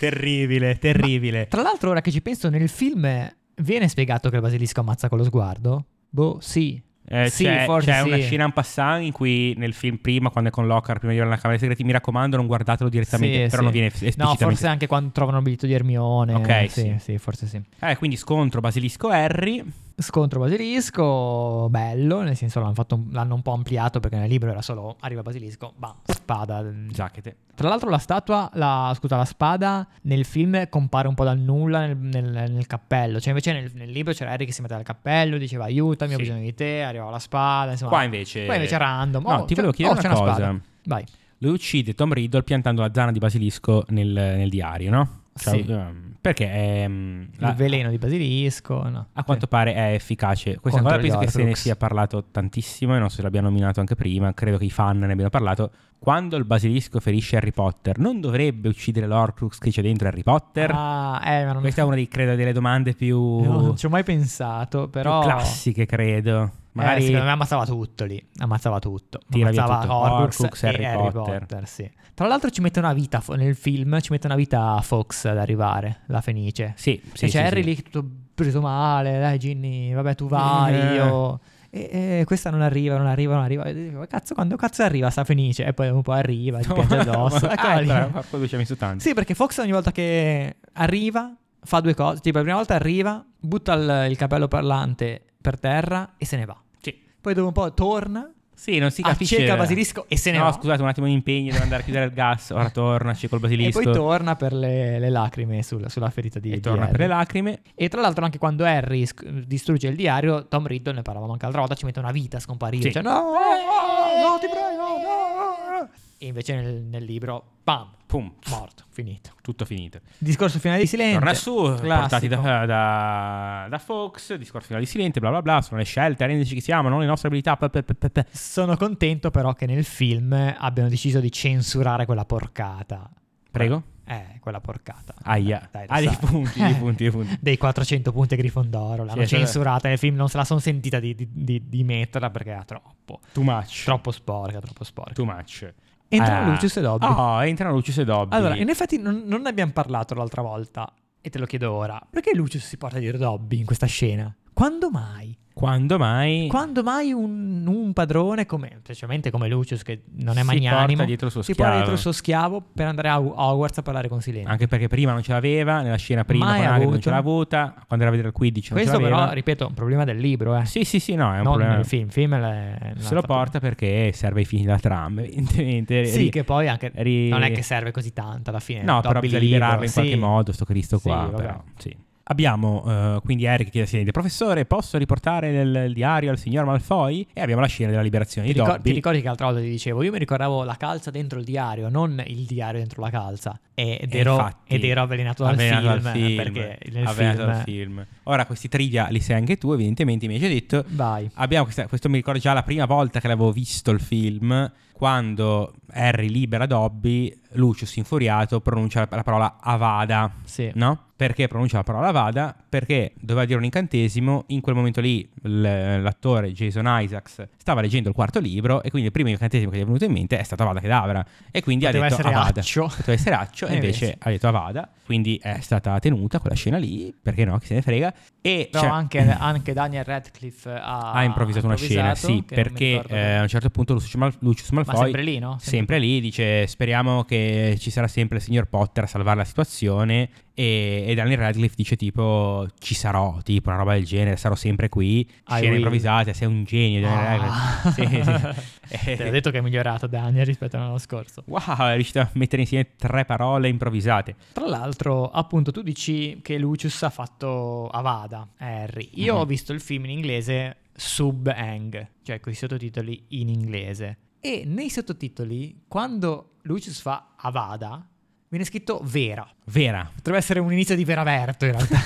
Speaker 2: terribile, terribile.
Speaker 1: Tra l'altro, ora che ci penso, nel film viene spiegato che il basilisco ammazza con lo sguardo? Boh, sì.
Speaker 2: Eh,
Speaker 1: Sì,
Speaker 2: c'è
Speaker 1: forse
Speaker 2: c'è una
Speaker 1: sì.
Speaker 2: scena en passant in cui nel film prima, quando è con Lockhart, prima di andare alla Camera dei Segreti, mi raccomando, non guardatelo direttamente,
Speaker 1: Sì,
Speaker 2: però
Speaker 1: sì.
Speaker 2: non viene
Speaker 1: No,
Speaker 2: esplicitamente
Speaker 1: forse anche quando trovano il biglietto di Ermione.
Speaker 2: Ok,
Speaker 1: sì,
Speaker 2: sì.
Speaker 1: sì, forse sì.
Speaker 2: Eh, quindi scontro basilisco-Harry.
Speaker 1: scontro basilisco bello nel senso l'hanno, fatto, l'hanno un po' ampliato perché nel libro era solo arriva basilisco bah, spada
Speaker 2: Giacchete.
Speaker 1: tra l'altro la statua la, scusa la spada nel film compare un po' dal nulla nel, nel- nel cappello cioè invece nel, nel libro c'era Harry che si metteva il cappello diceva aiutami ho
Speaker 2: Sì.
Speaker 1: bisogno di te arrivava la spada insomma
Speaker 2: Qua invece...
Speaker 1: poi invece è random
Speaker 2: No,
Speaker 1: Oh, c'è-
Speaker 2: ti volevo
Speaker 1: oh,
Speaker 2: chiedere
Speaker 1: c'è
Speaker 2: una
Speaker 1: una
Speaker 2: cosa.
Speaker 1: spada vai
Speaker 2: Lui uccide Tom Riddle piantando la zana di basilisco nel, nel diario, no?
Speaker 1: Sì.
Speaker 2: ehm, Perché ehm, la-
Speaker 1: il veleno di basilisco no.
Speaker 2: a quanto pare è efficace. Questa
Speaker 1: Contro
Speaker 2: cosa
Speaker 1: gli
Speaker 2: penso che se ne
Speaker 1: Horcrux.
Speaker 2: sia parlato tantissimo e non so se l'abbia nominato anche prima, credo che i fan ne abbiano parlato. Quando il basilisco ferisce Harry Potter, non dovrebbe uccidere l'Orcrux che c'è dentro Harry Potter?
Speaker 1: ah, eh, ma non,
Speaker 2: Questa è una dei- credo, delle domande più,
Speaker 1: no, non ci ho mai pensato però
Speaker 2: più classiche, credo.
Speaker 1: Magari...
Speaker 2: Magari
Speaker 1: Eh, secondo me ammazzava tutto lì, ammazzava tutto.
Speaker 2: Tira via
Speaker 1: ammazzava
Speaker 2: tutto.
Speaker 1: Horcrux,
Speaker 2: Horcrux,
Speaker 1: e
Speaker 2: Harry
Speaker 1: Harry,
Speaker 2: Potter.
Speaker 1: Potter. sì. Tra l'altro ci mette una vita, fo- nel film ci mette una vita a Fox ad arrivare, la Fenice.
Speaker 2: Sì, sì,
Speaker 1: Cioè,
Speaker 2: sì,
Speaker 1: c'è Harry
Speaker 2: sì.
Speaker 1: lì che tutto preso male, dai Ginny, vabbè tu vai,
Speaker 2: Eh.
Speaker 1: io... E, e questa non arriva, non arriva, non arriva. E dico, Cazzo, quando cazzo arriva sta Fenice? E poi un po' arriva, ti piange addosso.
Speaker 2: Ah,
Speaker 1: eccola lì.
Speaker 2: eccola, ma poi ci ha messo tanto.
Speaker 1: Sì, perché Fox ogni volta che arriva fa due cose. Tipo, la prima volta arriva, butta il, il capello parlante per terra e se ne va.
Speaker 2: Sì.
Speaker 1: Poi dopo un po' torna,
Speaker 2: Sì, non si capisce.
Speaker 1: acceca Ah, il basilisco e se ne
Speaker 2: no,
Speaker 1: va.
Speaker 2: scusate, un attimo di impegno, devo andare a chiudere il gas. Ora torna, c'è col
Speaker 1: E
Speaker 2: basilisco.
Speaker 1: poi torna per le, le lacrime sul- sulla ferita di
Speaker 2: e
Speaker 1: di
Speaker 2: torna
Speaker 1: Harry.
Speaker 2: per le lacrime.
Speaker 1: E tra l'altro anche quando Harry sc- distrugge il diario, Tom Riddle, ne parlavamo anche l'altra volta, ci mette una vita a scomparire.
Speaker 2: Sì.
Speaker 1: Cioè, no, no, no, ti prego, no. E invece nel, nel libro, bam,
Speaker 2: Pum,
Speaker 1: morto, finito.
Speaker 2: tutto finito.
Speaker 1: Discorso finale di silenzio.
Speaker 2: Torna su, portati
Speaker 1: classico.
Speaker 2: da, da, da Fox, discorso finale di silente, bla bla bla, sono le scelte, rendici che siamo, non le nostre abilità. pe, pe, pe, pe, pe.
Speaker 1: Sono contento però che nel film abbiano deciso di censurare quella porcata.
Speaker 2: Prego.
Speaker 1: Eh, quella porcata.
Speaker 2: Aia.
Speaker 1: Dai, lo
Speaker 2: ah, dei
Speaker 1: sai.
Speaker 2: punti, dei punti, dei punti.
Speaker 1: Dei 400 punti Grifondoro. L'hanno
Speaker 2: è stata-
Speaker 1: censurata nel film, non se la sono sentita di, di- di- di metterla perché era troppo.
Speaker 2: Too much.
Speaker 1: Troppo sporca, troppo sporca.
Speaker 2: Too much.
Speaker 1: Entrano
Speaker 2: Ah.
Speaker 1: Lucius e Dobby.
Speaker 2: Oh, entrano Lucius e Dobby.
Speaker 1: Allora, in effetti non, non ne abbiamo parlato l'altra volta e te lo chiedo ora. Perché Lucius si porta dietro Dobby in questa scena? Quando mai?
Speaker 2: Quando mai
Speaker 1: Quando mai un, un padrone, come, specialmente come Lucius, che non è
Speaker 2: si
Speaker 1: magnanimo,
Speaker 2: porta dietro il suo
Speaker 1: si
Speaker 2: schiavo?
Speaker 1: porta dietro il suo schiavo per andare a Ho- Hogwarts a parlare con Silente.
Speaker 2: Anche perché prima non ce l'aveva, nella scena prima
Speaker 1: Mai
Speaker 2: con Hagrid non
Speaker 1: avuto.
Speaker 2: ce l'ha avuta, quando era a vedere il 15 non
Speaker 1: Questo
Speaker 2: ce l'aveva.
Speaker 1: però, ripeto, è un problema del libro, eh.
Speaker 2: Sì, sì, sì, no, è un
Speaker 1: non
Speaker 2: problema.
Speaker 1: del film. Il film è-
Speaker 2: Se lo porta perché serve ai fini della tram, evidentemente.
Speaker 1: Sì,
Speaker 2: Eh, Ri-
Speaker 1: che poi anche
Speaker 2: ri-
Speaker 1: non è che serve così tanto alla fine.
Speaker 2: No,
Speaker 1: Dobby
Speaker 2: però bisogna
Speaker 1: libero,
Speaker 2: liberarlo in
Speaker 1: sì.
Speaker 2: qualche modo, sto Cristo
Speaker 1: Sì,
Speaker 2: qua,
Speaker 1: vabbè.
Speaker 2: però, sì. Abbiamo eh, quindi Eric che chiede professore posso riportare il, il diario al signor Malfoy? E abbiamo la scena della liberazione
Speaker 1: Ti,
Speaker 2: di
Speaker 1: ricor- ti
Speaker 2: Dobby.
Speaker 1: ricordi che l'altra volta ti dicevo? Io mi ricordavo la calza dentro il diario, non il diario dentro la calza. Ed
Speaker 2: E
Speaker 1: ero,
Speaker 2: infatti,
Speaker 1: ed ero avvelenato dal
Speaker 2: avvelenato
Speaker 1: film,
Speaker 2: dal film,
Speaker 1: Perché nel
Speaker 2: avvelenato
Speaker 1: film,
Speaker 2: dal film. Ora questi trivia li sai anche tu evidentemente mi hai già detto
Speaker 1: Vai.
Speaker 2: Abbiamo questa- questo mi ricordo già la prima volta che l'avevo visto il film, quando Harry libera Dobby, Lucius infuriato pronuncia la, la parola Avada,
Speaker 1: Sì.
Speaker 2: no? Perché pronuncia la parola Avada? Perché doveva dire un incantesimo, in quel momento lì l- l'attore Jason Isaacs stava leggendo il quarto libro e quindi il primo incantesimo che gli è venuto in mente è stato Avada Kedavra e quindi
Speaker 1: Poteva
Speaker 2: ha detto
Speaker 1: essere
Speaker 2: Avada. Cioè,
Speaker 1: accio.
Speaker 2: Poteva essere Accio e
Speaker 1: Eh,
Speaker 2: invece
Speaker 1: sì.
Speaker 2: ha detto Avada, quindi è stata tenuta quella scena lì, perché no, chi se ne frega. E
Speaker 1: Però
Speaker 2: c'è-
Speaker 1: anche, anche Daniel Radcliffe ha,
Speaker 2: Ah, ha improvvisato una scena,
Speaker 1: improvvisato,
Speaker 2: sì,
Speaker 1: che non mi
Speaker 2: perché
Speaker 1: ricordo.
Speaker 2: eh, a un certo punto Lucius, Mal- Lucius
Speaker 1: Ma
Speaker 2: Malfoy,
Speaker 1: sempre lì, no?
Speaker 2: sempre lì, dice speriamo che ci sarà sempre il signor Potter a salvare la situazione e, e Daniel Radcliffe dice tipo ci sarò, tipo una roba del genere, sarò sempre qui, scene
Speaker 1: will.
Speaker 2: improvvisate, sei un genio Daniel
Speaker 1: Ah.
Speaker 2: Radcliffe. eh, Sì, sì.
Speaker 1: Te l'ho detto che è migliorato Daniel rispetto all'anno scorso.
Speaker 2: Wow, è riuscito a mettere insieme tre parole improvvisate.
Speaker 1: Tra l'altro, appunto, tu dici che Lucius ha fatto Avada, Harry. Io
Speaker 2: Mhm.
Speaker 1: ho visto il film in inglese Sub Hang, cioè con i sottotitoli in inglese. E nei sottotitoli, quando Lucius fa Avada, viene scritto Vera.
Speaker 2: Vera.
Speaker 1: Potrebbe essere un inizio di Vera Verto, in realtà.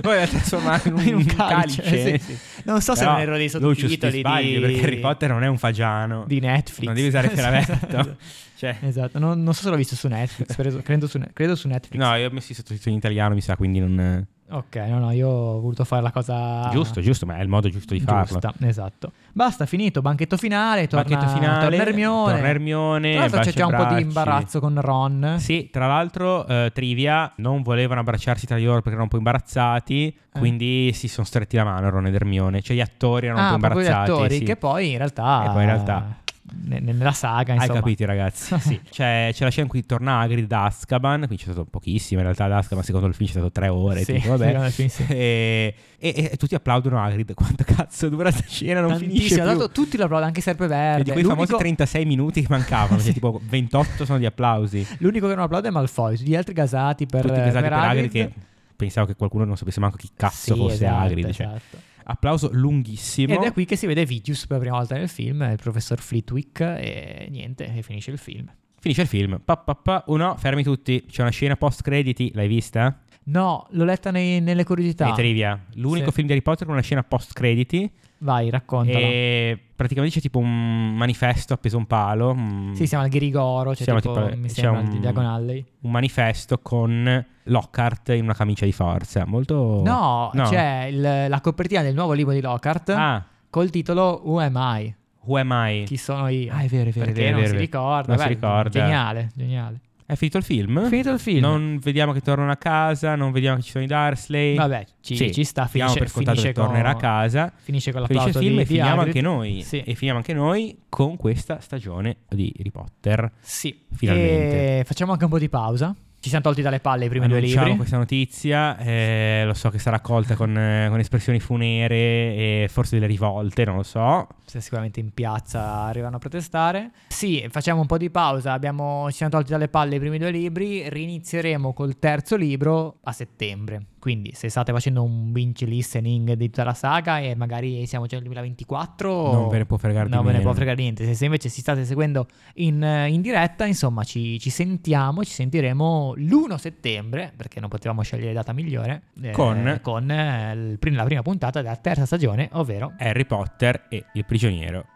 Speaker 2: Poi la trasformata in un,
Speaker 1: In un
Speaker 2: calice.
Speaker 1: calice,
Speaker 2: sì.
Speaker 1: Non so se
Speaker 2: Però,
Speaker 1: non erro dei
Speaker 2: Lucius, ti
Speaker 1: sottotitoli
Speaker 2: sbagli,
Speaker 1: di...
Speaker 2: perché Harry Potter non è un fagiano.
Speaker 1: di Netflix.
Speaker 2: Non devi usare il
Speaker 1: Esatto.
Speaker 2: fioravetto. cioè,
Speaker 1: Esatto, non, non so se l'ho visto su Netflix, credo, credo su, credo su Netflix.
Speaker 2: no, io ho messo i sottotitoli in italiano, mi sa, quindi non...
Speaker 1: Ok, no, no, io ho voluto fare la cosa
Speaker 2: Giusto, giusto, ma è il modo giusto di farlo.
Speaker 1: Ah. Giusta, esatto. Basta, finito, banchetto finale, torna,
Speaker 2: Pacchetto finale,
Speaker 1: torna Hermione.
Speaker 2: torna Hermione,
Speaker 1: Tra l'altro c'è
Speaker 2: baci e
Speaker 1: già un po' di
Speaker 2: abbracci.
Speaker 1: imbarazzo con Ron.
Speaker 2: Sì, tra l'altro, eh, Trivia non volevano abbracciarsi tra di loro perché erano un po' imbarazzati,
Speaker 1: Eh.
Speaker 2: quindi si sono stretti la mano Ron ed Hermione, cioè gli attori erano un po'
Speaker 1: ah, proprio gli
Speaker 2: imbarazzati.
Speaker 1: attori
Speaker 2: sì.
Speaker 1: che poi in realtà
Speaker 2: E poi in realtà-
Speaker 1: ne- nella saga,
Speaker 2: Hai
Speaker 1: insomma.
Speaker 2: capito ragazzi, sì. C'è, c'è la scena in cui torna Hagrid da Azkaban, qui c'è stato pochissimo, in realtà ad Azkaban secondo il film c'è stato tre ore,
Speaker 1: Sì,
Speaker 2: tipo, vabbè.
Speaker 1: sì, alla fine sì.
Speaker 2: E, e- e tutti applaudono Hagrid, quanto cazzo dura sta scena, non finisce
Speaker 1: Tantissimo,
Speaker 2: più.
Speaker 1: tra l'altro tutti lo applaudono, anche
Speaker 2: E
Speaker 1: Serpeverde.
Speaker 2: di quei famosi
Speaker 1: Certo. L'unico,
Speaker 2: 36 minuti che mancavano, cioè
Speaker 1: Sì.
Speaker 2: tipo 28 sono di applausi.
Speaker 1: l'unico che non applaude è Malfoy, tutti gli altri gasati per,
Speaker 2: Tutti casati per Hagrid
Speaker 1: Hagrid.
Speaker 2: che pensavo che qualcuno non sapesse manco chi cazzo
Speaker 1: Sì,
Speaker 2: fosse
Speaker 1: esatto,
Speaker 2: Hagrid. cioè.
Speaker 1: esatto.
Speaker 2: Applauso lunghissimo.
Speaker 1: Ed è qui che si vede Vidius per la prima volta nel film, il professor Flitwick, e niente, e finisce il film.
Speaker 2: Finisce il film. Pa, pa, pa. Uno, fermi tutti. C'è una scena post crediti, l'hai vista?
Speaker 1: No, l'ho letta nei- nelle curiosità.
Speaker 2: Nei trivia. L'unico
Speaker 1: Sì.
Speaker 2: film di Harry Potter con una scena post crediti.
Speaker 1: Vai, raccontala.
Speaker 2: E praticamente c'è tipo un manifesto appeso a un palo. un-
Speaker 1: Sì, siamo al Ghirigoro, cioè
Speaker 2: mm. Siamo
Speaker 1: tipo,
Speaker 2: tipo- eh,
Speaker 1: mi
Speaker 2: c'è
Speaker 1: sembra
Speaker 2: un-
Speaker 1: di Diagon Alley.
Speaker 2: un manifesto con Lockhart in una camicia di forza. Molto.
Speaker 1: No,
Speaker 2: Oh. no.
Speaker 1: c'è il- la copertina del nuovo libro di Lockhart
Speaker 2: Ah,
Speaker 1: col titolo Who am I?
Speaker 2: who am I?
Speaker 1: Chi sono io?
Speaker 2: Ah, è vero, è vero.
Speaker 1: Perché
Speaker 2: è vero, è
Speaker 1: non
Speaker 2: vero,
Speaker 1: si
Speaker 2: è vero.
Speaker 1: ricorda.
Speaker 2: Non si
Speaker 1: beh,
Speaker 2: ricorda.
Speaker 1: Geniale, geniale.
Speaker 2: È finito il film?
Speaker 1: Finito il film.
Speaker 2: Non vediamo che tornano a casa, non vediamo che ci sono i Dursley.
Speaker 1: Vabbè, ci,
Speaker 2: Sì,
Speaker 1: ci sta,
Speaker 2: Diamo
Speaker 1: finisce,
Speaker 2: per scontato
Speaker 1: finisce
Speaker 2: che tornerà a
Speaker 1: con,
Speaker 2: casa.
Speaker 1: finisce con
Speaker 2: Finisce il
Speaker 1: l'applauso di,
Speaker 2: film e
Speaker 1: di
Speaker 2: finiamo
Speaker 1: Hagrid.
Speaker 2: anche noi.
Speaker 1: Sì.
Speaker 2: E finiamo anche noi con questa stagione di Harry Potter.
Speaker 1: Sì,
Speaker 2: Finalmente.
Speaker 1: E facciamo anche un po' di pausa. Ci siamo tolti dalle palle i primi due
Speaker 2: Annunciamo
Speaker 1: libri.
Speaker 2: questa notizia, eh, lo so che sarà accolta con, eh, con espressioni funere e forse delle rivolte, non lo so.
Speaker 1: Se sicuramente in piazza arrivano a protestare. Sì, facciamo un po' di pausa. Abbiamo, ci siamo tolti dalle palle i primi due libri. Rinizieremo col terzo libro a settembre. Quindi, se state facendo un binge listening di tutta la saga e magari siamo già nel 2024,
Speaker 2: non ve ne può fregare di
Speaker 1: non ve ne
Speaker 2: meno.
Speaker 1: può fregare niente. Se, se invece ci state seguendo in, in diretta, insomma, ci, ci sentiamo. Ci sentiremo l'1 settembre perché non potevamo scegliere data migliore. eh,
Speaker 2: Con?
Speaker 1: con, eh, il prim- la prima puntata della terza stagione, ovvero
Speaker 2: Harry Potter e il prigioniero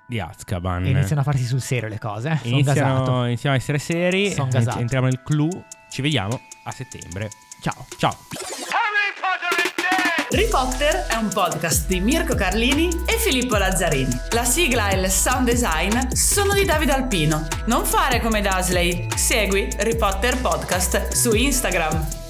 Speaker 2: di Azkaban.
Speaker 1: E iniziano a farsi sul serio le cose. eh. Sono gasato.
Speaker 2: Mm. Iniziano, iniziamo a essere seri,
Speaker 1: Son
Speaker 2: en-
Speaker 1: gasato.
Speaker 2: entriamo nel clou, ci vediamo a settembre.
Speaker 1: Ciao.
Speaker 2: Ciao!
Speaker 3: Harry Potter is dead!
Speaker 4: Harry Potter è un podcast di Mirko Carlini e Filippo Lazzarini. La sigla e il sound design sono di Davide Alpino. Non fare come Dasley, segui Harry Potter Podcast su Instagram.